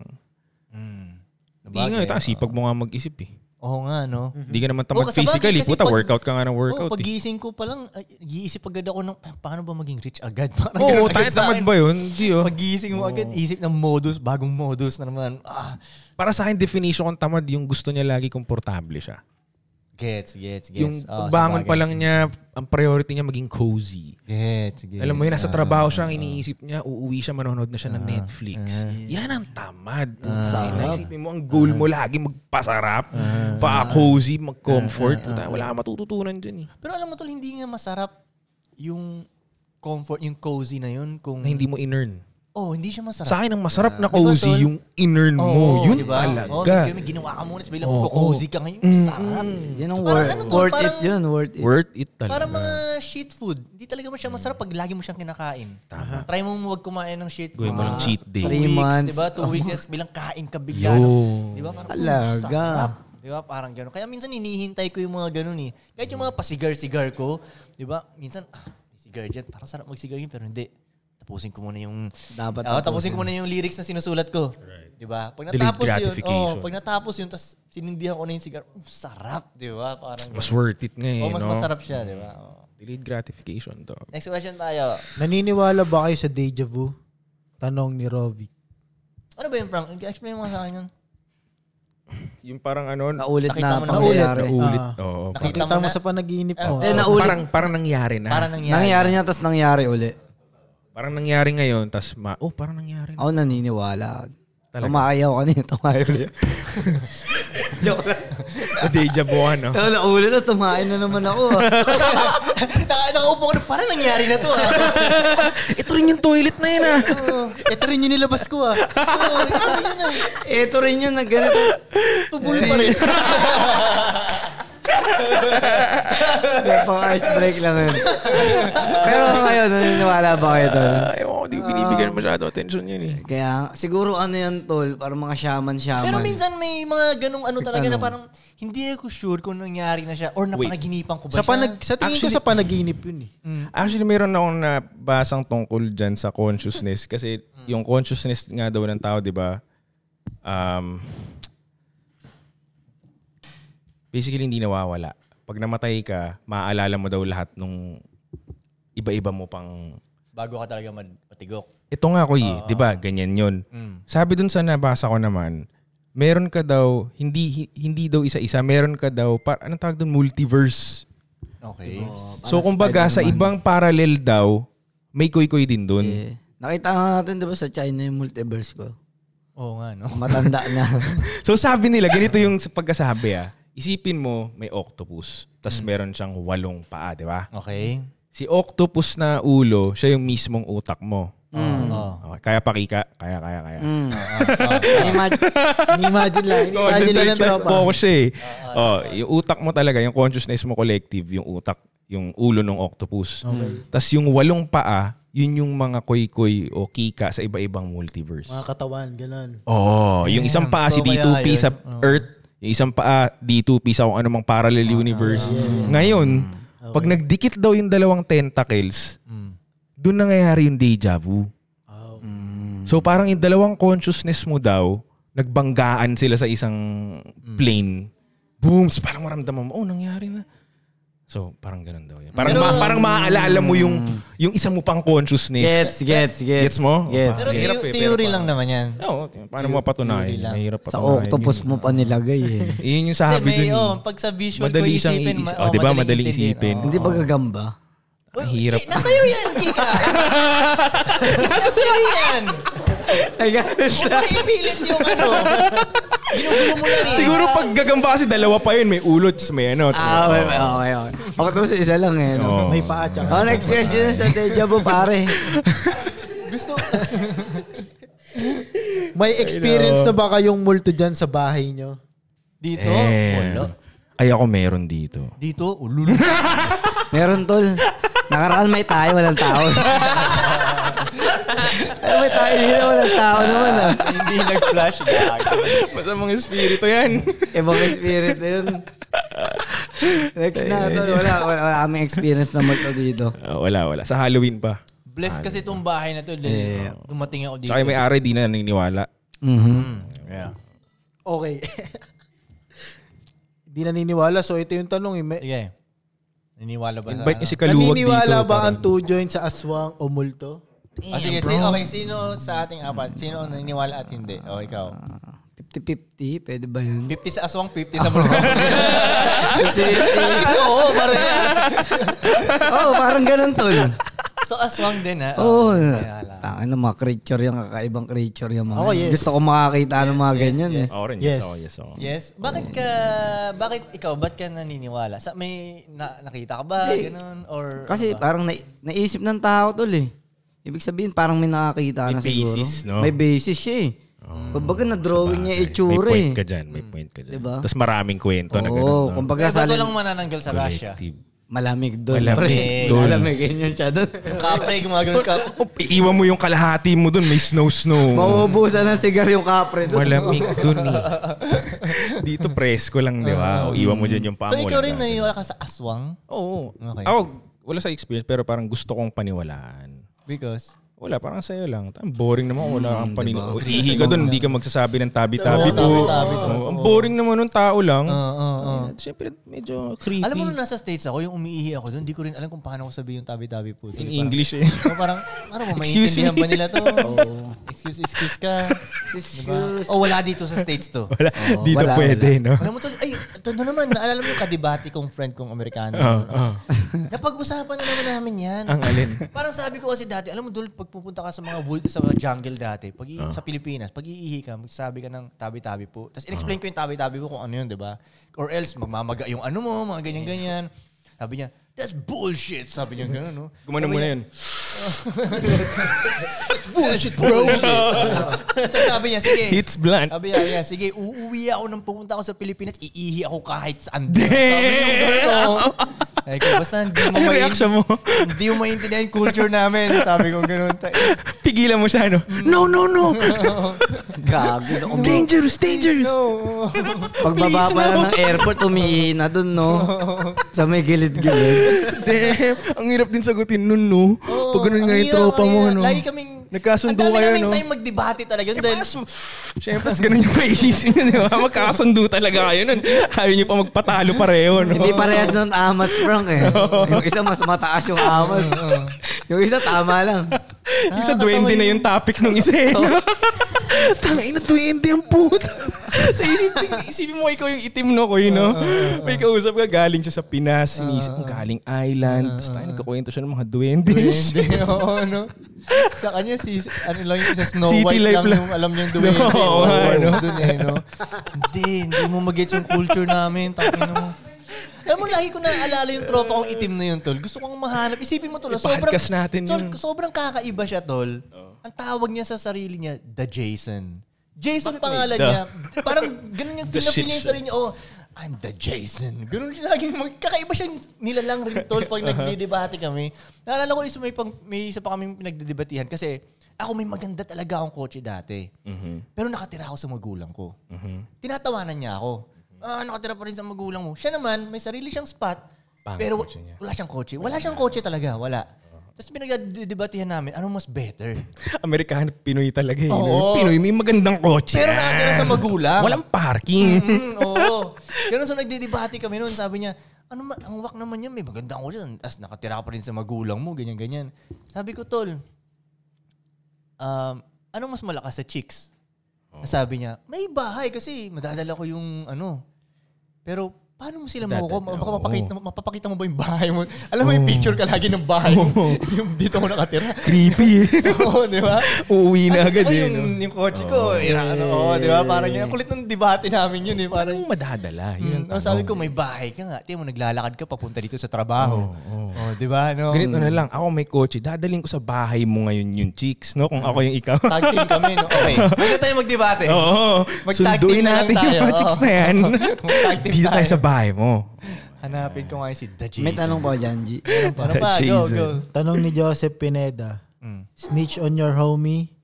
hindi Bagay, nga. Ito, ang sipag mo nga mag-isip eh. Mm. Oo nga, no? Hindi ka naman Oo, tamad kasabagay, physically. kasi Puta, pag- workout ka nga ng workout eh. Oo, pagising ko pa lang, ay, iisip agad ako ng, "Pa- paano ba maging rich agad? Parang Oo, ganun oh, tayo agad sa tamad akin. ba yun? Hindi oh. Pagising mo agad, isip ng modus, bagong modus na naman. Ah, Para sa akin, definition ng tamad yung gusto niya lagi komportable siya. gets, gets, gets. Yung Oh, Oo, bangon pa sabagay. lang niya, ang priority niya maging cozy. Gets, gets. Ah, Alam mo yun, nasa trabaho siya, ang iniisip niya, uuwi siya, manonood na siya ng Netflix. Yan ang tamad. Ah, Putain, Naisipin mo, ang goal mo lagi magpasarap, Ah, pa-cozy, mag-comfort. Putain, Wala ka matututunan dyan eh. Pero alam mo tol, hindi nga masarap yung comfort, yung cozy na yun kung Na hindi mo in-earn. oh, hindi siya masarap. Sa akin, ang masarap Ah. na cozy yung inner mo. yun talaga. Oh, kami ginawa ka muna, sabi lang, oh, cozy ka ngayon, sarap. Yan ang So, worth, ano to, worth it parang- yun, worth it. Worth it Parang Mm. talaga. mga shit food. Hindi talaga mo siya masarap pag lagi mo siyang kinakain. Try mo huwag kumain ng shit food. Gawin mo ng cheat day. Three weeks, months. Oh. Diba? Two weeks, yes, bilang kain ka bigla. no? Diba? Parang, "Mm, Talaga. sarap." Diba? Parang gano'n. Kaya minsan hinihintay ko yung mga gano'n eh. Kahit yung mga pasigar-sigar ko, diba? Minsan, ah, may sigar dyan. Parang sarap magsigar yun, pero hindi. Tapusin ko muna yung... Dapat Oo, tapusin ko muna yung lyrics na sinusulat ko. Diba? Pag Delayed natapos yun, gratification. oh, pag natapos yun, tapos sinindihan ko na yung sigar, "Mm, sarap, diba? Parang Mas worth it nga eh, Oh, mas no? masarap siya, diba? Oo. Delayed gratification to. Next question tayo. Naniniwala ba kayo sa deja vu? Tanong ni Rovic. Ano ba yung prank? Explain mo nga sa akin yun. Yung parang ano, Naulit Nakita na mo na- eh. pangyayari. naulit. Ah. Oo. Nakita Nakita mo mo na? Oh. sa panaginip mo. Eh, ah. naulit. Parang, parang nangyari na. Parang nangyari. nangyari niya, tapos nangyari uli. Parang nangyari ngayon, tas ma, oh, parang nangyari na. Ako naniniwala. Talaga? Tumakayaw ka niya, tumayo ulit. Sa deja vu, ano? Pero naulit na, tumain na naman ako. ah. Naka, nakaupo ko na, parang nangyari na to ah. Ito rin yung toilet na yun, ah. Ano? Ito rin yung nilabas ko ah. ah. Ito rin yun, na ganito. Tubol pa rin. pang ice break lang yun. Pero kayo, naniniwala ba kayo doon? Ewan ko, di ko binibigyan masyado attention yun, eh. Kaya, siguro ano yan, tol? Parang mga shaman-shaman. Pero minsan may mga ganong ano talaga na parang hindi ako sure kung nangyari na siya or napanaginipan ko ba sa, siya. panag, sa tingin ko sa panaginip yun eh. Actually, mayroon akong nabasang tungkol dyan sa consciousness. Kasi yung consciousness nga daw ng tao, di ba? Um, basically, hindi nawawala. Pag namatay ka, maaalala mo daw lahat nung iba-iba mo pang... Bago ka talaga matigok. Ito nga ko eh, di ba? Ganyan yun. Sabi dun sa nabasa ko naman, meron ka daw, hindi hindi daw isa-isa, meron ka daw, par, anong tawag dun? Multiverse. Okay. Oh, So kumbaga sa ibang parallel daw, may koy-koy din doon. Eh, nakita nga natin, di ba, sa China yung multiverse ko. Oo nga no. Matanda na. So sabi nila, ganito yung sa pagkasabi ah. Isipin mo, may octopus. Tapos Mm. meron siyang walong paa, di ba? Okay. Si octopus na ulo, siya yung mismong utak mo. Mm. Oo. Okay, kaya pakika. Kaya, kaya, kaya. Imagine, Imagine lang. eh. Imagine lang Concentrate ng lang tropa. Ah, focus siya eh. Oh, yung utak mo talaga, yung consciousness mo collective, yung utak, yung ulo ng octopus. Tapos yung walong paa, yun yung mga koy-koy o kika sa iba-ibang multiverse. Mga katawan, ganun. Oo, Oh, yung isang paa si So, kaya D2P yun. sa Earth, yung isang paa D2P sa kung anumang parallel universe. Ngayon, pag nagdikit daw yung dalawang tentacles, doon nangyayari yung deja vu. Mm. So parang yung dalawang consciousness mo daw, nagbanggaan sila sa isang plane. Booms, parang maramdaman mo, oh, nangyari na. So, parang ganun daw yun. Parang, ma- parang maaalala mo yung yung isa mo pang consciousness. gets, gets, gets. Gets mo? Gets. Pero Sige. teo- Hirap eh, pero theory parang- lang naman yan. Oo, paano mo mapatunayan? theory lang. Mahirap Sa patunayan octopus yun. mo pa nilagay eh. Iyon yung sabi dun. Hindi, may, eh. oh, pag sa visual Madali ko siyang isipin. iisip. ma- Oh, di ba? madaling Madaling intindihin. isipin. Oo. Hindi ba gagamba? Ang hirap. Eh, nasa'yo yan, Kika! nasa'yo yan! Ay, gano'n Huwag mo ipilit yung ano. Ginugulo mo lang eh. Siguro pag gagamba kasi dalawa pa yun. May ulot, tapos may ano. tapos may- Ah, okay, okay, okay. Octopus isa lang Oo. Eh. eh. No? May paa tsaka. Ah, Oh, next question sa deja vu, pare. Gusto, May experience na ba kayong multo dyan sa bahay nyo? Dito? Eh, Wala. Ay, ako meron dito. Dito? Ulul. Meron, tol. Nakaraan may tayo, walang tao. Pero may tayo dito, walang tao naman ah. Hindi nag-flash. Masamang espiritu yan. Ibang experience na yun. Next na, tol. Eh. Wala, wala, wala kaming experience na multo dito. Ah, wala, wala. Sa Halloween pa. Blessed kasi itong bahay na to. Eh. Dumating ako dito. Tsaka yung may-ari, di na naniniwala. Mhm. Yeah. Okay. Hindi naniniwala. So ito yung tanong. Eh. May- Sige. Naniwala ba sa Invite niyo si Kaluwag dito. Naniniwala ba parang- ang two joint sa aswang o multo? Ah, sige, si- okay, sino sa ating apat? Sino ang naniniwala at hindi? O, ikaw. 50-50, pwede ba yun? 50 sa aswang, 50 Oh. sa bulong. Oo, parehas. Oo, oh, parang ganun, tol. so, aswang din, ha? Oo. Oh, Naniniwala. Tangin na mga creature yung kakaibang creature yung mga. Oh, Ako, yes. Gusto ko makakita ng mga ganyan eh. Orange, Yes. yes. ako, yes ako. Yes. Bakit ka, bakit ikaw, ba't ka naniniwala? Sa, may na, nakita ka ba? Ganun? Or, Kasi ano ba? parang na, naisip ng tao tol eh. Ibig sabihin, parang may nakakita May na siguro. basis, no? Oh, May basis siya eh. Kumbaga na-drawing niya itsura Ah, May eh. point ka dyan, may point ka dyan. Diba? Tapos maraming kwento na ganun. Oo, kumbaga Kaya sa bato lang manananggal sa Russia. Collective. Malamig doon. Malamig pre. doon. Malamig, yun yung siya doon. Kapre, gumagano ka. Oh, iiwan mo yung kalahati mo dun, may snow-snow. Mauubusan ng sigar yung kapre doon. Malamig dun eh. Dito presko lang, di ba? O, iwan mo dyan yung paa So mo, ikaw walang rin gagawin. naniwala ka sa aswang? Oo. Okay. Ako, wala sa experience, pero parang gusto kong paniwalaan. Because? Wala, parang sa'yo lang. Ang boring naman, wala kang paniniwala. Diba? Ihi ka doon, hindi ka magsasabi ng tabi-tabi to. Oo, Ang boring naman ng tao lang. Siyempre, medyo creepy. Alam mo nung nasa States ako, yung umiihi ako doon, hindi ko rin alam kung paano ko sabihin yung tabi-tabi po. in English eh. So Oh, parang, parang kung Excuse me. maintindihan Oh. ba nila to? excuse, excuse ka. Diba? Oh, wala dito sa States to. Oh, Wala, dito wala, pwede, no? Alam mo tol, ay, ito na naman, naalala mo yung kadibati kong friend kong Amerikano. Oo, oo. Napag-usapan na naman namin yan. Oh, Ang alin. Parang sabi ko kasi dati, alam mo dul, pag pupunta ka sa mga wood, sa jungle dati, pag Oh. i- sa Pilipinas, pag iihi ka, magsasabi ka ng tabi-tabi po. Tapos in-explain ko yung tabi-tabi po kung ano yun, di ba? Or else, magmamaga yung ano mo, mga ganyan-ganyan. Sabi niya, that's bullshit, sabi niya gano'n, no? Gumano Sabi muna niya, yun. That's bullshit, bro. Tapos sabi niya, sige. It's blunt. Sabi niya, sabi niya, sige, uuwi ako nang pumunta ako sa Pilipinas, iihi ako kahit saan. Damn! Sabi niya, ano gano'n, no? Ay, ko, basta hindi mo Ano main- reaction mo? Hindi mo maintindihan yung culture namin. Sabi ko gano'n. Pigilan mo siya, no? No, no, no! Gago. no? dangerous, dangerous! Pagbaba Please, pa lang no. ng airport, umiihi na doon, no? Sa may gilid-gilid. Damn, ang hirap din sagutin nun, no? Pag ganun nga yung tropa mo, no? Lagi kaming... Nagkasundo Ang dami kayo, naming no? Eh, time magdebate talaga. Yun, dahil Siyempre, tas ganun yung paisip nyo, di ba? Magkasundo talaga kayo nun. Ayaw nyo pa magpatalo pareho, no? Hindi parehas nun amat, Frank, eh. Yung isa mas mataas yung amat. yung isa tama lang. Yung sa duwende na yung topic nung isa, eh, no? Tangay na duwende ang puta. sa isip, isipin mo ikaw yung itim, no, koy, Ah, no? May kausap ka, galing siya sa Pinas, iniisip mo, galing island. Tapos tayo, nagkakwento siya ng mga duwende. Ah, Duwende, oo, no? Sa kanya, si, ano lang yung sa Snow City White life lang, lang. yung alam niya yung duwende. No, Oo, nga, worms no? dun eh, no? Hindi, hindi mo mag-gets yung culture namin. Takin mo. Alam mo, lagi ko naaalala yung tropa kong itim na yun, tol. Gusto kong mahanap. Isipin mo, tol. Sobrang, I-podcast natin tol, yun. sobrang kakaiba siya, tol. Ang tawag niya sa sarili niya, The Jason. Jason pangalan The- niya. Parang ganun yung The shit pinapili niya yung sarili niya. Oh, I'm the Jason. Ganun siya laging magkakaiba siyang nilalang rin tol pag Uh-huh. nagdidebate kami. Naalala ko isa may, pang, may isa pa kaming pinagdidebatihan kasi ako may maganda talaga akong kotse dati. Mm-hmm. Pero nakatira ako sa magulang ko. Tinatawanan niya ako. Ah, nakatira pa rin sa magulang mo. Siya naman, may sarili siyang spot. Pang pero kotse niya. wala siyang kotse. Wala siyang kotse talaga. Wala. Tapos pinagdidebatihan namin, ano mas better? Amerikano at Pinoy talaga, eh. Oo. Pinoy, may magandang kotse. ah. Pero nakatira sa magulang. Walang parking. Mm, oo. Ganun, so nagdidebate kami noon. Sabi niya, ano ma- ang wak naman yan, may maganda ako dyan. As nakatira ka pa rin sa magulang mo, ganyan-ganyan. Sabi ko, tol, um, ano mas malakas sa chicks? Sabi niya, may bahay kasi madadala ko yung ano. Pero paano mo sila makukuha? Baka mapakita, mo- mapapakita mo ba yung bahay mo? Alam mo yung picture ka lagi ng bahay mo. Yung Dito ako nakatira. Creepy, eh. Oo, di ba? Uuwi na Ay, agad, ay, eh, no? yung, yung kotse ko, inaano ko, di ba? Parang yun. Ang kulit ng debate namin yun, eh. Parang, Anong madadala? Yun ang Mm, ang tanong. sabi ko, may bahay ka nga. Tiyan mo, naglalakad ka papunta dito sa trabaho. oo. Oh, di ba? No? Ganito na lang, ako may kotse, dadaling ko sa bahay mo ngayon yung chicks, no? Ah. Kung ako yung ikaw. Tag team kami, no? Okay. Huwag na tayo magdebate. Oo. Mag-tag team Sunduin na lang natin yung tayo. mga chicks na yan. Mag-tag team Dito tayo tayo. sa bahay mo. Hanapin ko nga yung si The Jason. May tanong pa ako dyan, G. Ano pa? Go, Jason. go. Tanong ni Joseph Pineda. Mm. Snitch on your homie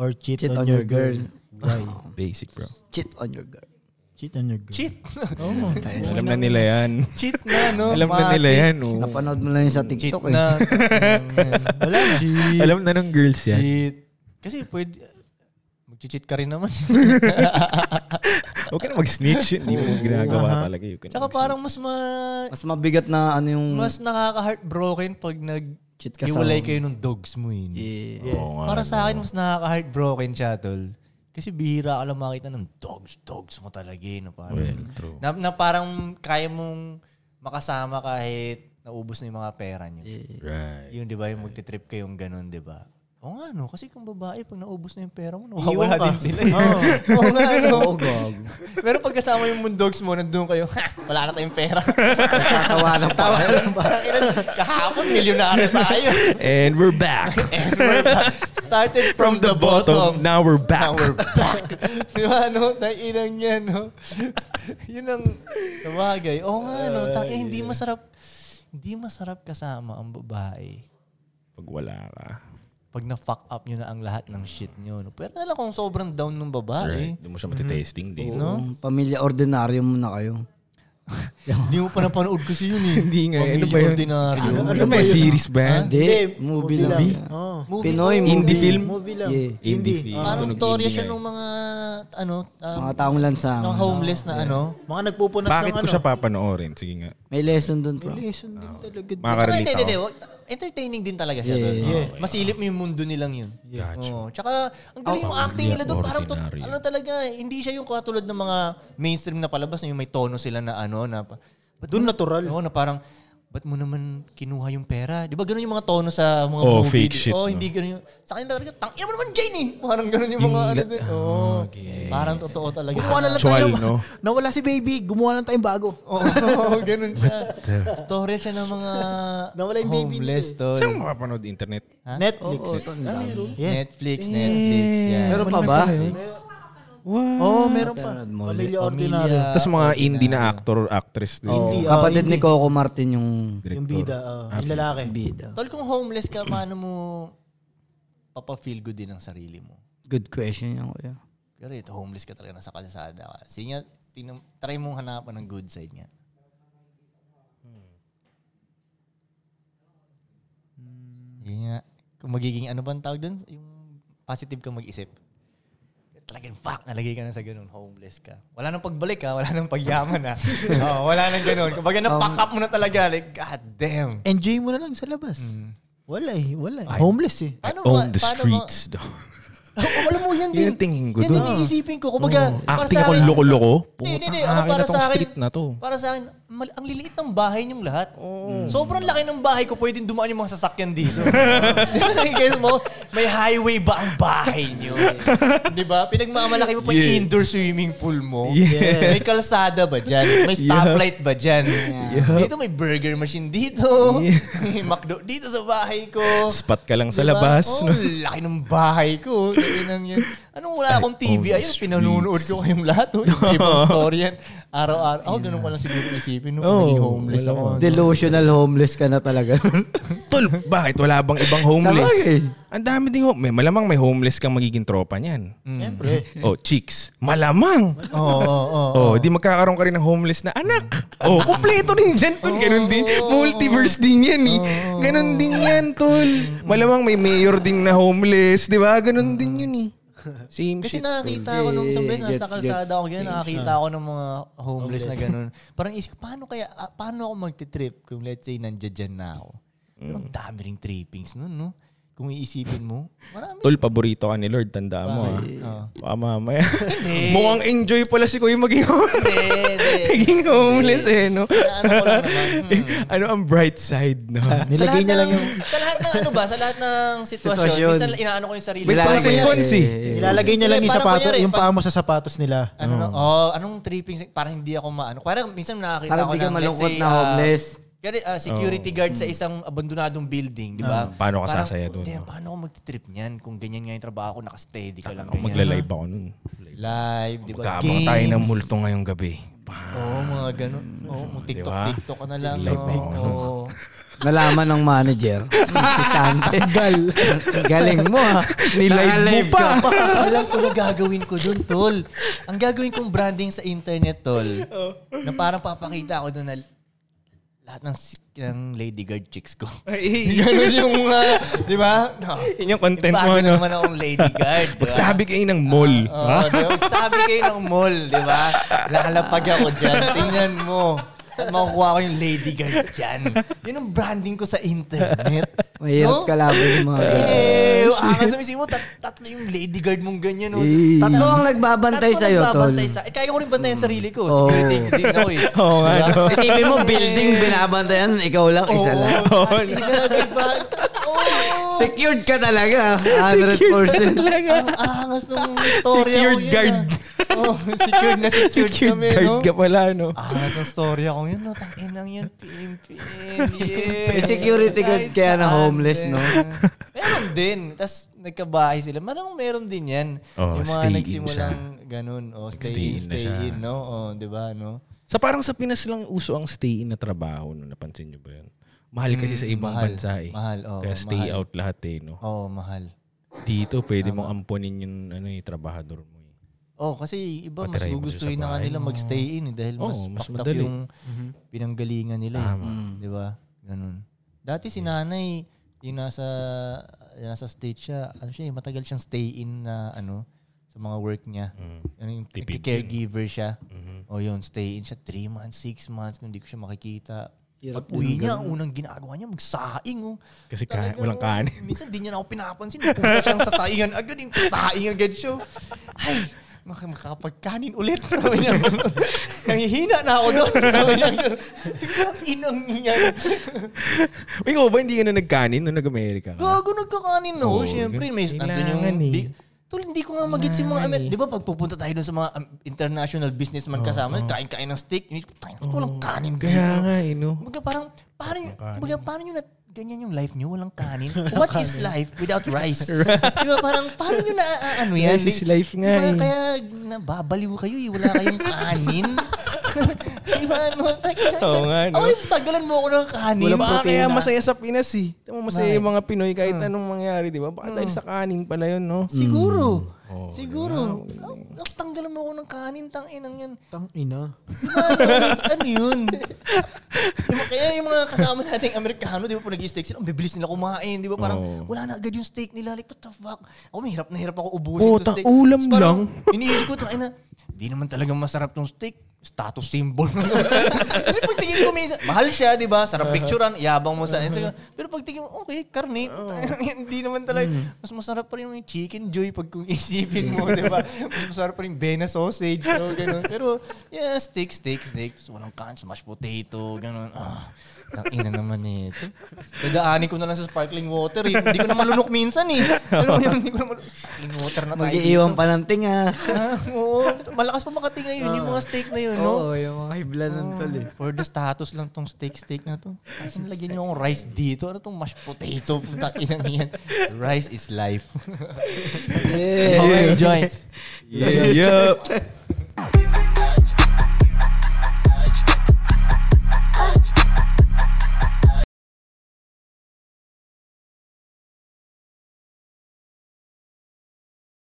or cheat, Cheat on your girl. Why? Basic, bro. Cheat on your girl. Cheat on your girl. Cheat. Alam na nila yan. Cheat na, no? Alam na nila yan, oh. Napanood mo lang yun sa Cheat TikTok, eh. na. Wala na. Alam na ng girls yan. Cheat. Kasi pwede, mag-cheat ka rin naman. Huwag ka na mag-snitch. Hindi mo ginagawa talaga. You can Tsaka parang mas ma... Mas mabigat na ano yung... Mas nakaka-heartbroken pag nag... Cheat ka sa- Iwalay kayo ng dogs mo yun. Yeah. Oo nga, Para no? sa akin, mas nakaka-heartbroken siya, tol. Kasi bihira ka lang makita ng dogs, dogs mo talaga eh, na parang, Well, true. na, na parang kaya mong makasama kahit naubos na yung mga pera niyo. Right. Yung, di ba, yung magtitrip kayong ganun, di ba? Oo nga, no? Kasi kung babae, pag naubos na yung pera mo, Iwan nawawala ka. din sila. Eh. Oo. Oo nga, no? Pero pag kasama yung mundogs mo, nandun kayo, "Ha, wala na tayong pera. Tatawanan pa. Parang ilan, kahapon, milyonaryo tayo. And we're back. Started from, the, bottom. Now we're back. Now we're back. Di ba, no? Tainan niya, no? Yun ang sabagay. Oo nga, no? Taki, hindi masarap. Hindi masarap kasama ang babae. Pag wala ka. Pag na-fuck up niyo na ang lahat ng shit niyo. No? Pero alam kung sobrang down ng babae, Hindi mo siya matitesting din. No? Pamilya ordinaryo mo na kayo. hindi mo pa napanood kasi yun eh. hindi nga, ano ba yun? Ordinaryo. Ano ba yung series ba? Hindi, movie lang. Oo. Movie Pinoy movie. Indie film? Movie lang. Yeah. Indie film. Parang storya siya ng mga, ano, um, Mga taong lansangan. ng homeless na ano. Mga nagpupunas Bakit ng ko siya papanoorin? Sige nga. May lesson doon, bro. Lesson din talaga. Tsaka Makakarelate hindi, hindi, ako. hindi. Entertaining din talaga siya Yeah, doon. yeah, Oo. Masilip mo yung mundo nilang yun. Gotcha. Oo. Tsaka, ang galing Oh, yung acting nila doon. Parang, to, ordinary. ano talaga, eh, hindi siya yung katulad ng mga mainstream na palabas na yung may tono sila na ano, na pa- ba't Doon mo- natural. Oo, na parang, ba't mo naman kinuha yung pera? Di ba ganun yung mga tono sa mga Oh, movie? fake shit, no? Oh, hindi ganun yung, sa akin talaga, tang, ina mo naman Jane eh! Parang ganun yung mga ano Ah, doon. Oh, Parang totoo talaga. Gumawa na lang tayo. Actual, no? Nawala si baby. Gumawa lang tayong bago. Oo, oh, ganun siya. Story siya ng mga Nawala yung baby eh. homeless story. Saan mo mapapanood internet? Ha? Netflix. Yeah. Netflix, Netflix. Yan. Meron pa ba? Oo, oh, meron pa. Meron mo ulit. Pamilya ordinaryo. Tapos mga indie na actor or actress din. Hindi, ah, Kapatid ni hindi. Coco Martin yung Director. Yung bida. ah, yung lalaki. bida. Tol, kung homeless ka, paano mo papa-feel good din ang sarili mo? Good question yan, kuya. Kasi ito, homeless ka talaga nasa kalsada ka. Sige nga, tinam, try mong hanapan ng good side niya. Hmm. Yun nga. Kung magiging ano ba ang tawag dun? Yung positive kang mag-isip. Talagang fuck, nalagay ka na sa ganun. Homeless ka. Wala nang pagbalik ha. Wala nang pagyaman ha. Oo, wala nang ganun. Kumbaga na-fuck up mo na talaga. Like, god damn. Enjoy mo na lang sa labas. Mm. Wala eh. Wala eh. Homeless eh. Paano Own the paano streets. dog. Oo, eh, alam mo, yan din. Yun ang tingin ko Yan din doon. iisipin ko. Kumbaga, para Acting sa ako akin, loko-loko. Hindi, hindi, hindi. Putang Ako akin para na sa tong akin, street na to. para sa akin, mal- ang liliit ng bahay niyong lahat. Mm. Sobrang laki ng bahay ko, pwedeng dumaan yung mga sasakyan dito. Di ba nagigayos mo, may highway ba ang bahay niyo? Di ba? Pinagmamalaki mo pa yung Yeah. indoor swimming pool mo. May kalsada ba dyan? May stoplight ba dyan? Dito may burger machine dito. May McDo dito sa bahay ko. Spot ka lang sa Diba? labas. Oh, laki ng bahay ko. Laki ng yan. Anong wala akong TV? all the Ayun, pinanonood ko kayong lahat. Oh. Yung ibang story yan. Araw-araw. Ako, ganun pala siguro isipin. Oh, No? Magiging homeless ako. Delusional homeless ka na talaga. Tol, bakit wala bang ibang homeless? Sabagay. Ang dami din. ho- May malamang may homeless kang magiging tropa niyan. Oh, chicks. Malamang. Mm. Oo, oo, oo. Mm. Oh, di magkakaroon ka rin ng homeless na anak. Oh, kumpleto rin dyan, tol. Ganun din. Multiverse din yan, eh. Ganun din yan, tol. Mm. Malamang may mayor din na homeless, di ba? Ganun din yun, eh. Same Kasi shit. nakakita ko nung isang beses, Gets, ah. nasa gets. kalsada ako, ganyan, nakakita ako ng mga homeless na ganun. Parang isip ko, paano kaya, ah, paano ako magtitrip kung let's say nandiyan dyan na ako? Pero ang Mm. dami rin trippings nun, no? Kung iisipin mo, marami. Tol, paborito ka ni Lord. Tanda mo, ah. Oo. Baka mamaya. Mukhang enjoy pala si Kuya maging homeless. Naging homeless, eh, no? Ano ko lang naman. hmm. ano ang bright side, no? Nilagay niya lang yung... Sa lahat ng ano ba? Sa lahat ng sitwasyon, Sitwasyon. minsan inaano ko yung sarili. May Parang pros and kunyari, cons, eh. Nilalagay niya lang yung Parang sapato, kunyari, yung pag- paa mo sa sapatos nila. Ano na, oh, anong tripping, parang hindi ako maano. Kaya minsan nakakita Parang ko di ka ng, malungkot let's say, na ah, homeless. kaya, ah, security guard sa isang abandonadong building, di Ah, ba? paano ka Parang, sasaya doon, "Damn, no?" Paano ako magtitrip niyan kung ganyan nga yung trabaho ko, nakasteady ka lang Ako ganyan. magla-live ako nun. Live, di ba? Magkaabang tayo ng Games. multo ngayong gabi. Oo, mga ganun. Oo, oh, TikTok, Diba? TikTok ka na lang. Live no? TikTok. Oo. Nalaman ng manager. si Sante. Gal. Galing mo ah. ha. Nilive mo pa. Alam ko na gagawin ko dun, tol. Ang gagawin kong branding sa internet, tol, Oh. na parang papakita ako dun na lahat ng, si- ng lady guard chicks ko. Ganun yung, ah, di ba? No. Yun yung content mo, Bago na no? naman akong lady guard. di ba? Magsabi kayo ng Ah, mall. Oo, di ba? Magsabi kayo ng mall, di ba? Lalapag ako dyan. Tingnan mo. At makukuha ko yung lady guard dyan. Yun ang branding ko sa internet. No? Mahirap kalaban yung mga ganun. Eh, angas sa mismo, tat tatlo yung lady guard mong ganyan. Oh. Tatlo ang nagbabantay Tatlo sa'yo, tol. Oh. nagbabantay sa- eh, kaya ko rin bantayan sarili ko. Oo. Security ko din ako eh. Oo nga, Ano? Diba? no? Isipin mo, building, binabantayan, ikaw lang, isa lang. Oo, tangina, diba? Secured ka talaga. Ang 100%. angas ng storya ko Secured yun. guard. ah. Oh, secured na secured, Secured kami, guard no? Ah. ka pala, no? Angas ng storya ko yun, no? Tangin lang yun, pimpin. Yeah. Security guard Kahit kaya na saan homeless, din. no? meron din. Tapos nagkabahay sila. Marang meron din yan. Oh, yung stay mga in nagsimulang ganun. O, stay, Stay in in, na stay siya. in, no? O, di ba, no? Sa parang sa Pinas lang uso ang stay-in na trabaho, no? Napansin nyo ba yun? Mahal kasi sa ibang Hmm, mahal. bansa eh. Mahal, oo, Kaya stay mahal. out lahat eh, no? Oo, mahal. Dito, pwede mong amponin yung ano, yung trabahador mo. Eh. Oh, kasi iba Patirahin mo mas siya gugustuhin sa na nga bahay nila mo. mag-stay in eh, dahil mas, Oo, mas fucked up madali. yung pinanggalingan nila. eh. Mm. 'Di ba? Ganun. Dati si nanay yung nasa nasa state siya, ano siya, eh, matagal siyang stay in na ano sa mga work niya. Hmm. Ano yung Mm. Tipid Mm-hmm. caregiver siya. O yun, stay in siya 3 months, 6 months, kung hindi ko siya makikita. Pag uwi niya, ang unang ginagawa niya, magsaing. Oh. Kasi kain, Talagang, walang kanin. Minsan di niya na ako pinapansin. Pupunta siyang sasaingan agad. Yung sasaing agad siya. Ay, mak- makakapagkanin ulit. Sabi niya. Nangihina na ako doon. Sabi niya. Ang inang niya. Uy, ikaw ba hindi ka na nagkanin nung nag-Amerika ka? Gago nagkakanin no. Oo, Siyempre, may Oh, kailangan nandun yung... eh. Di, Tol, hindi ko nga magits yung mga... Amer- Di ba pag pupunta tayo dun sa mga um, international businessman kasama, kain-kain ng steak, inisip ko, "Tangina, walang kanin dito. Kaya nga eh, no? Kumbaga parang, parang, kumbaga parang yung nat, ganyan yung life nyo, walang kanin. What is life without rice? di ba parang, parang yung naaano ah, ano yan? Rice is life nga Di ba, eh. Kaya nababaliw kayo eh, wala kayong kanin. di ba ano? Oo nga, no? Ako yung tagalan mo ako ng kanin. Wala pa Baka kaya masaya sa Pinas eh. Tama masaya Bakit? yung mga Pinoy kahit anong mangyari, di ba? Baka dahil sa kanin pala yun, no? Siguro. Oh, Siguro. Ang ang tanggalan mo ako ng kanin, tang inang yan. Tang ina. Ano, ano yun? Diba, kaya yung mga kasama nating Amerikano, di ba, pag nag-steak sila, ang bibilis nila kumain, di ba? Parang Oo. wala na agad yung steak nila. Like, what the fuck? Ako, mahirap na hirap ako ubusin Oh, to tang ulam Tapos parang lang. Iniisip ko, tang ina, di naman talagang masarap tong steak. Status symbol. Kasi pagtingin ko minsan, mahal siya, di ba? Sarap picturean, yabang mo sa Instagram. Pero pagtingin mo, okay, karne. Hindi naman talaga. Mas masarap pa rin yung chicken joy pag kung isipin mo, di ba? Mas masarap pa rin Bena sausage. So, ganun. Pero, yeah, steak, steak, steak. So, walang cans, mashed potato, ganun. Ah, tangina naman nito. Dadaanin ko na lang sa sparkling water. Eh. Hindi ko na malunok minsan eh. Alam mo yun, hindi ko na malunok. Sparkling water na tayo. Mag-iiwan pa ng tinga. Ah, Oo, malakas pa makatinga yun, yung mga steak na yun, no? Oo, yung mga hibla ng tol eh. For the status lang tong steak-steak na to. Tapos nilagyan niyo akong rice dito. Ano tong mashed potato? Puta, inang yan. Rice is life. okay, joints. Yeah. Yup.